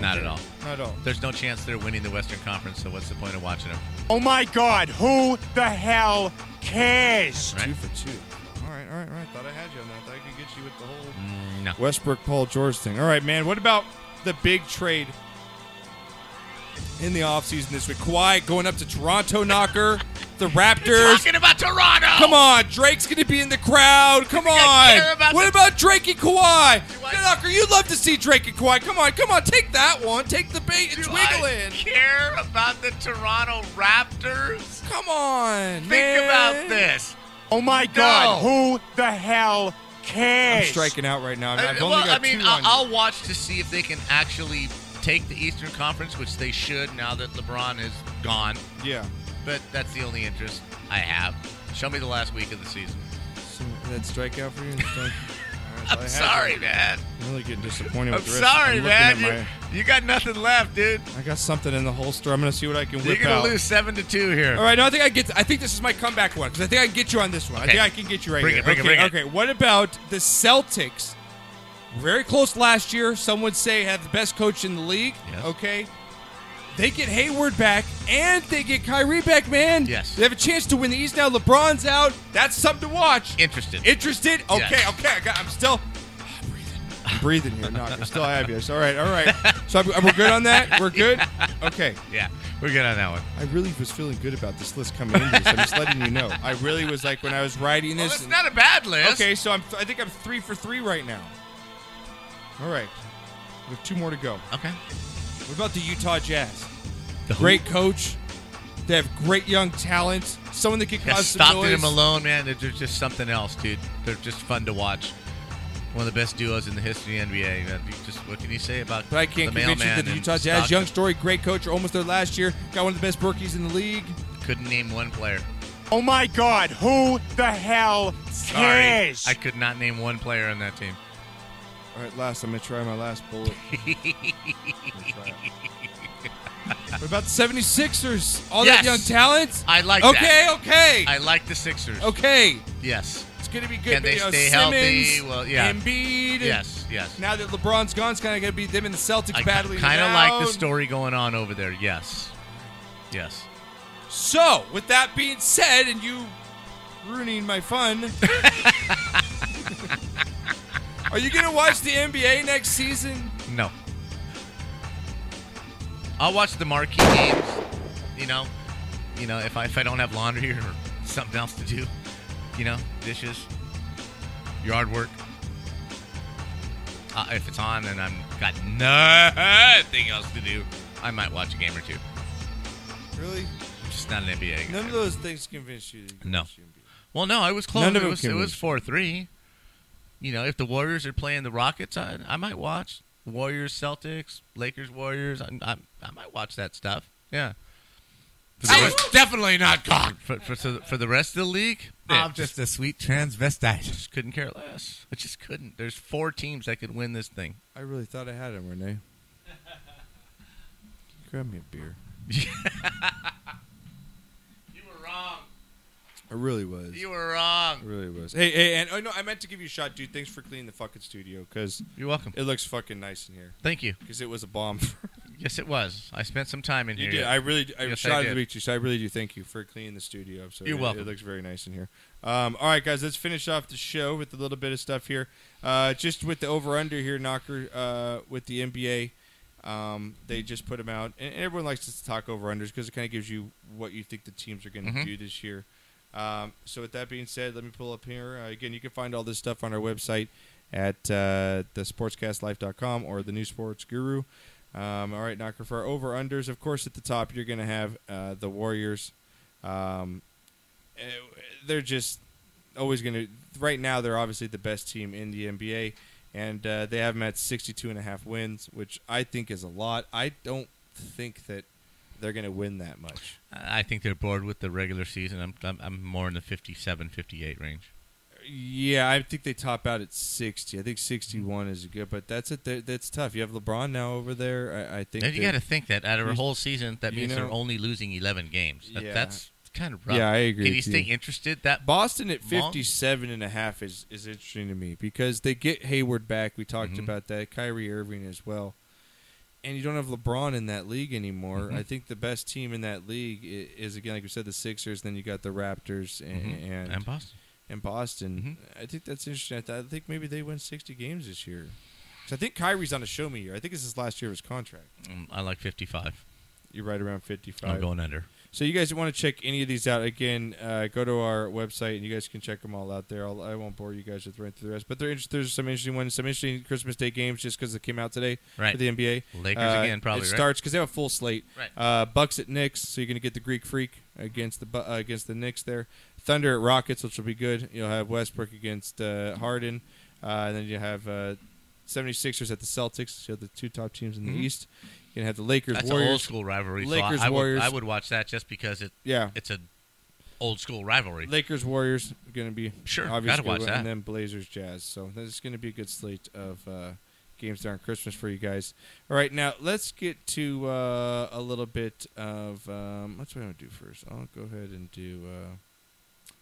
Not at all. Not at all. There's no chance they're winning the Western Conference. So what's the point of watching them? Oh my God, who the hell cares? Right. Two for two. All right, all right, all right. Thought I had you on that. Thought I could get you with the whole Mm, No. Westbrook, Paul George thing. All right, man. What about the big trade in the offseason this week? Kawhi going up to Toronto Knocker, <laughs> the Raptors. Talking about Toronto. Come on, Drake's going to be in the crowd. Come on. care about what about Drake and Kawhi? Knocker, you'd love to see Drake and Kawhi. Come on, come on. Take that one. Take the bait. It's wiggling. Care about the Toronto Raptors? Come on, Think about this. Oh my God, who the hell I'm cares? striking out right now. I, I've only Uh, well, got I mean, two I- on you. I'll watch to see if they can actually take the Eastern Conference, which they should now that LeBron is gone. Yeah. But that's the only interest I have. Show me the last week of the season. So that strikeout for you? <laughs> I'm sorry, man. I'm really getting disappointed I'm with the rest. sorry, looking man. at You, you got nothing left, dude. my- I got something in the holster. I'm gonna see what I can You're whip gonna out. lose seven to two here. All right, no, I think I get. I think this is my comeback one because I think I can get you on this one. Okay. I think I can get you right Bring here. it, bring it, okay, bring it. okay. What about the Celtics? Very close last year. Some would say have the best coach in the league. Okay. They get Hayward back and they get Kyrie back, man. Yes. They have a chance to win the East now. LeBron's out. That's something to watch. Interested. Interested? Okay, Yes. okay. I got, I'm still I'm breathing here. No, I'm still I have you. All right, all right. So I'm- we're good <laughs> on that? We're good? Okay. Yeah, we're good on that one. I really was feeling good about this list coming into this. I'm just letting you know. I really was like when I was writing this. It's not a bad list. Okay, so I'm I think I'm three for three right now. All right, we have two more to go. Okay. What about the Utah Jazz? great coach. They have great young talent. Someone that can Yeah, cause Stockton some noise. and Malone, man, they're just, just something else, dude. They're just fun to watch. One of the best duos in the history of the NBA. man. You Just what can you say about? But I can't the convince you mailman that the and Utah Jazz, Stockton? young story, great coach, almost there last year. Got one of the best rookies in the league. Couldn't name one player. Oh my God, who the hell Sorry, cares? I could not name one player on that team. All right, last I'm gonna try my last <laughs> bullet. what about the 76ers? All Yes. that young talent. I like okay, that. Okay, I like the Sixers. okay, Yes. It's gonna be good. Can they You know, stay Simmons, healthy? Well, yeah. Embiid. Yes, yes. Now that LeBron's gone, it's kind of gonna be them and the Celtics I battling. kind of like the down. story going on over there. Yes. Yes. So, with that being said, and you ruining my <laughs> fun, are you gonna watch the NBA next season? No. I'll watch the marquee games. You know, you know if I if I don't have laundry <laughs> or something else to do, you know, dishes, yard work. Uh, if it's on and I'm got nothing else to do, I might watch a game or two. Really? I'm just not an NBA guy. None of those things convince you. to- No. Well, no, I was close. None of it them was, it was convinced four three. You know, if the Warriors are playing the Rockets, I, I might watch Warriors, Celtics, Lakers, Warriors. I, I, I might watch that stuff. Yeah. I was definitely not cocked. For, for, so- for the rest of the league, I'm yeah, just a sweet transvestite. Just couldn't care less. I just couldn't. There's four teams that could win this thing. I really thought I had him, Renee. Grab me a <laughs> beer. You were wrong. I really was. You were wrong. I really was. Hey, hey, and oh no, I meant to give you a shot, dude. Thanks for cleaning the fucking studio, cause you're welcome. It looks fucking nice in here. Thank you. Cause it was a bomb. <laughs> Yes, it was. I spent some time in you here. did. I really, I Yes, shot it did. to meet you, so I really do thank you for cleaning the studio up. So You're it, welcome. It looks very nice in here. Um, all right, guys, let's finish off the show with a little bit of stuff here. Uh, just with the over under here, knocker uh, with the NBA. Um, they just put them out, and and everyone likes to talk over unders because it kind of gives you what you think the teams are going to Mhm. do this year. Um, so with that being said, let me pull up here uh, again. You can find all this stuff on our website at uh, thesportscastlife.com or the New Sports Guru. Um, all right, Knocker, for our over unders, of course, at the top, you're going to have uh, the Warriors. Um, eh, they're just always going to, right now, they're obviously the best team in the NBA, and uh, they have them at 62 and a half wins, which I think is a lot. I don't think that they're going to win that much. I I think they're bored with the regular season. I'm, I'm, I'm more in the 57, 58 range. Yeah, I think they top out at 60. I think 61 is good, but that's it. That- That's tough. You have LeBron now over there. I, I think And you that- got to think that out of a whole season, that You means know- they're only losing 11 games. That, Yeah. That's kind of rough. Yeah, I agree Can you with stay you. interested that Boston at long? 57 and a half is, is interesting to me because they get Hayward back. We talked about that. Kyrie Irving as well. And you don't have LeBron in that league anymore. Mhm. I think the best team in that league i- is, again, like we said, the Sixers. Then you got the Raptors and, Mhm. and, And Boston. And Boston. I think that's interesting. I, th- I think maybe they win 60 games this year. 'Cause I think Kyrie's on a show me year. I think this is last year of his contract. Mm, I like 55. You're right around 55. I'm going under. So you guys want to check any of these out again? Uh, go to our website and you guys can check them all out there. I'll, I won't bore you guys with running through the rest, but there- there's some interesting ones, some interesting Christmas Day games just because they came out today Right. for the NBA. Lakers Uh, again, probably, It right? starts because they have a full slate. Right. Uh, Bucks at Knicks, so you're going to get the Greek Freak against the Bu- uh, against the Knicks there. Thunder at Rockets, which will be good. You'll have Westbrook against uh, Harden, uh, and then you have uh, 76ers at the Celtics. So you have the two top teams in the Mhm. East. You're gonna have the Lakers. That's Warriors. an old school rivalry. so I- Lakers I, Warriors. Would, I would watch that just because it. Yeah. It's an old school rivalry. Lakers Warriors going to be Sure, obviously, gotta watch that. and then Blazers Jazz. So there's going to be a good slate of uh, games during Christmas for you guys. All right, now let's get to uh, a little bit of um, what's what I'm going to do first. I'll go ahead and do uh,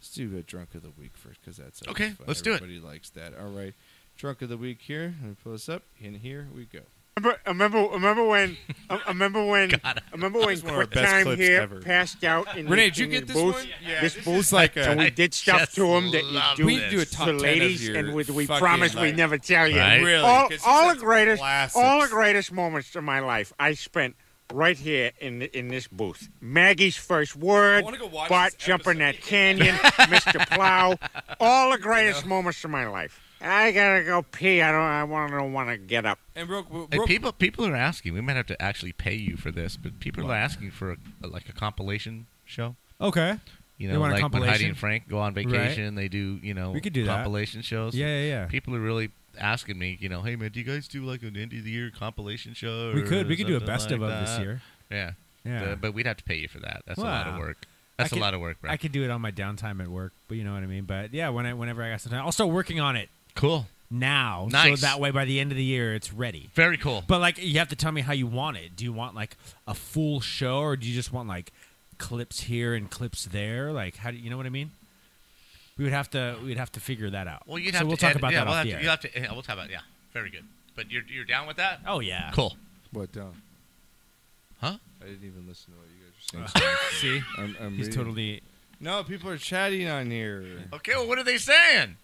let's do a drunk of the week first because that's always Okay, fun. let's do it. Everybody likes that. All right, drunk of the week here. Let me pull this up, and here we go. Remember, remember, remember when? I I remember <laughs> when? I remember when That's one of our Quick best Time clips here ever. passed out in Renee, the, did you in get the this booth. one? Yeah, this this booth, is like like, a- and I we did stuff just to him that love you do. We need to do a top to 10 of ladies, your and we, we fucking promise we life. never tell you. Oh. Right? Really, all 'cause all these the are greatest, all the classics. greatest moments of my life, I spent right here in the, in this booth. Maggie's first word, Bart jumping that canyon, Mr. <laughs> Plow, all the greatest moments of my life. I gotta go pee. I don't. I want to want to get up. And real, real, Hey, people, people are asking. We might have to actually pay you for this, but people are asking for a, like a compilation show. Okay. You They know, want a like when Heidi compilation? and Frank go on Right. vacation, they do you know We could do that. compilation shows. Yeah, yeah, yeah. People are really asking me. You know, Oh, hey man, do you guys do like an end of the year compilation show? We could. or We could do a something best of like of this that? year. Yeah, Yeah. But, but we'd have to pay you for that. That's a lot of Wow. work. I That's could- a lot of work, bro. I could do it on my downtime at work, but you know what I mean. But yeah, when I whenever I got some time, also working on it. Cool. Now, Nice. so that way by the end of the year it's ready. Very cool. But like, you have to tell me how you want it. Do you want like a full show, or do you just want like clips here and clips there? Like, how do you know what I mean? We would have to we'd have to figure that out. Well, you'd so have we'll to talk edit- about yeah, that we'll off have the to, air. You have to. eh, Yeah, we'll talk about. Yeah, very good. But you're you're down with that? Oh yeah. Cool. What <laughs> down? Huh? I didn't even listen to what you <laughs> guys were saying. See, I'm, I'm he's reading. totally. No, people are chatting on here. Okay. Well, what are they saying?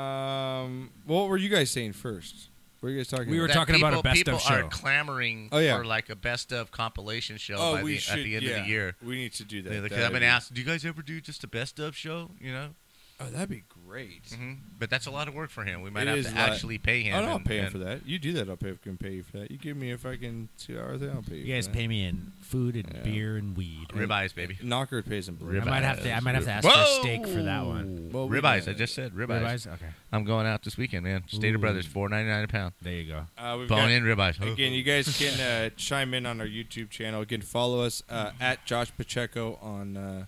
Um, what were you guys saying first? What were you guys talking? about? That people, people are clamoring Oh, yeah. for like a best of compilation show Oh, by we the, should- at the end yeah. of the year. We need to do that. Yeah, because That'd I've been be- asked, do you guys ever do just a best of show? You know, Oh, that'd be great. hmm but that's a lot of work for him. We might It have is to a lot. actually pay him. Oh, no, I'll and- pay him and- for that. You do that. I'll pay, can pay you for that. You give me a fucking two hour thing. I'll pay you. You guys for that. pay me in food and beer and weed. Ribeyes, baby. Knocker pays him. I might have to. I might have to ask for steak for that one. Well, we ribeyes. might. I just said ribeyes. Ribeyes? Okay. I'm going out this weekend, man. Stater Ooh. Brothers, four ninety nine a pound. There you go. Uh, we've Bone got- in ribeyes. Again, you guys can uh, chime in on our YouTube channel. Again, follow us uh, at Josh Pacheco on uh,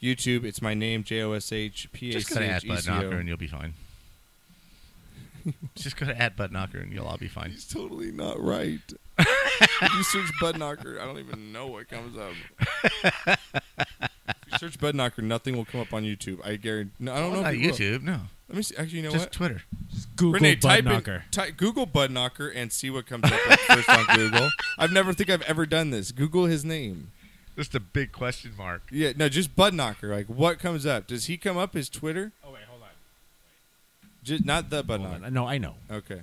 YouTube. It's my name, J O S H P A Just C go to H at E butt C O. knocker and you'll be fine. <laughs> just go to at butt knocker and you'll all be fine. He's totally <laughs> not right. if <laughs> you search Bud Knocker, I don't even know what <laughs> comes up. if you search Bud Knocker, nothing will come up on YouTube. I guarantee. No, I don't Well, know. not if it will. YouTube, no. Let me see. Actually, you know Just what? Twitter. Just Google Renee, Bud type in- Knocker. ty- Google Bud Knocker and see what comes up like, first on Google. I've never think I've ever done this. Google his name. Just a big question mark. Yeah, no, just Bud Knocker. Like, what comes up? Does he come up as Twitter? Oh wait, hold on. Just not the Bud Knocker. No, I know. Okay.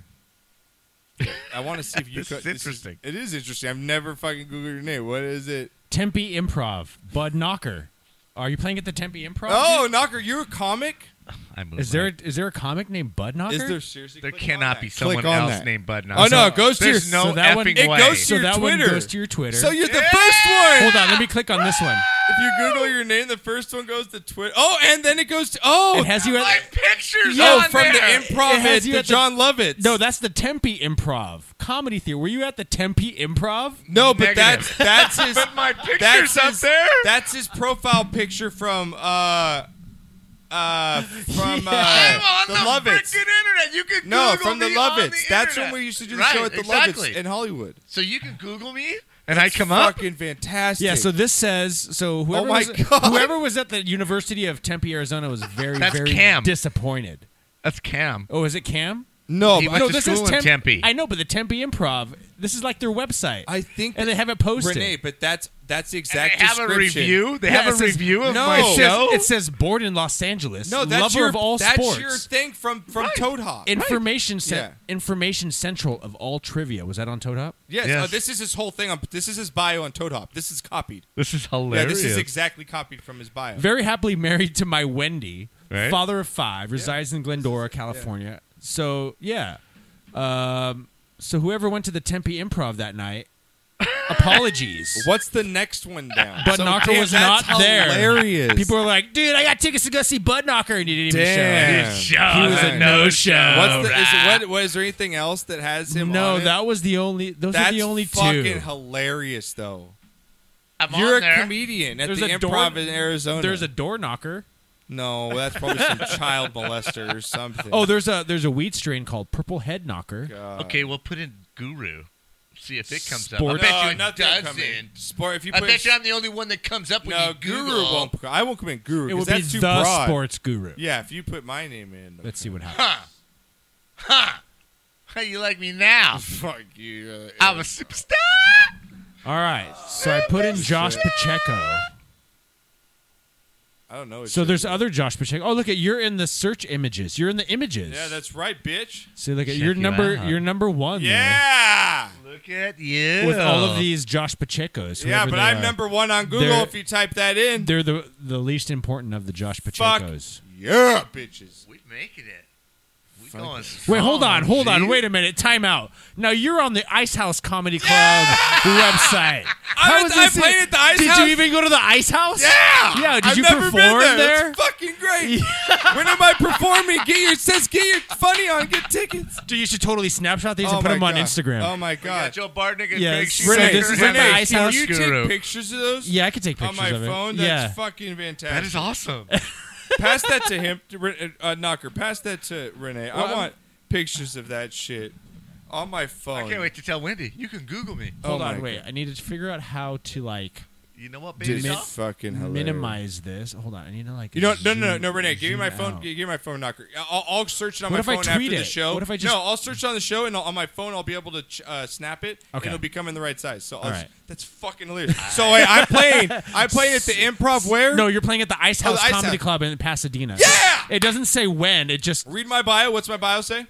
I want to <laughs> see if you. This co- is interesting. it is interesting. I've never fucking Googled your name. What is it? Tempe Improv. Bud Knocker. Are you playing at the Tempe Improv? Oh, Knocker, you're a comic? I moved. Is there is there a comic named Budknocker? Is there seriously? There cannot be Click someone on else that. named Bud. Oh, no, it goes to your- There's no so that one- effing it way. goes to So your that one Twitter. goes to your Twitter. So you're the first one. Hold on, let me click on this one. If you Google your name, the first one goes to Twitter. Oh, and then it goes to oh, It has you at- my pictures. Oh, on from there. the improv It has at you the at the- John Lovitz. No, that's the Tempe Improv comedy theater. Were you at the Tempe Improv? No, but <laughs> that's <laughs> that's his. that's his, there. That's his profile picture from uh <laughs> uh from Yeah. uh, I'm the on the Lovitz. internet. You can No, Google from the me on Lovitz. That's when internet. we used to do the Right, show at the exactly. Lovitz in Hollywood. So you can Google me, and I It's come up. Fucking fantastic. Yeah, so this says so whoever Oh my was, <laughs> God. whoever was at the University of Tempe, Arizona was very That's very Cam. disappointed. That's Cam. Oh, is it Cam? No, He but- went no, to this school is in Temp- Tempe. I know, but the Tempe Improv. This is like their website. I think, and they have it posted. Renee, but that's that's the exact. they have a description. review? They Yeah, have it a says- review of no, my it says- show? It says born in Los Angeles. No, that's lover your of all that's sports. your thing from from Toad Hop. Information cen- Yeah. information central of all trivia. Was that on Toad Hop? Yes, uh, this is his whole thing. On, this is his bio on Toad Hop. This is copied. This is Yeah, this hilarious. is exactly copied from his bio. Very happily married to my Wendy, Right. father of five, resides in Glendora, California. So yeah, um, so whoever went to the Tempe Improv that <laughs> night, apologies. What's the next one down? Bud So, Knocker damn, was not that's there. hilarious. People were like, "Dude, I got tickets to go see Bud Knocker," and he didn't Damn. even show. He was a no show. What's the, is, what, what, is there anything else that has him? No, on it? that was the only. Those That's are the only fucking two. hilarious, though. I'm on You're a there. comedian at There's the a door- Improv in Arizona. There's a door knocker. no. That's probably some child molester or something. Oh, there's a there's a weed strain called Purple Head Knocker. okay, we'll put in Guru. See if it comes uh, Sports- up. I bet No, you it nothing doesn't. coming. Sport. If you I put- bet you I'm the only one that comes up when no, you Guru Google. won't. I won't come in Guru. It 'cause would be that's too the broad. sports guru. Yeah, if you put my name in, Let's see what happens. Huh? Huh? How you like me now? Fuck you. I'm a superstar. All right, so I put in Josh Pacheco. Oh, I don't know. what So you're there's doing. other Josh Pacheco. Oh, look at you're in the search images. You're in the images. Yeah, that's right, bitch. See, look at Check your you number. out. Your number one. there. Yeah. Look at you. with all of these Josh Pacheco's. Yeah, whoever but they I'm are. number one on Google They're- if you type that in. They're the the least important of the Josh Fuck Pacheco's. yeah, bitches. We making it. We going. Wait, hold on, hold on, Gee. wait a minute, time out. Now you're on the Ice House Comedy Club website. How was- is this I played it? at the Ice did House. you even go to the Ice House? Yeah. Yeah, did I've you never perform been there. there? That's fucking <laughs> great. when am I performing? Get your says get your funny on, get tickets. Dude, you should totally snapshot these Oh and put my them on God. Instagram. Oh my god. Joe Bartnick and Yes. Greg Schumacher Renee, this is and at the Ice Ice House Can you Guru. take pictures of those? yeah, I could take on pictures my of it. phone. That's yeah. fucking fantastic. That is <laughs> awesome. Pass that to him, to Ren- uh, Knocker. Pass that to Renee. I want pictures of that shit on my phone. I can't wait to tell Wendy. You can Google me. Hold Oh my on, wait. I need to figure out how to like You know what, baby? Dude, min- it's fucking hilarious. minimize this. Hold on, I need to like. You know, no, zoom, no, no, no, Renee, give me zoom my phone. out. Give me my phone knocker. I'll, I'll search it on What my if I phone tweet after the it? show. What if I just- no? I'll search it on the show, and I'll, on my phone, I'll be able to ch- uh, snap it, and Okay. it'll be coming the right size. So I'll All just- right. that's fucking hilarious. so I, I'm playing. <laughs> I playing at the improv. Where? No, you're playing at the Ice Oh, the House Ice Comedy House. Club in Pasadena. Yeah! It doesn't say when. It just Read my bio. What's my bio say?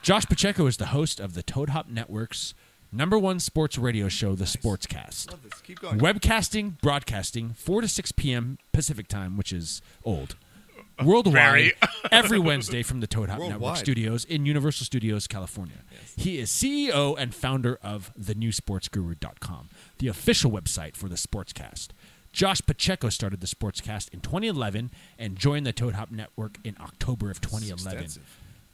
Josh Pacheco is the host of the Toad Hop Network's number one sports radio show, The Sportscast. Love this. Keep going. Webcasting, broadcasting, 4 to 6 p.m. Pacific time, which is old. Worldwide, <laughs> Very. every Wednesday from the Toad Hop Network Worldwide. Studios in Universal Studios, California. He is CEO and founder of thenewsportsguru.com, the official website for the sportscast. Josh Pacheco started the sportscast in 2011 and joined the Toad Hop Network in October of 2011. extensive.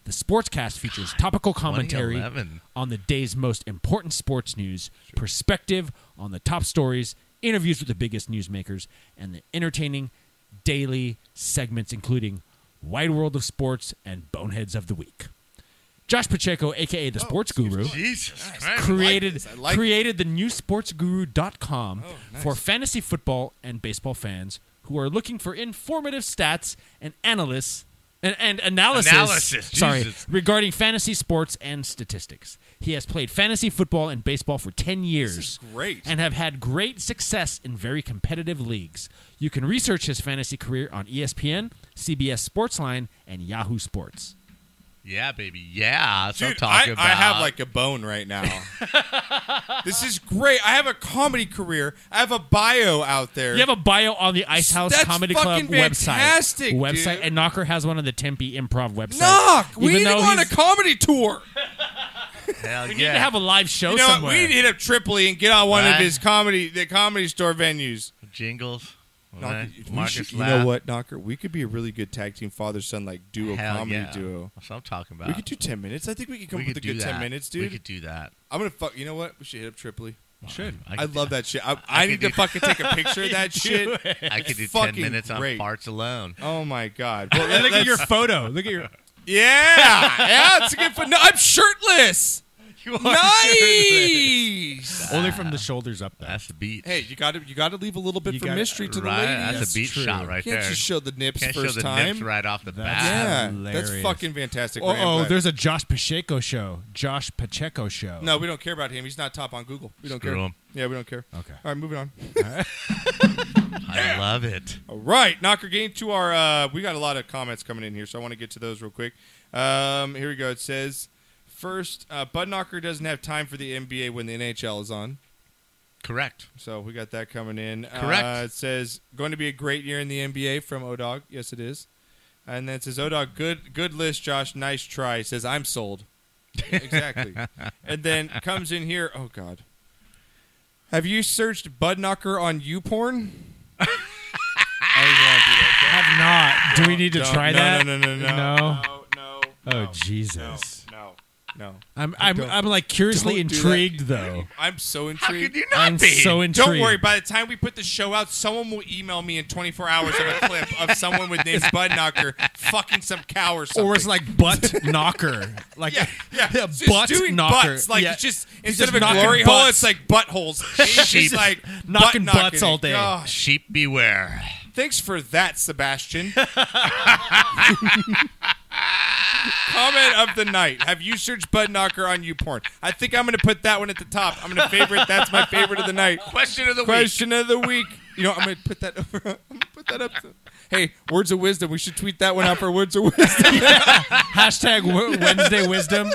The sportscast features topical commentary 2011. on the day's most important sports news, perspective on the top stories, interviews with the biggest newsmakers, and the entertaining daily segments, including Wide World of Sports and Boneheads of the Week. Josh Pacheco, aka the Sports Guru, Oh, Jesus Christ. created I like created the new sportsguru.com Oh, for fantasy football and baseball fans who are looking for informative stats and analysts and, and analysis, Analysis, sorry Jesus. regarding fantasy sports and statistics. He has played fantasy football and baseball for 10 years This is great. and have had great success in very competitive leagues. You can E research his fantasy career on ESPN, CBS Sportsline, and Yahoo Sports. Yeah, baby. Yeah, that's Dude, what I'm talking I, about. I have like a bone right now. this is great. I have a comedy career. I have a bio out there. <laughs> You have a bio on the Ice House That's Comedy fucking Club website. fantastic, dude. website, and Knocker has one on the Tempe Improv website. knock. We Even need to though go on a he's- comedy tour. Hell we need to have a live show You know what? somewhere. We need to hit up Tripoli and get on one of Right. his comedy the comedy store venues. Jingles. Knocker, Right. we Marcus should- you Lapp. know what, Knocker? We could be a really good tag team father son like duo Hell comedy yeah. duo. That's what I'm talking We about. could do ten minutes. I think we could come We up with could a do good ten that. minutes, We dude. could do that. I'm gonna fuck. You know what? We should hit up Tripoli. Should I I, could do love that shit. I, I, could need to do- fucking take <laughs> a picture of that Do shit. it. I could do It's 10 fucking minutes on great. parts alone. Oh my <laughs> god! And look at let's- your photo. Look at <laughs> your. Yeah, yeah, it's a good. pho- No, I'm shirtless. You are <laughs> nice. Only from the shoulders up. Though. That's the beat. Hey, you got to you got to leave a little bit You for gotta- mystery to right, the ladies. that's a beat That's shot true. right Can't there. just show the nips Can't show first the time. nips right off the That's bat. Yeah, that's hilarious. fucking fantastic. Oh, Graham, oh, but- there's a Josh Pacheco show. Josh Pacheco show. No, we don't care about him. He's not top on Google. We don't Screw care. him. Yeah, we don't care. Okay. All right, moving on. I love it. All right, knocker game to our. Uh, we got a lot of comments coming in here, so I want to get to those real quick. Um, here we go. It says first, uh, Bud Knocker doesn't have time for the NBA when the NHL is on. Correct. So we got that coming in. Correct. Uh, it says going to be a great year in the NBA from Odog. Yes, it is. And then it says Odog, good good list, Josh. Nice try. It says <laughs> I'm sold. exactly. And then comes in here. Oh God. Have you searched Bud Knocker on YouPorn? Have not. Do we need to Don't- try no, that? no, no, no, no. No. oh Jesus. No. No. I'm I'm Don't- I'm like curiously don't do that. intrigued <laughs> though. I'm so intrigued. How could you not I'm be? so Don't worry. intrigued. By the time we put the show out, someone will email me in 24 hours of a clip of someone with names Bud Knocker fucking some cow or something. Or it's like <laughs> butt knocker. Like yeah, yeah, it's just butt doing knocker. butts. Like Yeah. it's just He's instead just of a knocking glory hole, butts. it's like <laughs> buttholes. It's Sheep. just like butt Knocking butts all day. Oh, Sheep beware. thanks for that, <laughs> Sebastian. Comment of the night: Have you searched butt knocker on YouPorn? I think I'm going to put that one at the top. I'm going to favorite. That's my favorite of the night. Question of the Question of the week. You know, I'm going to put that <laughs> over. I'm going to put that up. To, hey, words of wisdom. We should tweet that one out for words of wisdom. <laughs> Hashtag w- Wednesday wisdom.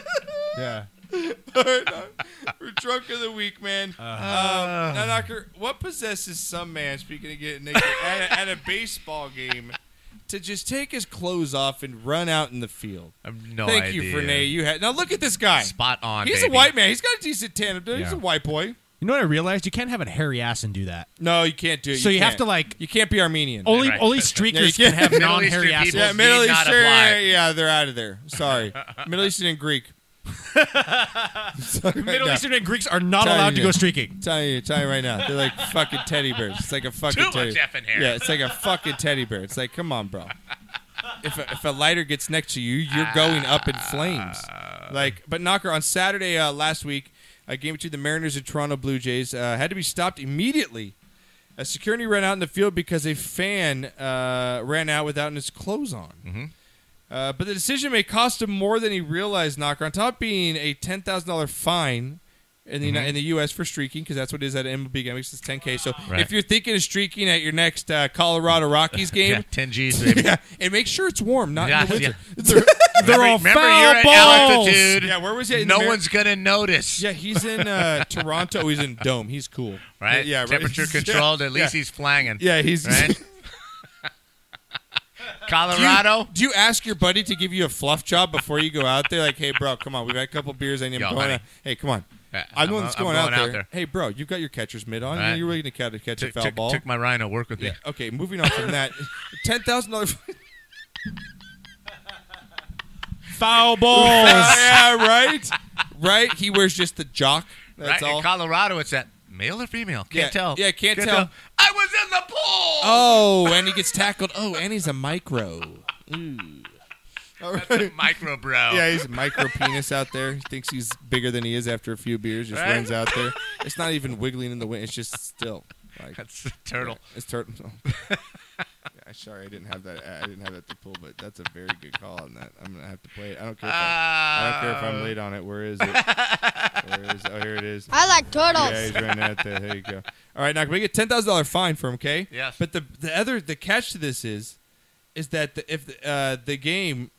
Yeah. <laughs> We're drunk of the week, man. Uh. Um, now, Doctor, what possesses some man, speaking of <laughs> getting naked, at, a, at a baseball game, to just take his clothes off and run out in the field? No Thank you, idea. Frene. You had now. Look at this guy. Spot on. He's baby. a white man. He's got a decent tan. He's Yeah. a white boy. You know what I realized? You can't have a hairy ass and do that. No, you can't do it. So you have can't. to, like- You can't be Armenian. Only Right. <laughs> only Yeah, you streakers can can't- have Middle non hairy Eastern asses. people Yeah, Middle Eastern. Yeah, <laughs> yeah, they're out of there. Sorry, Middle Eastern and Greek. Sorry, <laughs> Middle now. Eastern and Greeks are not Telling allowed to you. go streaking. Telling you, telling you right now, they're like fucking teddy bears. It's like a fucking Too teddy. much effing hair. Yeah, it's like a fucking teddy bear. It's like, come on, bro. If a, if a lighter gets next to you, you're going up in flames. Like, but Knocker on Saturday uh, last week, a game between the Mariners and Toronto Blue Jays uh, had to be stopped immediately. A security ran out in the field because a fan uh, ran out without his clothes on. Mm-hmm. Uh, but the decision may cost him more than he realized. Knocker on top of being a ten thousand dollar fine in the Uni- Mm-hmm. in the U.S. for streaking because that's what it is at an MLB game. It's ten k. So Right. if you're thinking of streaking at your next uh, Colorado Rockies <laughs> game, Yeah, 10 <laughs> G's, baby. yeah, and make sure it's warm, not in the Yeah, winter. yeah. They're, <laughs> they're remember, all remember foul you're at balls. altitude. Yeah, where was he? In No Mar- one's gonna notice. Yeah, he's <laughs> in uh, Toronto. He's in dome. He's cool, Right? Yeah, right. Temperature <laughs> Yeah, controlled. At least yeah. he's flanging. Yeah, he's- <laughs> right. Do you- Colorado. Do you, ask your buddy to give you a fluff job before you go out there? Like, hey, bro, come on. We've had a couple beers. I need Yo, I'm going honey. out. Hey, come on. Yeah, I'm the one I'm- that's I'm going, out, there. there. Hey, bro, you've got your catcher's mitt on. Right. You're willing to catch, catch a Took, foul took- ball. took my rhino. Work with me. yeah. Okay, moving on <laughs> from that. Ten thousand dollars. <laughs> Foul yeah, right, <laughs> right. He wears just the jock. That's right? all. In Colorado, it's that male or female. Can't Yeah, tell. yeah, can't tell. I was in the pool. Oh, and he gets tackled. Oh, and he's a micro. Oh. Ooh. That's a micro bro. <laughs> Yeah, he's a micro penis out there. He thinks he's bigger than he is after a few beers. Just Right? runs out there. It's not even wiggling in the wind. It's just still. Like, That's a turtle. It's turtle. <laughs> Oh. yeah, sorry, I didn't have that. I didn't have that to pull, but that's a very good call on that. I'm gonna have to play it. I don't care. If I, I don't care if I'm Ah. late on it. Where <laughs> is it? Where is? Oh, here it is. I like turtles. Yeah, he's right at that. There you go. All right, now can we get ten thousand dollar fine for him? Okay. Yes. But the the other the catch to this is, is that the, if the, uh, the game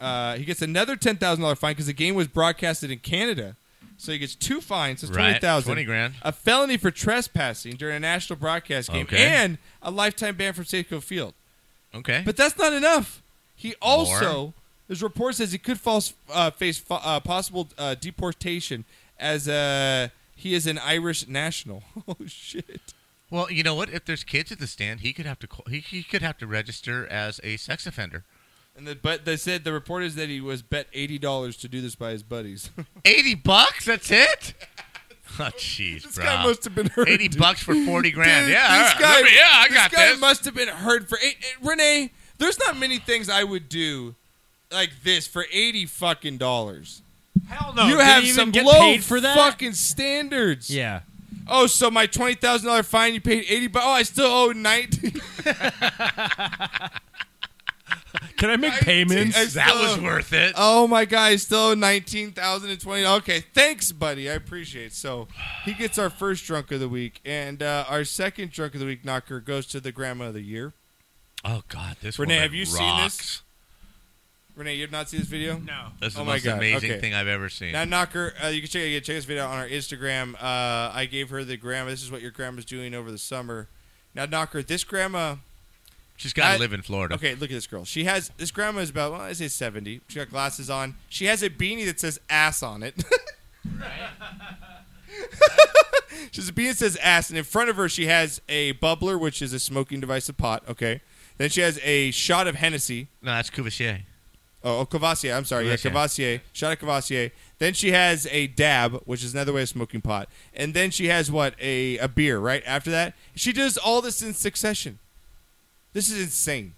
Uh, he gets another ten thousand dollar fine because the game was broadcasted in Canada, so he gets two fines. So Right, twenty thousand, 20 grand. a felony for trespassing during a national broadcast game, Okay. and a lifetime ban from Safeco Field. Okay, but that's not enough. He also More? his report says he could false, uh, face fa- uh, possible uh, deportation as uh, he is an Irish national. <laughs> oh shit! Well, you know what? If there's kids at the stand, he could have to call, he, he could have to register as a sex offender. And the, but they said the report is that he was bet eighty dollars to do this by his buddies. <laughs> Eighty bucks? That's it? Oh, jeez, This bro. guy must have been hurt. Eighty dude. buy bucks for 40 grand. Dude, Yeah, this all right. guy, Let me- yeah, I this got guy this. must have been hurt for eight. eh, Renee, there's not many things I would do like this for eighty fucking dollars. Hell no. You Did have he even some get low paid for that? fucking standards. Yeah. Oh, so my twenty thousand dollar fine, you paid eighty, but oh, I still owe <laughs> nineteen. <laughs> Can I make payments? I still- Oh my god, I still owe nineteen thousand and twenty. Okay, thanks, buddy. I appreciate. it. So he gets our first drunk of the week, and uh, our second drunk of the week knocker goes to the grandma of the year. Oh God, this Renee, woman have you seen rocks. this? Renee, you've not seen this video? Oh No. This is the most amazing thing I've ever seen. Now, Knocker, uh, you can check you can check this video on our Instagram. Uh, I gave her the grandma. This is what your grandma's doing over the summer. Now, Knocker, this grandma. She's gotta I- live in Florida. Okay, look at this girl. She has this grandma is about well, I say seventy. She got glasses on. She has a beanie that says ass on it. <laughs> she has a beanie that says ass, and in front of her she has a bubbler, which is a smoking device of pot. Okay, then she has a shot of Hennessy. No, that's Cuvassier. Oh, oh Cavassier. I'm sorry. Cavassier. Yeah, Cavassier. Shot of Cavassier. Then she has a dab, which is another way of smoking pot. And then she has what a a beer right after that. She does all this in succession. This is insane.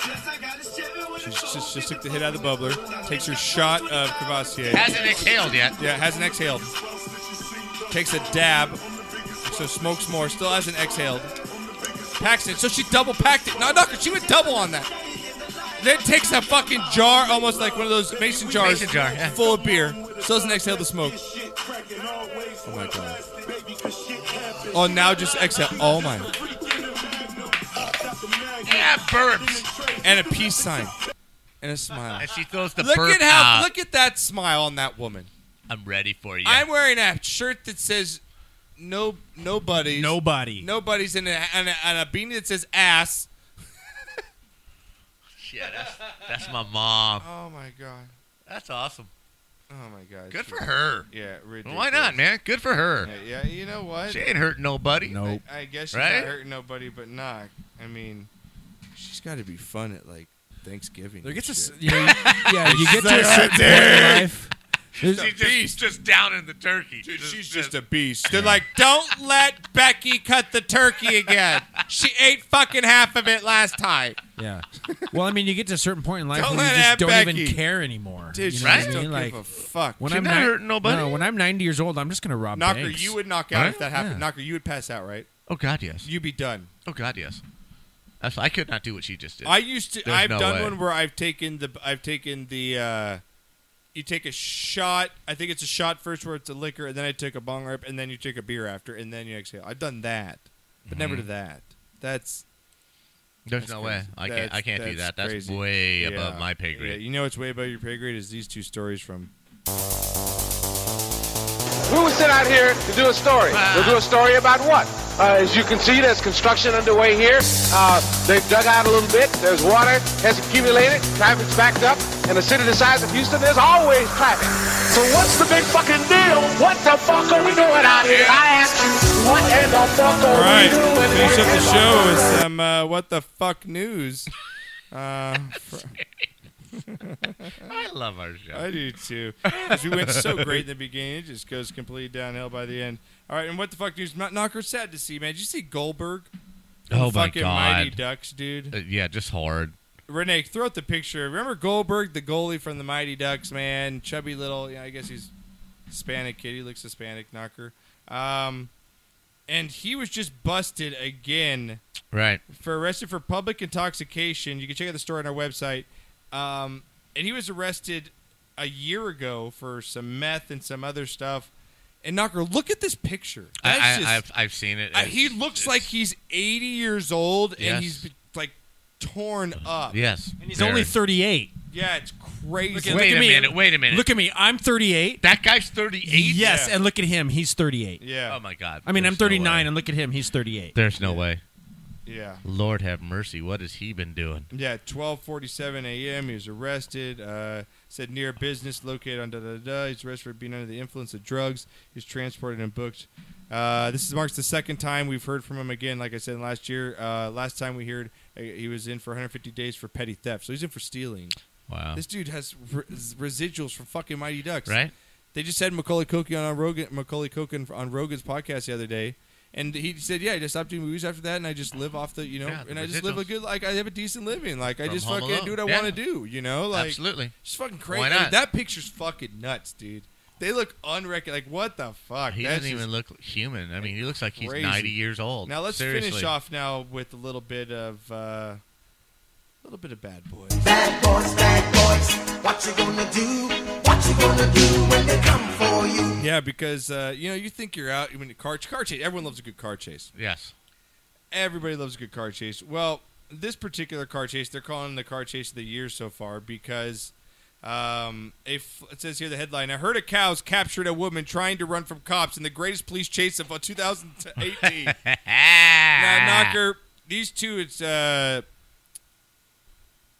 She just, just took the hit out of the bubbler. Takes her shot of Cavassier. Hasn't exhaled yet. Yeah, hasn't exhaled. Takes a dab. So smokes more. Still hasn't exhaled. Packs it. So she double packed it. No, no, she went double on that. Then takes a fucking jar, almost like one of those mason jars, Mason jar, yeah. full of beer. Still doesn't exhale the smoke. Oh my god. Oh, now just exhale. Oh my. Yeah, burps. And a peace sign. And a smile. And she throws the look burp at how out. look at that smile on that woman. I'm ready for you. I'm wearing a shirt that says no nobody nobody nobody's in a, and a, and a beanie that says ass. Shit, that's, um, that's my mom. Oh my god. That's awesome. Oh my god. Good for her. Yeah. Well, why not, man? Good for her. Yeah, yeah, you know what? She ain't hurting nobody. Nope. I, I guess she's Right? not hurting nobody, but not. I mean, she's got to be fun at like Thanksgiving. There and gets a shit. s- you know, you- yeah, <laughs> you get to a She's certain point in life. She's There's- a She's just- beast. Just down in the turkey. Dude, she's just a beast. They're like, don't let Becky cut the turkey again. She ate fucking half of it last time. Yeah. Well, I mean, you get to a certain point in life Don't where you let just Aunt don't even Becky- care anymore. Dude, you she know what just I don't mean? give like, a fuck. When She's I'm not ni- hurting nobody. No, when I'm 90 years old, I'm just gonna rob Knocker, banks. you would knock out Right? if that happened. Yeah. Knocker, you would pass out, right? Oh God, yes. You'd be done. Oh God, yes. That's, I could not do what she just did. I used to. There's I've no done way. one where I've taken the. I've taken the. uh You take a shot. I think it's a shot first, where it's a liquor, and then I took a bong rip, and then you take a beer after, and then you exhale. I've done that, but never to that. That's. Mm-hmm. There's that's no way. crazy. I can't. I That's- can't do that. That's crazy. way Yeah. above my pay grade. Yeah, you know what's way above your pay grade is these two stories from. We were sent out here to do a story. Ah. We'll do a story about what? Uh, as you can see, there's construction underway here. Uh, they've dug out a little bit. There's water has accumulated. Traffic's backed up. In a city the size of Houston, there's always traffic. So what's the big fucking deal? What the fuck are we doing out here? I ask you, what in the fuck are <laughs> All right, we doing? finish up the show with some uh, what the fuck <laughs> news. Uh, <laughs> I love our show. I do too. 'Cause we went so great in <laughs> the beginning, it just goes completely downhill by the end. All right, and what the fuck news? Not knocker. Sad to see, man. Did you see Goldberg? oh my fucking God. Mighty Ducks, dude. Uh, yeah, just hard. Renee, throw out the picture. Remember Goldberg, the goalie from the Mighty Ducks, man? Chubby little, yeah, I guess he's Hispanic kid. He looks Hispanic, knocker. Um, and he was just busted again Right. for arrested for public intoxication. You can check out the story on our website. Um, and he was arrested a year ago for some meth and some other stuff. And Knocker, look at this picture. I, That's I, just- I've, I've seen it. I- he looks like he's 80 years old Yes. and he's be- like torn up. Yes. And he's only 38. Yeah, it's crazy. Look at- Wait a minute, wait a minute. Look at me. I'm 38. That guy's 38? Yes, Yeah. and look at him. He's 38. Yeah. Oh my God. I mean, I'm There's no 39, and look at him. He's 38. There's no way. Yeah. Lord have mercy. What has he been doing? Yeah, twelve forty seven a.m. He was arrested. Uh, said near business located on da da da. He's arrested for being under the influence of drugs. He's transported and booked. Uh, this is marks the second time we've heard from him again. Like I said last year, uh, last time we heard uh, he was in for 150 days for petty theft. So he's in for stealing. Wow. This dude has re- residuals from fucking Mighty Ducks. Right. They just had Macaulay Culkin on Rogan, Macaulay Culkin on Rogan's podcast the other day, and he said, "Yeah, I just stopped doing movies after that, and I just live off the, you know, Yeah, the and I just live a residuals. good, like I have a decent living, like I From just Home fucking Alone. do what I Yeah. want to do, you know, like Absolutely. it's fucking crazy. Why not? That picture's fucking nuts, dude. They look unrecon. Like what the fuck? He That's doesn't even just look human. I mean, he looks like he's crazy. 90 years old. Now let's Seriously. finish off now with a little bit of, uh, a little bit of bad boy. Bad boys, bad boys, what you gonna do? What you gonna do when they come for you? Yeah, because uh, you know you think you're out. When car car chase, everyone loves a good car chase. Yes, everybody loves a good car chase. Well, this particular car chase, they're calling the car chase of the year so far because um, a f- it says here the headline: A herd of cows captured a woman trying to run from cops in the greatest police chase of uh, 2018. now, Knocker, these two, it's uh,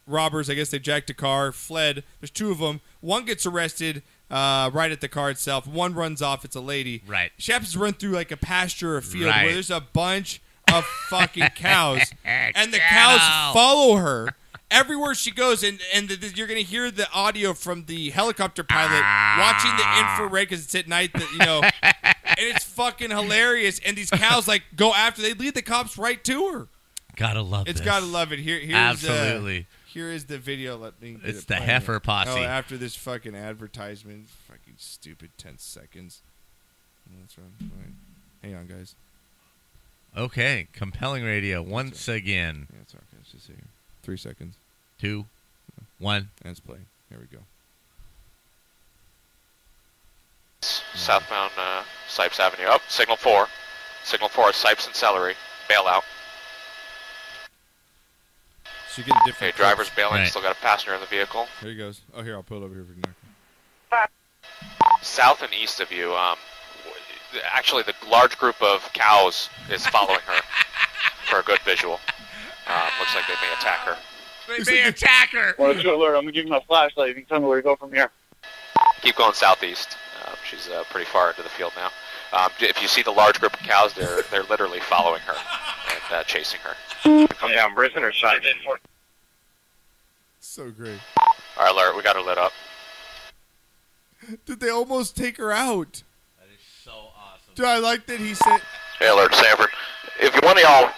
robbers. I guess they jacked a car, fled. There's two of them. One gets arrested uh, right at the car itself. One runs off. It's a lady. Right. She happens to run through like a pasture or field Right. where there's a bunch of fucking <laughs> cows, and the Cattle. cows follow her. Everywhere she goes, and and the, the- you're gonna hear the audio from the helicopter pilot Ah. watching the infrared because it's at night. That <laughs> you know, and it's fucking hilarious. And these cows like go after they lead the cops right to her. gotta love It's this. gotta love it. Here, here's Absolutely. Uh, here is the video. Let me. get It's it the playing. heifer posse. Oh, after this fucking advertisement, fucking stupid ten seconds. That's wrong. Wait. Hang on, guys. Okay, compelling radio once again. Yeah, it's okay. It's just here. Three seconds. Two, one. And it's playing. Here we go. Southbound uh, Sipes Avenue. Up, signal four. Signal four, Sipes and Celery. Bailout. So you get a Okay, different. driver's clips. bailing. Still got a passenger in the vehicle. Here he goes. Oh, here I'll pull it over here for you. South and east of you. Um, w- actually, the large group of cows is following her for a good visual. Um, looks like they may attack her. They may attack her. One two alert. I'm gonna give you my flashlight. You can tell me where to go from here. Keep going southeast. Um, she's uh, pretty far into the field now. Um, j- if you see the large group of cows, they're they're literally following her and uh, chasing her. Come down, Brisbane or Sipes? So great. All right, alert. We got her lit up. Did they almost take her out? That is so awesome. Dude, I like that he said. <laughs> Hey, alert, Sanford. If you want to y'all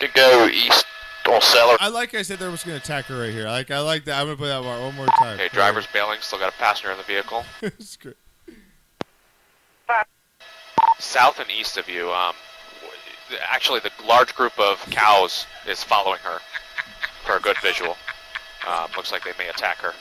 to go east on Celery. I like I said there was gonna attack her right here. Like I like that. I'm gonna play that one one more time. Okay, driver's bailing. Still got a passenger in the vehicle. It's great. South and east of you. Um, w- actually, the large group of cows is following her for a good visual. Um, looks like they may attack <laughs> her.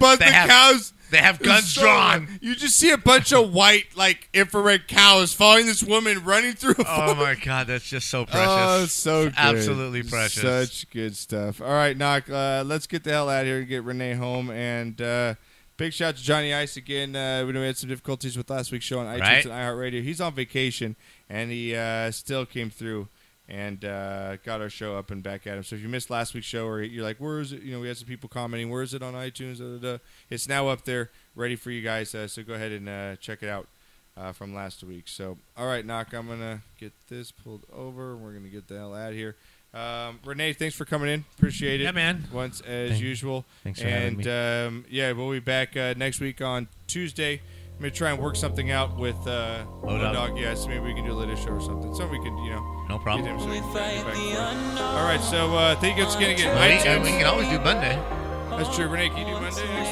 But They the have- cows. they have it's guns drawn. You just see a bunch of white, like infrared cows following this woman running through. A Oh my God, that's just so precious. Oh, so good. absolutely precious. Such good stuff. All right, knock. Uh, let's get the hell out of here and get Renee home. And uh, big shout out to Johnny Ice again. Uh, we know we had some difficulties with last week's show on iTunes Right. and iHeartRadio. He's on vacation, and he uh, still came through and uh, got our show up and back at him. So if you missed last week's show, or you're like, "Where is it?" You know, we had some people commenting, "Where is it on iTunes?" Da, da, da. It's now up there, ready for you guys. Uh, so go ahead and uh, check it out uh, from last week. So, all right, knock. I'm gonna get this pulled over. We're gonna get the hell out of here. Um, Renee, thanks for coming in. Appreciate it. Yeah, man. Once as Thank- usual. thanks for having and, um, yeah, we'll be back uh, next week on Tuesday. I'm gonna try and work something out with uh, Odog. Dog. Yeah, so maybe we can do a later show or something. So we can, you know, No problem. get him so we can bring him back for it. All right, so uh, thank you once again. again. Well, we- iTunes. we can always do Monday. That's true. Renee, can you do Monday next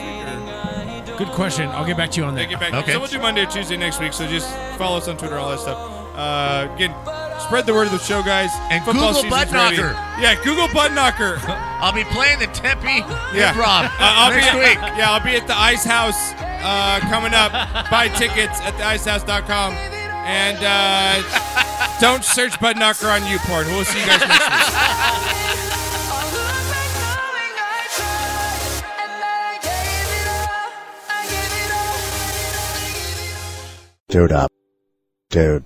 week? Or? Good question. I'll get back to you on that. Get back. So we'll do Monday or Tuesday next week. So just follow us on Twitter, all that stuff. Uh, again, Spread the word of the show, guys. And Football Google season's Butt ready. Knocker. Yeah, Google Butt Knocker. <laughs> I'll be playing the Tempe yeah. Improv Uh, <laughs> I'll next be week. <laughs> Yeah, I'll be at the Ice House uh, coming up. Buy tickets at theicehouse.com. And <laughs> uh, don't search Butt Knocker on YouPorn. We'll see <laughs> you guys next week. Dude up. Dude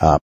up.